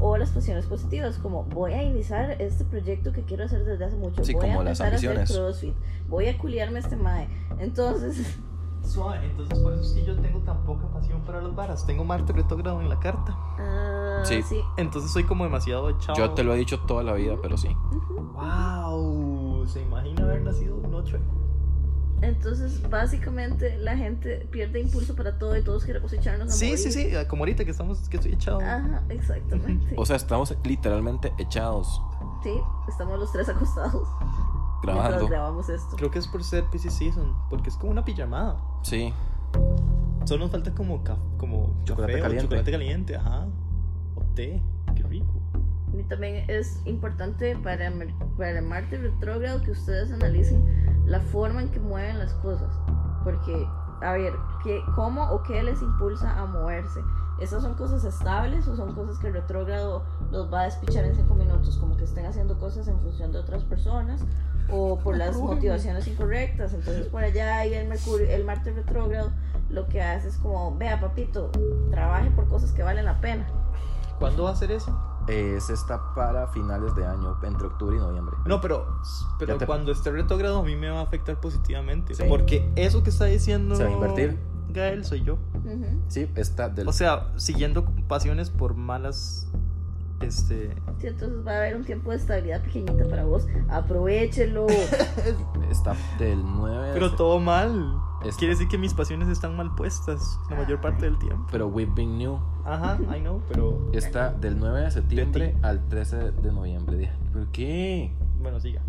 Speaker 3: O las pasiones positivas, como voy a iniciar este proyecto que quiero hacer desde hace mucho.
Speaker 2: Sí,
Speaker 3: voy
Speaker 2: como
Speaker 3: a
Speaker 2: las
Speaker 3: empezar a hacer
Speaker 2: ambiciones.
Speaker 3: crossfit. Voy a culiarme a este mae. Entonces,
Speaker 1: Suave, entonces por eso es que yo tengo tan poca pasión para las varas. Tengo Marte retrógrado en la carta.
Speaker 3: ah,
Speaker 2: Sí.
Speaker 3: sí.
Speaker 1: Entonces soy como demasiado echado.
Speaker 2: Yo te lo he dicho toda la vida, pero sí.
Speaker 1: Wow, se imagina haber nacido un ocho.
Speaker 3: Entonces, básicamente, la gente pierde impulso para todo y todos queremos echarnos a
Speaker 1: Sí,
Speaker 3: morir.
Speaker 1: sí, sí, como ahorita que estamos, que estoy echado.
Speaker 3: Ajá, exactamente.
Speaker 2: O sea, estamos literalmente echados
Speaker 3: sí, estamos los tres acostados.
Speaker 2: grabando.
Speaker 3: Mientras grabamos esto.
Speaker 1: Creo que es por ser PC Season, porque es como una pijamada.
Speaker 2: Sí.
Speaker 1: Solo nos falta como, ca- como
Speaker 2: Chocolate
Speaker 1: café o
Speaker 2: caliente.
Speaker 1: chocolate caliente, ajá. O té, qué rico.
Speaker 3: Y también es importante para, Mer- para Marte retrógrado que ustedes analicen la forma en que mueven las cosas. Porque, a ver, ¿qué, ¿cómo o qué les impulsa a moverse? ¿Esas son cosas estables o son cosas que el retrógrado los va a despichar en cinco minutos? Como que estén haciendo cosas en función de otras personas o por las motivaciones incorrectas. Entonces, por allá hay el, mercurio, el Marte retrógrado. Lo que hace es como, vea papito, trabaje por cosas que valen la pena.
Speaker 1: ¿Cuándo va a ser eso?
Speaker 2: Es esta para finales de año, entre octubre y noviembre.
Speaker 1: No, pero, pero
Speaker 2: Ya te-
Speaker 1: cuando esté retrógrado a mí me va a afectar positivamente.
Speaker 2: Sí.
Speaker 1: Porque eso que está diciendo.
Speaker 2: Se va a invertir.
Speaker 1: Gael, soy yo.
Speaker 3: Ujú.
Speaker 2: Sí, está del.
Speaker 1: O sea, siguiendo pasiones por malas.
Speaker 2: Eh,
Speaker 1: Este.
Speaker 3: Sí, entonces va a haber un tiempo de estabilidad pequeñita para vos. Aprovechelo.
Speaker 2: está del 9. de
Speaker 1: Pero
Speaker 2: fe-
Speaker 1: todo mal.
Speaker 2: Es-
Speaker 1: Quiere decir que mis pasiones están mal puestas la
Speaker 2: Ah.
Speaker 1: mayor parte del tiempo.
Speaker 2: Pero We've Been New.
Speaker 1: Ajá, I know, pero.
Speaker 2: Está del 9 de septiembre al 13 de noviembre. Dije, ¿Pero qué?
Speaker 1: Bueno, siga.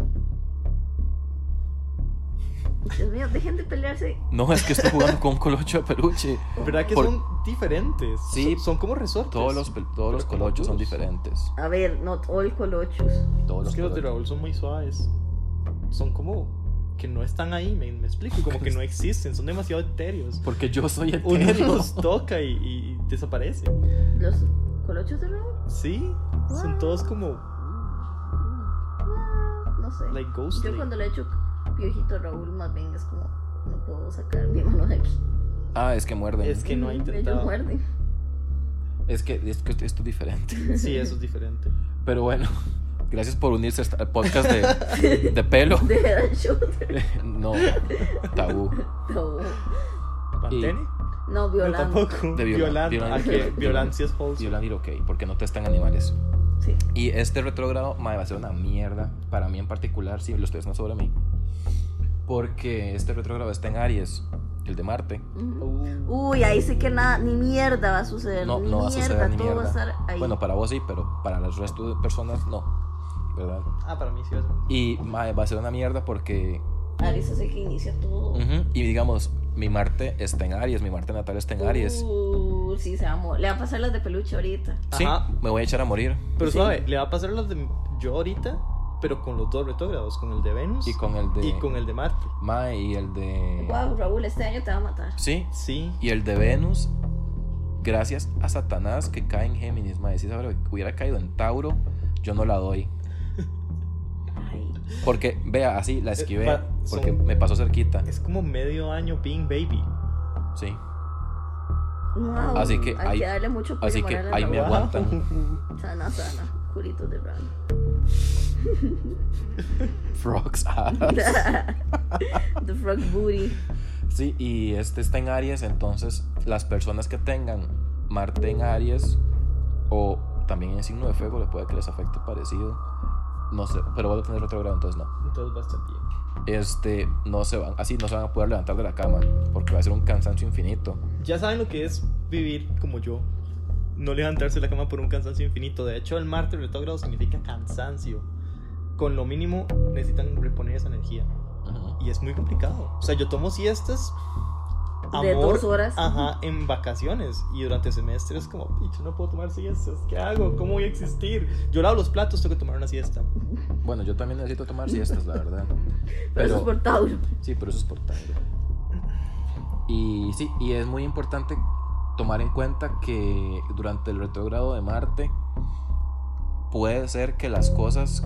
Speaker 3: Dios mío, dejen de pelearse.
Speaker 2: No, es que estoy jugando con un colocho de peluche.
Speaker 1: ¿Verdad que
Speaker 2: Por-
Speaker 1: son diferentes?
Speaker 2: Sí.
Speaker 1: Son, son como resortes.
Speaker 2: Todos los, pel-
Speaker 1: Pero
Speaker 2: todos los
Speaker 1: como
Speaker 2: colochos son
Speaker 1: duros.
Speaker 2: diferentes.
Speaker 3: A ver, no all colochos.
Speaker 2: Todos
Speaker 1: Es
Speaker 2: los
Speaker 1: que los de
Speaker 2: colochos.
Speaker 1: Raúl son muy suaves. Son como. Que no están ahí, me, me explico. Como que no existen, son demasiado etéreos.
Speaker 2: Porque yo soy
Speaker 1: Uno
Speaker 2: etéreo.
Speaker 1: los toca y, y desaparece.
Speaker 3: Los colochos de nuevo.
Speaker 1: Sí, son todos como
Speaker 3: Ah, No sé.
Speaker 1: like ghostly.
Speaker 3: Yo cuando le echo piojito a Raúl, más bien es como, no puedo sacar mi mano de aquí.
Speaker 2: Ah, es que muerden.
Speaker 1: Es que no ha
Speaker 3: Ellos
Speaker 1: intentado.
Speaker 3: muerden.
Speaker 2: Es que, es que esto es diferente.
Speaker 1: Sí, eso es diferente.
Speaker 2: Pero bueno, gracias por unirse hasta- al podcast de, de pelo.
Speaker 3: De head and shoulder.
Speaker 2: No, tabú.
Speaker 3: No,
Speaker 1: ¿Pantene?
Speaker 3: no
Speaker 1: No,
Speaker 3: violando.
Speaker 1: tampoco.
Speaker 2: De
Speaker 1: Violan.
Speaker 2: Violan- Violan-
Speaker 1: Ah, que
Speaker 2: Violan-
Speaker 1: Violancia es wholesome.
Speaker 2: Violan ir ok, porque no testan animales.
Speaker 3: Sí.
Speaker 2: Y este retrogrado madre, va a ser una mierda para mí en particular, si lo estoy haciendo sobre mí. Porque este retrogrado está en Aries, el de Marte.
Speaker 3: Ujú.
Speaker 1: Uh,
Speaker 3: Uy, ahí sí que nada, ni mierda va a suceder.
Speaker 2: No,
Speaker 3: ni
Speaker 2: no va a
Speaker 3: mierda,
Speaker 2: suceder ni
Speaker 3: todo va a estar
Speaker 2: mierda.
Speaker 3: ahí.
Speaker 2: Bueno, para vos sí, pero para el resto de personas no. ¿Verdad?
Speaker 1: Ah, para mí sí va a ser.
Speaker 2: Y madre, va a ser una mierda porque.
Speaker 3: Aries es el que inicia todo.
Speaker 2: ujú, y digamos, mi Marte está en Aries, mi Marte natal está en Aries.
Speaker 3: Uh, sí, se va a mo- Le va a pasar las de peluche ahorita.
Speaker 2: Sí,
Speaker 1: Ajá.
Speaker 2: me voy a echar a morir.
Speaker 1: Pero
Speaker 3: Sí.
Speaker 1: suave, le va a pasar los de yo ahorita, pero con los dos retrógrados, con el de Venus
Speaker 2: Y con el de.
Speaker 1: y con el de Marte.
Speaker 2: Mae y el de.
Speaker 3: Wow, Raúl, este año te va a matar.
Speaker 2: Sí,
Speaker 1: Sí.
Speaker 2: y el de Venus, gracias a Satanás que cae en Géminis, mae. Si esa hora hubiera caído en Tauro, yo no la doy.
Speaker 3: Ay,
Speaker 2: Porque, vea, así la esquivé,
Speaker 1: pa- Eh, son-
Speaker 2: porque me pasó cerquita.
Speaker 1: Es como medio año being baby.
Speaker 2: Sí,
Speaker 3: wow.
Speaker 2: Así que
Speaker 3: hay,
Speaker 2: hay-
Speaker 3: que darle mucho
Speaker 2: así que
Speaker 3: moral a
Speaker 2: ahí me
Speaker 3: Raúl.
Speaker 2: aguantan.
Speaker 3: Sana, sana. Curito de Raúl.
Speaker 2: Frogs ah. ass.
Speaker 3: The Frog Booty.
Speaker 2: Sí, y este está en Aries, entonces las personas que tengan Marte en Aries o también en signo de fuego le puede que les afecte parecido. No sé, pero va a tener otro grado, entonces no.
Speaker 1: Entonces va a estar bien.
Speaker 2: Este, no se van, así no se van a poder levantar de la cama, porque va a ser un cansancio infinito.
Speaker 1: Ya saben lo que es vivir como yo. No levantarse de la cama por un cansancio infinito. De hecho, el Marte retrógrado significa cansancio. Con lo mínimo necesitan reponer esa energía.
Speaker 2: Ujú.
Speaker 1: Y es muy complicado. O sea, yo tomo siestas.
Speaker 3: De dos horas.
Speaker 1: Ajá, en vacaciones. Y durante semestres es como, "Picho, no puedo tomar siestas. ¿Qué hago? ¿Cómo voy a existir? Yo lavo los platos, tengo que tomar una siesta.
Speaker 2: Bueno, yo también necesito tomar siestas, la verdad.
Speaker 3: Pero eso es por Tauro.
Speaker 2: Sí, pero eso es por tango. Y sí, y es muy importante tomar en cuenta que durante el retrogrado de Marte puede ser que las cosas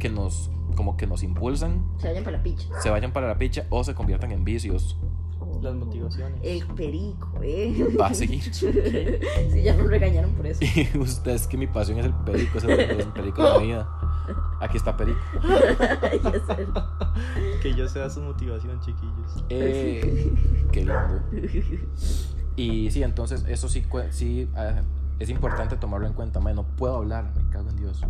Speaker 2: que nos como que nos impulsan
Speaker 3: Se vayan para la picha.
Speaker 2: se vayan para la picha o se conviertan en vicios.
Speaker 3: Oh,
Speaker 1: Las motivaciones.
Speaker 3: El perico, eh.
Speaker 2: Va a seguir.
Speaker 3: Sí, ya nos regañaron por eso.
Speaker 2: Y usted es que mi pasión es el perico, es el, es el perico de la vida. Aquí está perico.
Speaker 3: Ya sé.
Speaker 1: Que yo sea su motivación, chiquillos.
Speaker 2: Eh, qué lindo. Y sí, entonces eso sí, cue- sí ah, es importante tomarlo en cuenta. mae, no puedo hablar, me cago en Dios.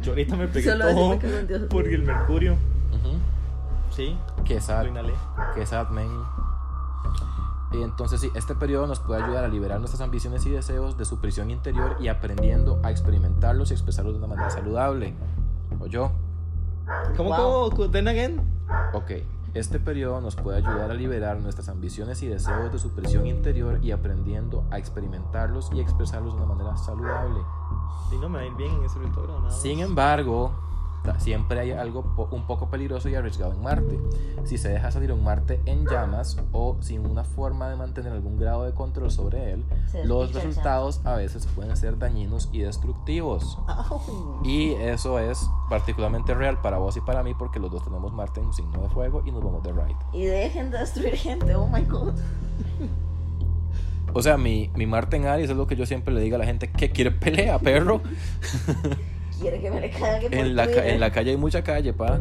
Speaker 1: Yo ahorita me pegué
Speaker 3: Solo
Speaker 1: todo
Speaker 3: decirme que con Dios.
Speaker 1: por el mercurio.
Speaker 2: Ujú.
Speaker 1: Sí,
Speaker 2: Qué sad,
Speaker 1: lo inhalé.
Speaker 2: qué sad, men. Y entonces sí, este periodo nos puede ayudar a liberar nuestras ambiciones y deseos de su prisión interior y aprendiendo a experimentarlos y expresarlos de una manera saludable. ¿O yo?
Speaker 1: ¿Cómo,
Speaker 3: Wow.
Speaker 1: cómo? ¿Then again?
Speaker 2: Ok, este periodo nos puede ayudar a liberar nuestras ambiciones y deseos de su prisión interior y aprendiendo a experimentarlos y expresarlos de una manera saludable.
Speaker 1: Sí, no me va a ir bien en ese retrógrado, nada más.
Speaker 2: Sin
Speaker 3: em-
Speaker 2: embargo, ta- siempre hay algo po- un poco peligroso y arriesgado en Marte. Si se deja salir un Marte en llamas o sin una forma de mantener algún grado de control sobre él,
Speaker 3: Se
Speaker 2: los
Speaker 3: despicha el
Speaker 2: resultados a veces pueden ser dañinos y destructivos.
Speaker 3: santo.
Speaker 2: Y eso es particularmente real para vos y para mí porque los dos tenemos Marte en un signo de fuego y nos vamos de ride.
Speaker 3: Y dejen de destruir gente, oh my god.
Speaker 2: O sea, mi, mi Marte en Aries es lo que yo siempre le digo a la gente que quiere pelea, perro.
Speaker 3: Quiere que me le caiga por
Speaker 2: En la, ca-
Speaker 3: Twitter.
Speaker 2: en la calle hay mucha calle, pa.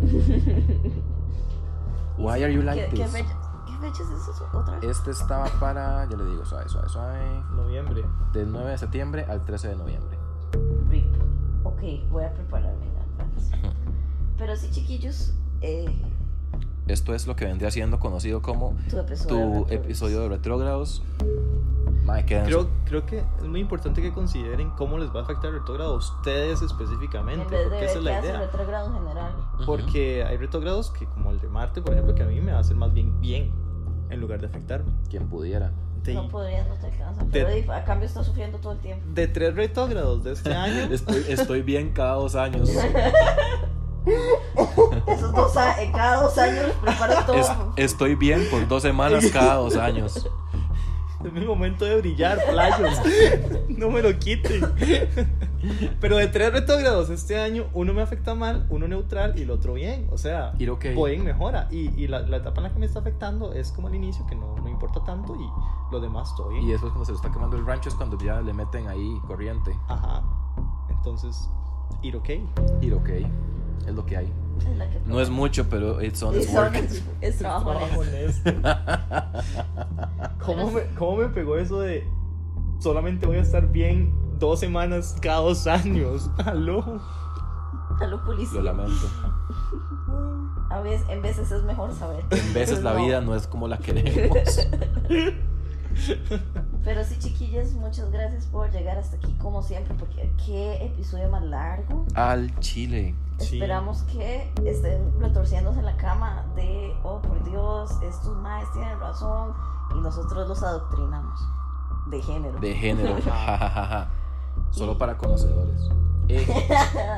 Speaker 2: Why are you like
Speaker 3: ¿Qué,
Speaker 2: this?
Speaker 3: qué fecha, ¿Qué fecha es eso otra vez?
Speaker 2: Este estaba para, ya le digo, suave, suave, suave.
Speaker 1: Noviembre.
Speaker 2: Del 9 de septiembre al 13 de noviembre.
Speaker 3: RIP. Ok, voy a prepararme en advance. Pero sí, chiquillos, eh,
Speaker 2: Esto es lo que vendría siendo conocido como
Speaker 3: tu episodio.
Speaker 2: tu episodio de retrógrados. Mae, qué denso.
Speaker 1: Creo, creo que es muy importante que consideren cómo les va a afectar el retrógrado a ustedes
Speaker 3: En
Speaker 1: específicamente,
Speaker 3: vez de
Speaker 1: porque
Speaker 3: ver
Speaker 1: esa es
Speaker 3: qué
Speaker 1: la
Speaker 3: hace el
Speaker 1: idea.
Speaker 3: retrogrado en general.
Speaker 2: Ujú.
Speaker 1: Porque hay retrógrados que, como el de Marte, por ejemplo, que a mí me va a hacer más bien bien, en lugar de afectarme.
Speaker 2: Quien pudiera.
Speaker 1: De,
Speaker 3: No podrías, no te alcanza.
Speaker 1: Te-
Speaker 3: Pero di- a cambio estás sufriendo todo el tiempo.
Speaker 1: de tres retrógrados de este año,
Speaker 2: Estoy, estoy bien cada dos años.
Speaker 3: Esos dos a- eh, cada dos años los preparo todo.
Speaker 2: Es- estoy bien por dos semanas cada dos años.
Speaker 1: es mi momento de brillar, playos. No me lo quiten. Pero de tres retrógrados este año, uno me afecta mal, uno neutral y el otro bien. O sea,
Speaker 2: Ir ok.
Speaker 1: voy en mejora. Y, y la, la etapa en la que me está afectando es como el inicio, que no, no importa tanto y lo demás todo bien.
Speaker 2: Y después cuando se le está quemando el rancho es cuando ya le meten ahí corriente.
Speaker 1: Ajá. Entonces, ir ok.
Speaker 2: Ir ok. Es lo que hay.
Speaker 3: Es la que
Speaker 2: No es mucho, pero it's
Speaker 3: Y
Speaker 2: honest
Speaker 3: son-
Speaker 2: work.
Speaker 3: es, es trabajo honesto.
Speaker 1: honesto. ¿Cómo me, ¿Cómo me pegó eso de solamente voy a estar bien dos semanas cada dos años? Aló.
Speaker 3: A lo
Speaker 2: Lo
Speaker 3: policía.
Speaker 2: lamento.
Speaker 3: A veces, en veces es mejor saber.
Speaker 2: En veces la
Speaker 3: No.
Speaker 2: vida no es como la queremos.
Speaker 3: Pero sí, chiquillas, muchas gracias por llegar hasta aquí, como siempre, porque qué episodio más largo.
Speaker 2: Al chile.
Speaker 1: Sí.
Speaker 3: Esperamos que estén retorciéndose en la cama de, oh por Dios, nosotros, estos maes tienen razón y nosotros los adoctrinamos de género.
Speaker 2: De género. ja, ja, ja, ja. Solo para conocedores. Eh,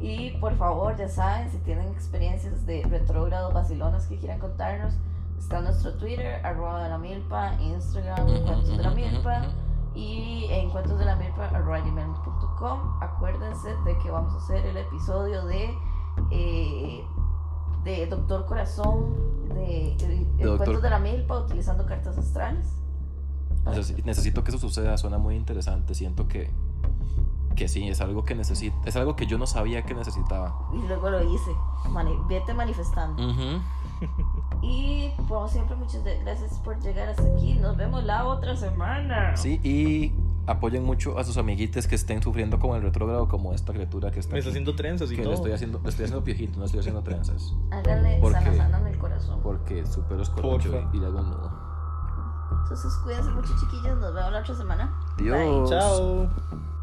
Speaker 3: y por favor, ya saben, si tienen experiencias de retrógrados vacilonas que quieran contarnos, está nuestro Twitter, arroba de la milpa, Instagram, cuentos de la milpa. y en cuentos de la milpa arroba gmail.com. acuérdense de que vamos a hacer el episodio de eh, de Doctor Corazón de, el- el
Speaker 2: Doctor-
Speaker 3: cuentos de la milpa utilizando cartas astrales
Speaker 2: necesi- Necesito que eso suceda, suena muy interesante. Siento que, que sí, es algo que necesito. Es algo que yo no sabía que necesitaba.
Speaker 3: y luego lo hice Mani- vete manifestando
Speaker 2: Ujú.
Speaker 3: y como siempre muchas de- gracias por llegar hasta aquí nos vemos la otra semana
Speaker 2: Sí, y apoyen mucho a sus amiguites que estén sufriendo con el retrógrado, como esta criatura que está.
Speaker 1: Me está
Speaker 2: aquí,
Speaker 1: haciendo trenzas y
Speaker 2: que
Speaker 1: todo.
Speaker 2: le estoy haciendo, le estoy haciendo piojito, no estoy haciendo trenzas.
Speaker 3: háganle
Speaker 2: ¿Por
Speaker 3: sana
Speaker 2: qué?
Speaker 3: sana en el corazón
Speaker 2: Porque supero los
Speaker 1: Porfa.
Speaker 2: corcho y le hago un nudo.
Speaker 3: entonces cuídense mucho chiquillos nos vemos la otra semana Bye.
Speaker 2: Dios.
Speaker 1: Chao.